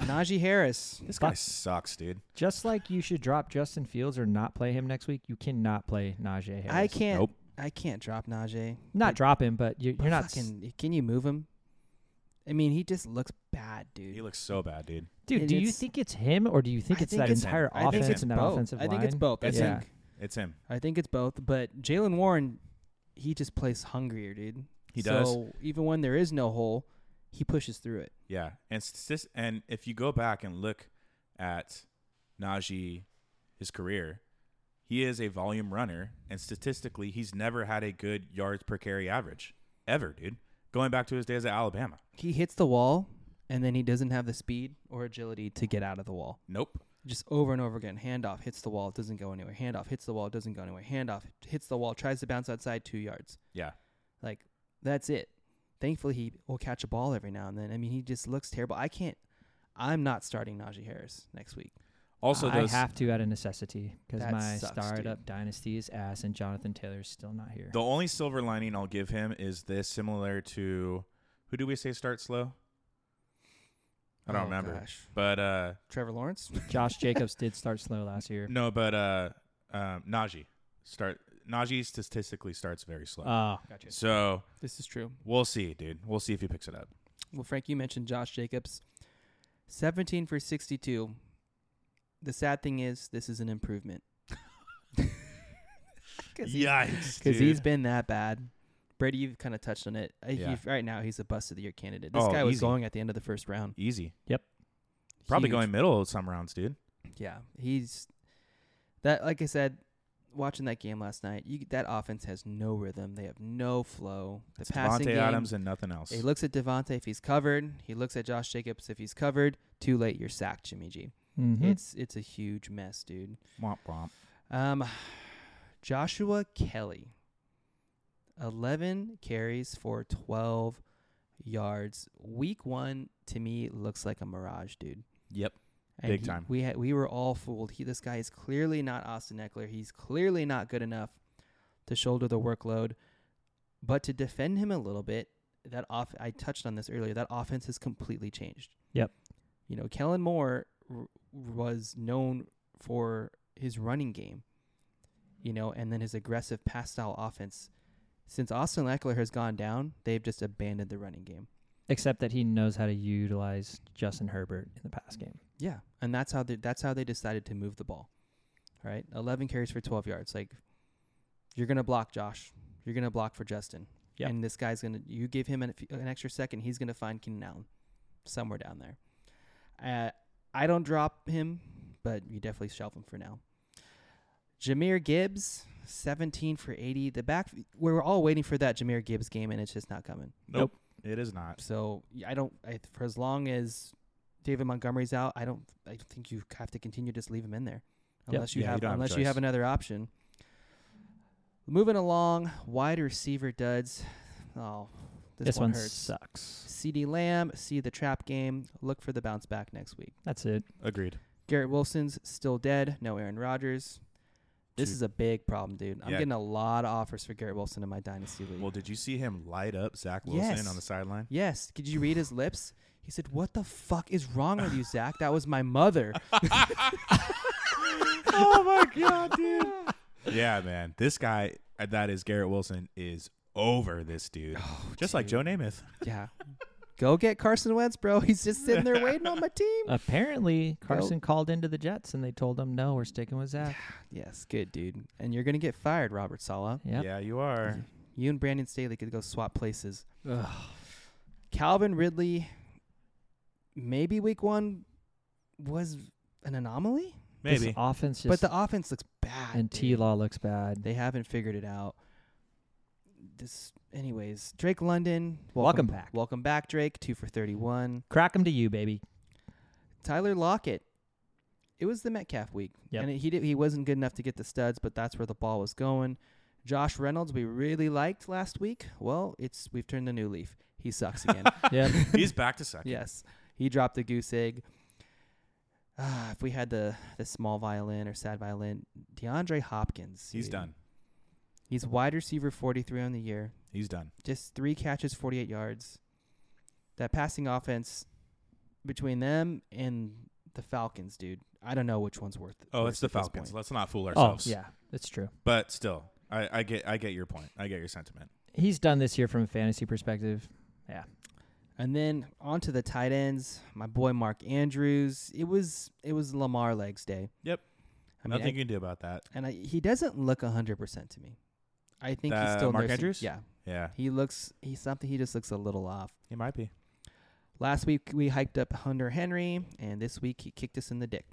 Speaker 2: Najee Harris.
Speaker 3: This
Speaker 1: But-
Speaker 3: guy sucks, dude.
Speaker 1: Just like you should drop Justin Fields or not play him next week, you cannot play Najee Harris.
Speaker 2: I can't.
Speaker 3: Nope.
Speaker 2: I can't drop Najee.
Speaker 1: not drop him, but you,
Speaker 2: But
Speaker 1: you're not. s-
Speaker 2: Fucking, can you move him? I mean, he just looks bad, dude.
Speaker 3: He looks so bad, dude.
Speaker 1: Dude,
Speaker 2: and
Speaker 1: do you
Speaker 2: it's-
Speaker 1: think it's him or do you think
Speaker 2: I
Speaker 1: it's
Speaker 2: think
Speaker 1: that
Speaker 2: it's-
Speaker 1: entire
Speaker 3: I think
Speaker 1: offense
Speaker 3: it's
Speaker 1: and that
Speaker 2: both.
Speaker 1: offensive
Speaker 2: I
Speaker 1: line?
Speaker 2: think it's both. I
Speaker 3: It's
Speaker 1: Yeah.
Speaker 2: think
Speaker 3: It's him.
Speaker 2: I think it's both. But Jalen Warren, he just plays hungrier, dude.
Speaker 3: He does.
Speaker 2: So even when there is no hole, he pushes through it.
Speaker 3: Yeah. And stis- and if you go back and look at Najee, his career, he is a volume runner, and statistically, he's never had a good yards per carry average ever, dude. Going back to his days at Alabama.
Speaker 2: He hits the wall, and then he doesn't have the speed or agility to get out of the wall.
Speaker 3: Nope.
Speaker 2: Just over and over again, handoff hits the wall, it doesn't go anywhere. Handoff hits the wall, it doesn't go anywhere. Handoff hits the wall, tries to bounce outside two yards.
Speaker 3: Yeah.
Speaker 2: Like that's it. Thankfully, he will catch a ball every now and then. I mean, he just looks terrible. I can't. I'm not starting Najee Harris next week.
Speaker 3: Also,
Speaker 1: I
Speaker 3: those,
Speaker 1: have to out of necessity because
Speaker 2: That
Speaker 1: my
Speaker 2: sucks,
Speaker 1: startup
Speaker 2: dude.
Speaker 1: dynasty is ass and Jonathan Taylor's still not here.
Speaker 3: the only silver lining I'll give him is this similar to who do we say start slow? I don't
Speaker 2: Oh,
Speaker 3: remember.
Speaker 2: gosh.
Speaker 3: But uh
Speaker 2: Trevor Lawrence.
Speaker 1: Josh Jacobs did start slow last year.
Speaker 3: no, but uh um Najee start Najee statistically starts very slow.
Speaker 1: Oh, gotcha.
Speaker 3: So
Speaker 2: this is true.
Speaker 3: we'll see, dude. We'll see if he picks it up.
Speaker 2: Well, Frank, you mentioned Josh Jacobs. 17 for 62. The sad thing is, this is an improvement. Because
Speaker 3: Yikes!
Speaker 2: he's been that bad. Brady, you've kind of touched on it. Uh,
Speaker 3: Yeah.
Speaker 2: he- right now, he's a bust of the year candidate. This
Speaker 3: Oh,
Speaker 2: guy was
Speaker 3: easy.
Speaker 2: going at the end of the first round.
Speaker 3: easy. Probably
Speaker 2: Huge.
Speaker 3: going middle some rounds, dude.
Speaker 2: Yeah, he's that. Like I said, watching that game last night, you, that offense has no rhythm. They have no flow. The
Speaker 3: It's
Speaker 2: passing
Speaker 3: Devontae
Speaker 2: game,
Speaker 3: Adams and nothing else.
Speaker 2: He looks at Devontae if he's covered. He looks at Josh Jacobs if he's covered. Too late, you're sacked, Jimmy G.
Speaker 1: Mhm.
Speaker 2: It's it's a huge mess, dude.
Speaker 3: Womp womp.
Speaker 2: Um, Joshua Kelly, eleven carries for twelve yards. Week one to me looks like a mirage, dude.
Speaker 3: Yep.
Speaker 2: And
Speaker 3: Big
Speaker 2: he-
Speaker 3: time.
Speaker 2: We had we were all fooled. He this guy is clearly not Austin Eckler. He's clearly not good enough to shoulder the workload. But to defend him a little bit, that off I touched on this earlier. That offense has completely changed.
Speaker 1: Yep.
Speaker 2: You know, Kellen Moore r- was known for his running game, you know, and then his aggressive pass style offense. Since Austin Eckler has gone down, they've just abandoned the running game.
Speaker 1: Except that he knows how to utilize Justin Herbert in the pass game.
Speaker 2: Yeah, and that's how they that's how they decided to move the ball. Right, eleven carries for twelve yards. Like you're gonna block Josh, you're gonna block for Justin,
Speaker 1: Yep.
Speaker 2: and this guy's gonna you give him an, an extra second, he's gonna find Keenan Allen somewhere down there. Uh, I don't drop him, but you definitely shelf him for now. Jameer Gibbs, seventeen for eighty. The back we're all waiting for that Jameer Gibbs game, and it's just not coming.
Speaker 3: Nope. It is not.
Speaker 2: So y- I don't. I, for as long as David Montgomery's out, I don't. I don't think you have to continue to just leave him in there,
Speaker 1: Yep.
Speaker 2: unless you
Speaker 3: Yeah, you
Speaker 2: have
Speaker 3: don't have a
Speaker 2: unless you have
Speaker 3: choice.
Speaker 2: another option. Moving along, wide receiver duds. Oh, this,
Speaker 1: This,
Speaker 2: one,
Speaker 1: one
Speaker 2: hurts.
Speaker 1: sucks.
Speaker 2: CD Lamb, see the trap game. Look for the bounce back next week.
Speaker 1: That's it.
Speaker 3: Agreed.
Speaker 2: Garrett Wilson's still dead. No Aaron Rodgers. This
Speaker 3: Dude.
Speaker 2: is a big problem, dude. I'm
Speaker 3: Yeah.
Speaker 2: getting a lot of offers for Garrett Wilson in my dynasty league.
Speaker 3: Well, did you see him light up Zach Wilson
Speaker 2: Yes.
Speaker 3: on the sideline?
Speaker 2: Yes. Could you read his lips? He said, "What the fuck is wrong with you, Zach? That was my mother."
Speaker 3: oh my god, dude. yeah, man. This guy uh, that is Garrett Wilson is over this dude.
Speaker 2: Oh,
Speaker 3: Just like Joe Namath.
Speaker 2: yeah. Go get Carson Wentz, bro. He's just sitting there waiting on my team.
Speaker 1: Apparently, Carson called into the Jets and they told him, no, we're sticking with Zach.
Speaker 2: Yes, good dude. And you're gonna get fired, Robert Sala.
Speaker 1: Yep.
Speaker 3: Yeah, you are.
Speaker 2: You and Brandon Staley could go swap places.
Speaker 1: Ugh.
Speaker 2: Calvin Ridley, maybe week one was an anomaly.
Speaker 1: This
Speaker 3: Maybe.
Speaker 1: offense,
Speaker 2: but
Speaker 1: just,
Speaker 2: the offense looks bad.
Speaker 1: and
Speaker 2: dude.
Speaker 1: T Law looks bad.
Speaker 2: They haven't figured it out. This, anyways, Drake London.
Speaker 1: Welcome back.
Speaker 2: Welcome back, Drake. Two for thirty-one.
Speaker 1: Crack him to you, baby.
Speaker 2: Tyler Lockett. It was the Metcalf week,
Speaker 1: Yep.
Speaker 2: and he did, he wasn't good enough to get the studs, but that's where the ball was going. Josh Reynolds, we really liked last week. Well, it's we've turned a new leaf. He sucks again.
Speaker 1: Yep.
Speaker 3: He's back to second.
Speaker 2: yes, he dropped a goose egg. Ah, if we had the the small violin or sad violin, DeAndre Hopkins.
Speaker 3: He's
Speaker 2: dude.
Speaker 3: done.
Speaker 2: He's wide receiver 43 on the year.
Speaker 3: He's done.
Speaker 2: Just three catches, 48 yards. That passing offense between them and the Falcons, dude. I don't know which one's worth.
Speaker 3: Oh,
Speaker 2: worse
Speaker 3: it's the
Speaker 2: at this
Speaker 3: Falcons.
Speaker 2: point.
Speaker 3: Let's not fool
Speaker 1: oh
Speaker 3: ourselves.
Speaker 1: yeah, that's true.
Speaker 3: But still, I, I get I get your point. I get your sentiment.
Speaker 1: He's done this year from a fantasy perspective.
Speaker 2: And then on to the tight ends. My boy Mark Andrews. It was it was Lamar legs day.
Speaker 3: Yep.
Speaker 2: I mean,
Speaker 3: Nothing
Speaker 2: I-
Speaker 3: you can do about that.
Speaker 2: and I, he doesn't look 100% to me. I think he's
Speaker 3: Uh,
Speaker 2: still
Speaker 3: Mark
Speaker 2: nursing-
Speaker 3: Andrews?
Speaker 2: Yeah.
Speaker 3: Yeah,
Speaker 2: He looks he's something he just looks a little off.
Speaker 3: he might be.
Speaker 2: Last week we hiked up Hunter Henry, and this week he kicked us in the dick.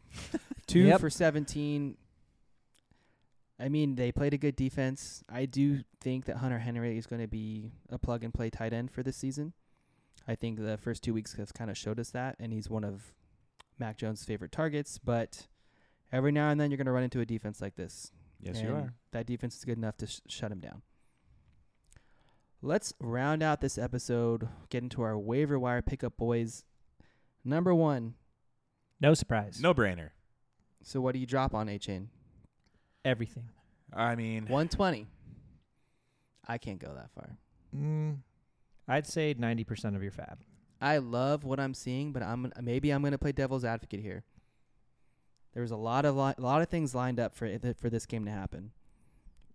Speaker 2: Two
Speaker 1: Yep.
Speaker 2: for seventeen. I mean, they played a good defense. I do think that Hunter Henry is going to be a plug and play tight end for this season. I think the first two weeks have kind of showed us that, and he's one of Mac Jones' favorite targets. But every now and then you're going to run into a defense like this.
Speaker 3: Yes, you
Speaker 2: and
Speaker 3: are.
Speaker 2: That defense is good enough to sh- shut him down. Let's round out this episode, get into our waiver wire pickup, boys. Number one.
Speaker 1: No surprise.
Speaker 3: No brainer.
Speaker 2: So, what do you drop on A chain?
Speaker 1: Everything.
Speaker 3: I mean,
Speaker 2: 120. I can't go that far.
Speaker 1: Mm, I'd say ninety percent of your fab.
Speaker 2: I love what I'm seeing, but I'm maybe I'm going to play devil's advocate here. There was a lot of li- a lot of things lined up for it, for this game to happen.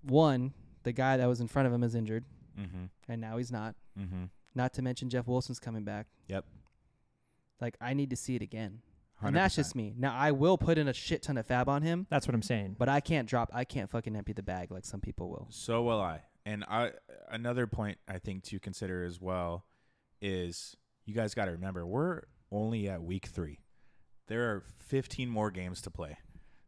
Speaker 2: One, the guy that was in front of him is injured,
Speaker 3: mm-hmm,
Speaker 2: and now he's not.
Speaker 3: mm-hmm,
Speaker 2: Not to mention Jeff Wilson's coming back.
Speaker 3: Yep.
Speaker 2: Like I need to see it again. And that's just me. Now I will put in a shit ton of fab on him,
Speaker 1: That's what I'm saying.
Speaker 2: but I can't drop I can't fucking empty the bag like some people will.
Speaker 3: So will I. And I another point I think to consider as well is you guys got to remember we're only at week three. There are 15 more games to play.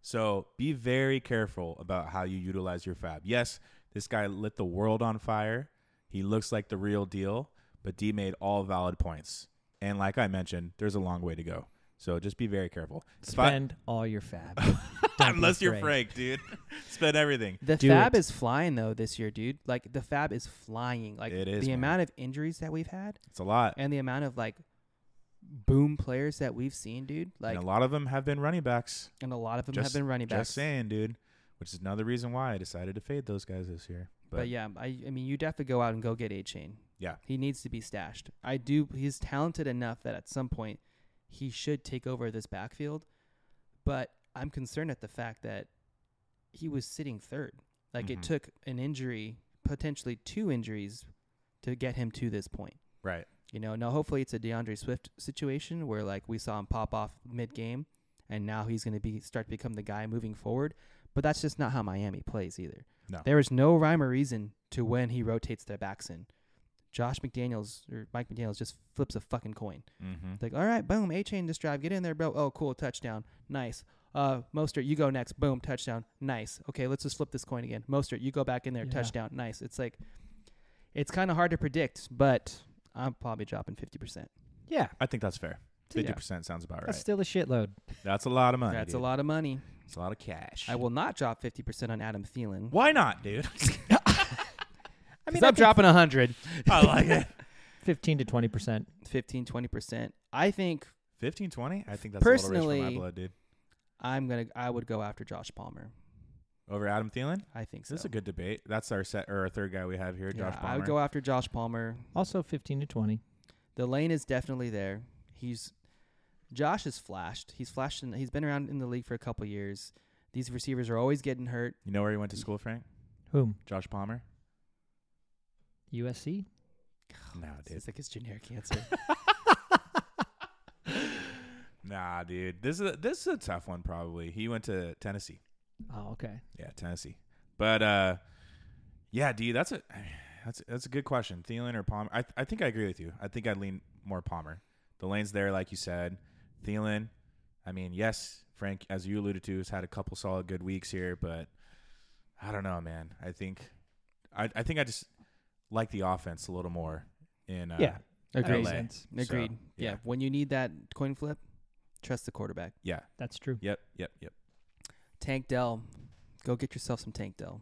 Speaker 3: So be very careful about how you utilize your fab. Yes, this guy lit the world on fire. He looks like the real deal, but D made all valid points. And like I mentioned, there's a long way to go. So just be very careful. If I-
Speaker 1: Spend all your fab. Don't be
Speaker 3: unless you're
Speaker 1: afraid.
Speaker 3: Frank, dude. Spend everything.
Speaker 2: The
Speaker 1: Do
Speaker 2: fab
Speaker 1: it.
Speaker 2: is flying though this year, dude. Like the fab is flying. Like
Speaker 3: It is,
Speaker 2: the
Speaker 3: man. Uh.
Speaker 2: amount of injuries that we've had
Speaker 3: It's a lot.
Speaker 2: and the amount of like boom players that we've seen, dude. Like
Speaker 3: and a lot of them have been running backs.
Speaker 2: and a lot of them have
Speaker 3: Just-
Speaker 2: been running backs.
Speaker 3: Just saying, dude. Which is another reason why I decided to fade those guys this year. But,
Speaker 2: But, yeah, I, I mean, you definitely go out and go get A Chain.
Speaker 3: Yeah.
Speaker 2: He needs to be stashed. I do. He's talented enough that at some point he should take over this backfield. But I'm concerned at the fact that he was sitting third. Like
Speaker 3: Mhm.
Speaker 2: it took an injury, potentially two injuries, to get him to this point.
Speaker 3: right.
Speaker 2: You know, now hopefully it's a DeAndre Swift situation where like we saw him pop off mid game and now he's going to be start to become the guy moving forward, but that's just not how Miami plays either.
Speaker 3: No.
Speaker 2: There is no rhyme or reason to when he rotates their backs in. Josh McDaniels or Mike McDaniels just flips a fucking coin.
Speaker 3: Mm-hmm.
Speaker 2: Like, all right, boom, A chain this drive, get in there, bro. Oh, cool, touchdown, nice. Uh, Mostert, you go next, boom, touchdown, nice. Okay, let's just flip this coin again. Mostert, you go back in there,
Speaker 1: Yeah.
Speaker 2: touchdown, nice. It's like, it's kind of hard to predict, but I'm probably dropping fifty percent.
Speaker 1: Yeah,
Speaker 3: I think that's fair.
Speaker 2: Yeah.
Speaker 3: Fifty percent sounds about
Speaker 1: that's
Speaker 3: right.
Speaker 1: still a shitload.
Speaker 3: That's a lot of money.
Speaker 2: That's a
Speaker 3: dude.
Speaker 2: lot of money.
Speaker 3: It's a lot of cash.
Speaker 2: I will not drop fifty percent on Adam Thielen.
Speaker 3: Why not, dude?
Speaker 1: I
Speaker 2: Because
Speaker 1: mean, I
Speaker 2: I'm
Speaker 1: think
Speaker 2: dropping hundred.
Speaker 3: I like it.
Speaker 1: fifteen to twenty percent.
Speaker 2: 15 20 percent. I think
Speaker 3: Fifteen twenty. I think that's Personally, a little rich for
Speaker 2: Personally-
Speaker 3: my blood, dude.
Speaker 2: I'm gonna. I would go after Josh Palmer.
Speaker 3: Over Adam Thielen.
Speaker 2: I think so.
Speaker 3: This is a good debate. That's our set or our third guy we have here,
Speaker 2: Yeah,
Speaker 3: Josh Palmer.
Speaker 2: I would go after Josh Palmer.
Speaker 1: Also fifteen to twenty.
Speaker 2: The lane is definitely there. He's Josh is flashed. He's flashed. In, he's been around in the league for a couple years. These receivers are always getting hurt.
Speaker 3: you know where he went to school, Frank?
Speaker 1: Whom?
Speaker 3: Josh Palmer.
Speaker 1: USC.
Speaker 3: No, dude.
Speaker 2: It's like his generic answer.
Speaker 3: Nah, dude. This is a, this is a tough one. Probably he went to Tennessee.
Speaker 1: Oh, okay.
Speaker 3: Yeah, Tennessee. But uh, yeah, dude, that's a that's that's a good question. Thielen or Palmer? I I think I agree with you. I think I lean more Palmer. The lane's there, like you said. Thielen. I mean, yes, Frank, as you alluded to, has had a couple solid good weeks here, but I don't know, man. I think I, I think I just like the offense a little more in uh,
Speaker 1: Yeah. That
Speaker 2: Agreed.
Speaker 1: makes
Speaker 3: LA.
Speaker 1: sense.
Speaker 3: So,
Speaker 2: Agreed. yeah.
Speaker 3: yeah.
Speaker 2: When you need that coin flip, trust the quarterback.
Speaker 3: Yeah.
Speaker 1: That's true.
Speaker 3: Yep. Yep. Yep.
Speaker 2: Tank Dell, go get yourself some Tank Dell.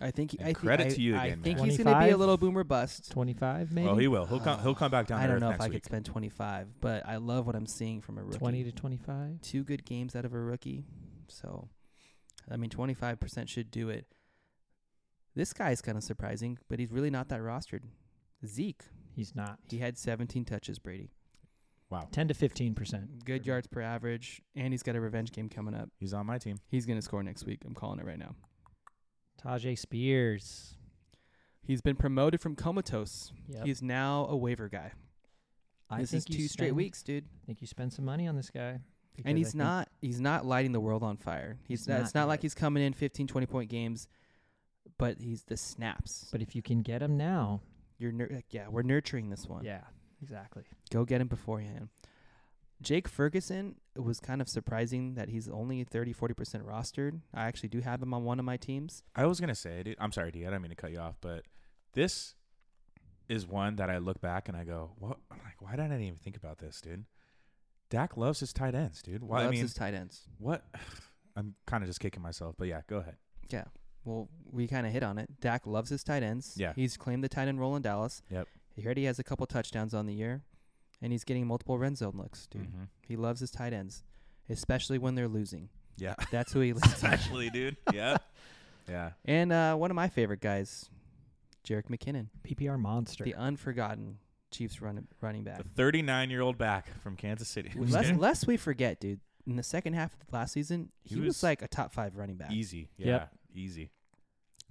Speaker 2: I think.
Speaker 3: And
Speaker 2: I think-
Speaker 3: credit
Speaker 2: I-
Speaker 3: to you
Speaker 2: I
Speaker 3: again,
Speaker 2: think
Speaker 3: man.
Speaker 2: he's going to be a
Speaker 1: 25?
Speaker 2: little boomer bust.
Speaker 1: Twenty five maybe.
Speaker 3: Oh, he will. He'll come. He'll come back down.
Speaker 2: I
Speaker 3: to
Speaker 2: don't
Speaker 3: earth
Speaker 2: know if
Speaker 3: next
Speaker 2: I
Speaker 3: week.
Speaker 2: could spend 25, but I love what I'm seeing from a rookie.
Speaker 1: Twenty to twenty five.
Speaker 2: Two good games out of a rookie. So, I mean, 25% should do it. This guy's kind of surprising, but he's really not that rostered. Zeke,
Speaker 1: He's not.
Speaker 2: he had 17 touches, Brady.
Speaker 3: Wow.
Speaker 1: Ten to fifteen percent.
Speaker 2: Good yards per average, and he's got a revenge game coming up.
Speaker 3: He's on my team.
Speaker 2: He's going to score next week. I'm calling it right now.
Speaker 1: Tajay Spears.
Speaker 2: He's been promoted from comatose.
Speaker 1: Yep.
Speaker 2: He's now a waiver guy.
Speaker 1: I
Speaker 2: this
Speaker 1: think
Speaker 2: is two
Speaker 1: you
Speaker 2: straight
Speaker 1: spend-
Speaker 2: weeks, dude.
Speaker 1: I think you spend some money on this guy. because
Speaker 2: and
Speaker 1: I
Speaker 2: he's
Speaker 1: think-
Speaker 2: not he's not lighting the world on fire. He's,
Speaker 1: He's
Speaker 2: not, it's
Speaker 1: not
Speaker 2: not like
Speaker 1: yet.
Speaker 2: he's coming in 15 20 point games, but he's the snaps.
Speaker 1: But if you can get him now,
Speaker 2: You're nur- like, yeah, we're nurturing this one.
Speaker 1: yeah, exactly.
Speaker 2: Go get him beforehand. Jake Ferguson it was kind of surprising that he's only 30 40% rostered. I actually do have him on one of my teams.
Speaker 3: I was gonna say, dude, I'm sorry, D. I don't mean to cut you off, but this is one that I look back and I go, "What? I'm like, why didn't I even think about this, dude?" Dak loves his tight ends, dude. Why?
Speaker 2: Loves
Speaker 3: I mean,
Speaker 2: his tight ends.
Speaker 3: what? I'm kind of just kicking myself, but yeah, go ahead.
Speaker 2: Yeah. Well, we kind of hit on it. Dak loves his tight ends.
Speaker 3: Yeah.
Speaker 2: He's claimed the tight end role in Dallas.
Speaker 3: Yep.
Speaker 2: He already has a couple touchdowns on the year, and he's getting multiple red zone looks, dude.
Speaker 3: Mhm.
Speaker 2: He loves his tight ends, especially when they're losing.
Speaker 3: Yeah,
Speaker 2: That's who he leans on.
Speaker 3: actually, dude. Yeah, yeah.
Speaker 2: And uh, one of my favorite guys, Jarek McKinnon,
Speaker 1: PPR monster.
Speaker 2: the unforgotten Chiefs run, running back.
Speaker 3: The 39 year old back from Kansas City.
Speaker 1: Who's
Speaker 2: Lest,
Speaker 1: that?
Speaker 2: lest we forget, dude, in the second half of last season,
Speaker 3: He
Speaker 2: he, was,
Speaker 3: was
Speaker 2: like a top five running back.
Speaker 3: easy. Yeah,
Speaker 1: Yep.
Speaker 3: easy.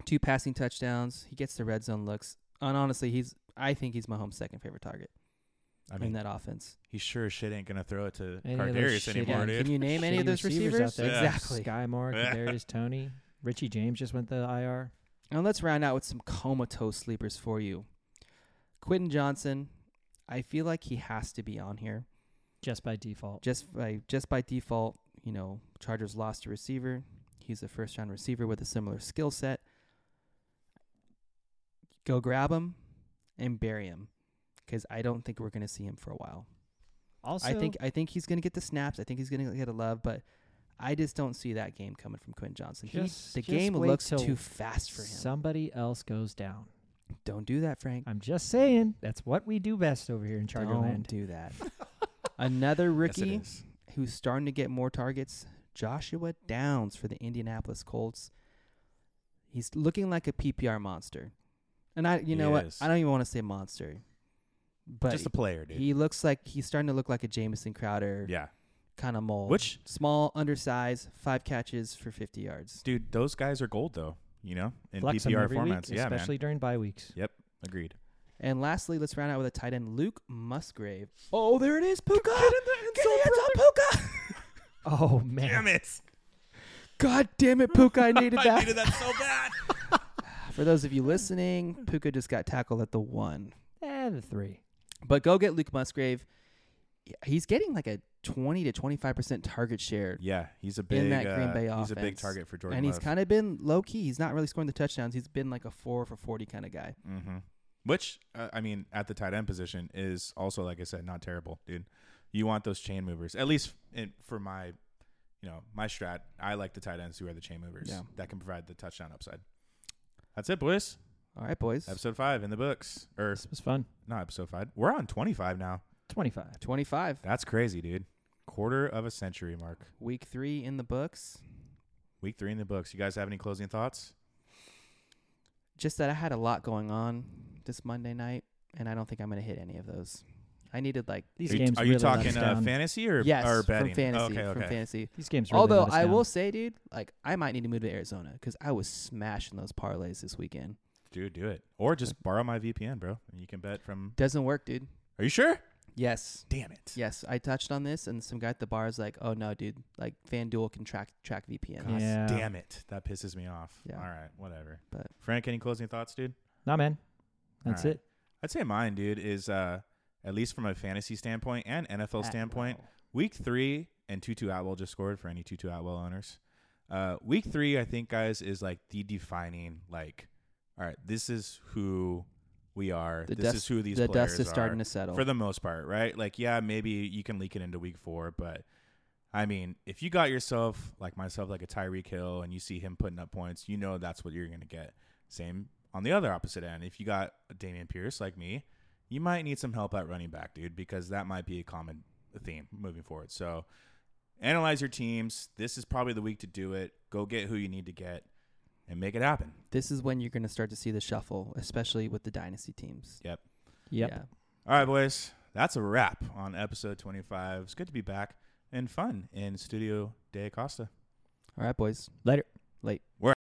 Speaker 2: Two passing touchdowns. He gets the red zone looks. And honestly, he's I think he's Mahomes' second favorite target
Speaker 3: I mean,
Speaker 2: in that offense.
Speaker 3: he sure as shit ain't gonna throw it to
Speaker 1: Any of those
Speaker 3: Cardarius
Speaker 1: shitty-
Speaker 3: anymore,
Speaker 2: Can
Speaker 3: dude.
Speaker 2: you name any of
Speaker 1: Shitty
Speaker 2: those receivers?
Speaker 1: out there.
Speaker 3: Yeah.
Speaker 2: Exactly.
Speaker 1: Sky Moore, Kadarius Tony, Richie James just went to IR.
Speaker 2: And let's round out with some comatose sleepers for you. Quinton Johnson, I feel like he has to be on here.
Speaker 1: just by default.
Speaker 2: Just by just by default, you know, Chargers lost a receiver. He's a first round receiver with a similar skill set. Go grab him and bury him. Because I don't think we're gonna see him for a while.
Speaker 1: Also,
Speaker 2: I think I think he's gonna get the snaps. I think he's gonna get a love, but I just don't see that game coming from Quinn Johnson. He-
Speaker 1: Just-
Speaker 2: the
Speaker 1: just
Speaker 2: game
Speaker 1: wait
Speaker 2: looks
Speaker 1: till
Speaker 2: too fast for him.
Speaker 1: somebody else goes down.
Speaker 2: don't do that, Frank.
Speaker 1: I'm just saying that's what we do best over here in
Speaker 2: Don't
Speaker 1: Chargerland.
Speaker 2: do that. Another
Speaker 3: Yes, it
Speaker 2: rookie
Speaker 3: is.
Speaker 2: who's starting to get more targets, Joshua Downs for the Indianapolis Colts. He's looking like a PPR monster. And I you know
Speaker 3: He
Speaker 2: what?
Speaker 3: is.
Speaker 2: I don't even want to say monster. But
Speaker 3: Just a player, dude.
Speaker 2: he looks like he's starting to look like a Jamison Crowder
Speaker 3: yeah,
Speaker 2: kind of mold.
Speaker 3: Which-
Speaker 2: small, undersized, five catches for 50 yards.
Speaker 3: dude. Those guys are gold, though. You know, in
Speaker 1: Flex them
Speaker 3: PPR
Speaker 1: every
Speaker 3: formats.
Speaker 1: week,
Speaker 3: yeah, man.
Speaker 1: especially during bye weeks.
Speaker 3: Agreed.
Speaker 2: And lastly, let's round out with a tight end, Luke Musgrave. Oh, there it is, Puka. Get in the end zone, Puka.
Speaker 1: Oh man,
Speaker 3: it!
Speaker 2: God damn it, Puka. I needed that.
Speaker 3: that so bad.
Speaker 2: For those of you listening, Puka just got tackled at the one.
Speaker 1: Eh, the three.
Speaker 2: But go get Luke Musgrave. He's getting like a 20 to 25% target share.
Speaker 3: Yeah, he's a big.
Speaker 2: that Green
Speaker 3: uh,
Speaker 2: Bay
Speaker 3: he's a big
Speaker 2: offense.
Speaker 3: target for Jordan.
Speaker 2: and he's
Speaker 3: Love.
Speaker 2: kind of been low key. He's not really scoring the touchdowns. He's been like a four for 40 kind of guy.
Speaker 3: hmm Which uh, I mean, at the tight end position is also, like I said, not terrible, dude. You want those chain movers, at least in, for my, you know, my strat. I like the tight ends who are the chain movers
Speaker 2: Yeah.
Speaker 3: that can provide the touchdown upside. That's it, boys.
Speaker 2: All right, boys.
Speaker 3: Episode five in the books, or
Speaker 1: This was fun.
Speaker 3: not episode five. We're on twenty five now.
Speaker 1: Twenty-five.
Speaker 2: 25.
Speaker 3: That's crazy, dude. Quarter of a century mark.
Speaker 2: Week three in the books.
Speaker 3: Week three in the books. You guys have any closing thoughts?
Speaker 2: Just that I had a lot going on this Monday night, and I don't think I'm going to hit any of those. I needed like.
Speaker 1: These
Speaker 3: are you,
Speaker 1: games
Speaker 3: are you
Speaker 1: really let us
Speaker 3: talking uh,
Speaker 1: down.
Speaker 3: fantasy or
Speaker 2: yes,
Speaker 3: or betting?
Speaker 2: from fantasy.
Speaker 3: Okay, okay.
Speaker 2: From fantasy.
Speaker 1: These games. Really
Speaker 2: Although
Speaker 1: let us
Speaker 2: I
Speaker 1: down.
Speaker 2: will say, dude, like I might need to move to Arizona because I was smashing those parlays this weekend.
Speaker 3: Dude, do it. Or just borrow my VPN, bro. And you can bet from.
Speaker 2: Doesn't work, dude.
Speaker 3: Are you sure?
Speaker 2: Yes,
Speaker 3: Damn it.
Speaker 2: yes. I touched on this, and some guy at the bar is like, "Oh no, dude! Like FanDuel can track track VPN."
Speaker 3: God
Speaker 1: Yeah.
Speaker 3: damn it. That pisses me off.
Speaker 2: Yeah.
Speaker 3: All right, whatever.
Speaker 2: But-
Speaker 3: Frank, any closing thoughts, dude?
Speaker 1: Nah, man. That's
Speaker 3: Alright.
Speaker 1: it.
Speaker 3: I'd say mine, dude, is uh, at least from a fantasy standpoint and NFL standpoint, week three and Tutu Atwell just scored for any Tutu Atwell owners. Uh, week three, I think, guys, is like the defining like, all right, this is who we are.
Speaker 2: The
Speaker 3: this
Speaker 2: dust-
Speaker 3: is who these
Speaker 2: the
Speaker 3: players
Speaker 2: dust is
Speaker 3: are
Speaker 2: starting to settle.
Speaker 3: for the most part, right? Like, yeah, maybe you can leak it into week four, but I mean, if you got yourself like myself, like a Tyreek Hill, and you see him putting up points, you know that's what you're going to get. Same on the other opposite end. If you got a Damian Pierce like me, you might need some help at running back, dude, because that might be a common theme moving forward. So analyze your teams. This is probably the week to do it. Go get who you need to get and make it happen.
Speaker 2: this is when you're going to start to see the shuffle, especially with the dynasty teams.
Speaker 3: Yep.
Speaker 1: Yep.
Speaker 2: Yeah.
Speaker 3: All right, boys. That's a wrap on episode 25. It's good to be back and fun in Studio De Acosta.
Speaker 2: All right, boys.
Speaker 1: Later.
Speaker 3: We're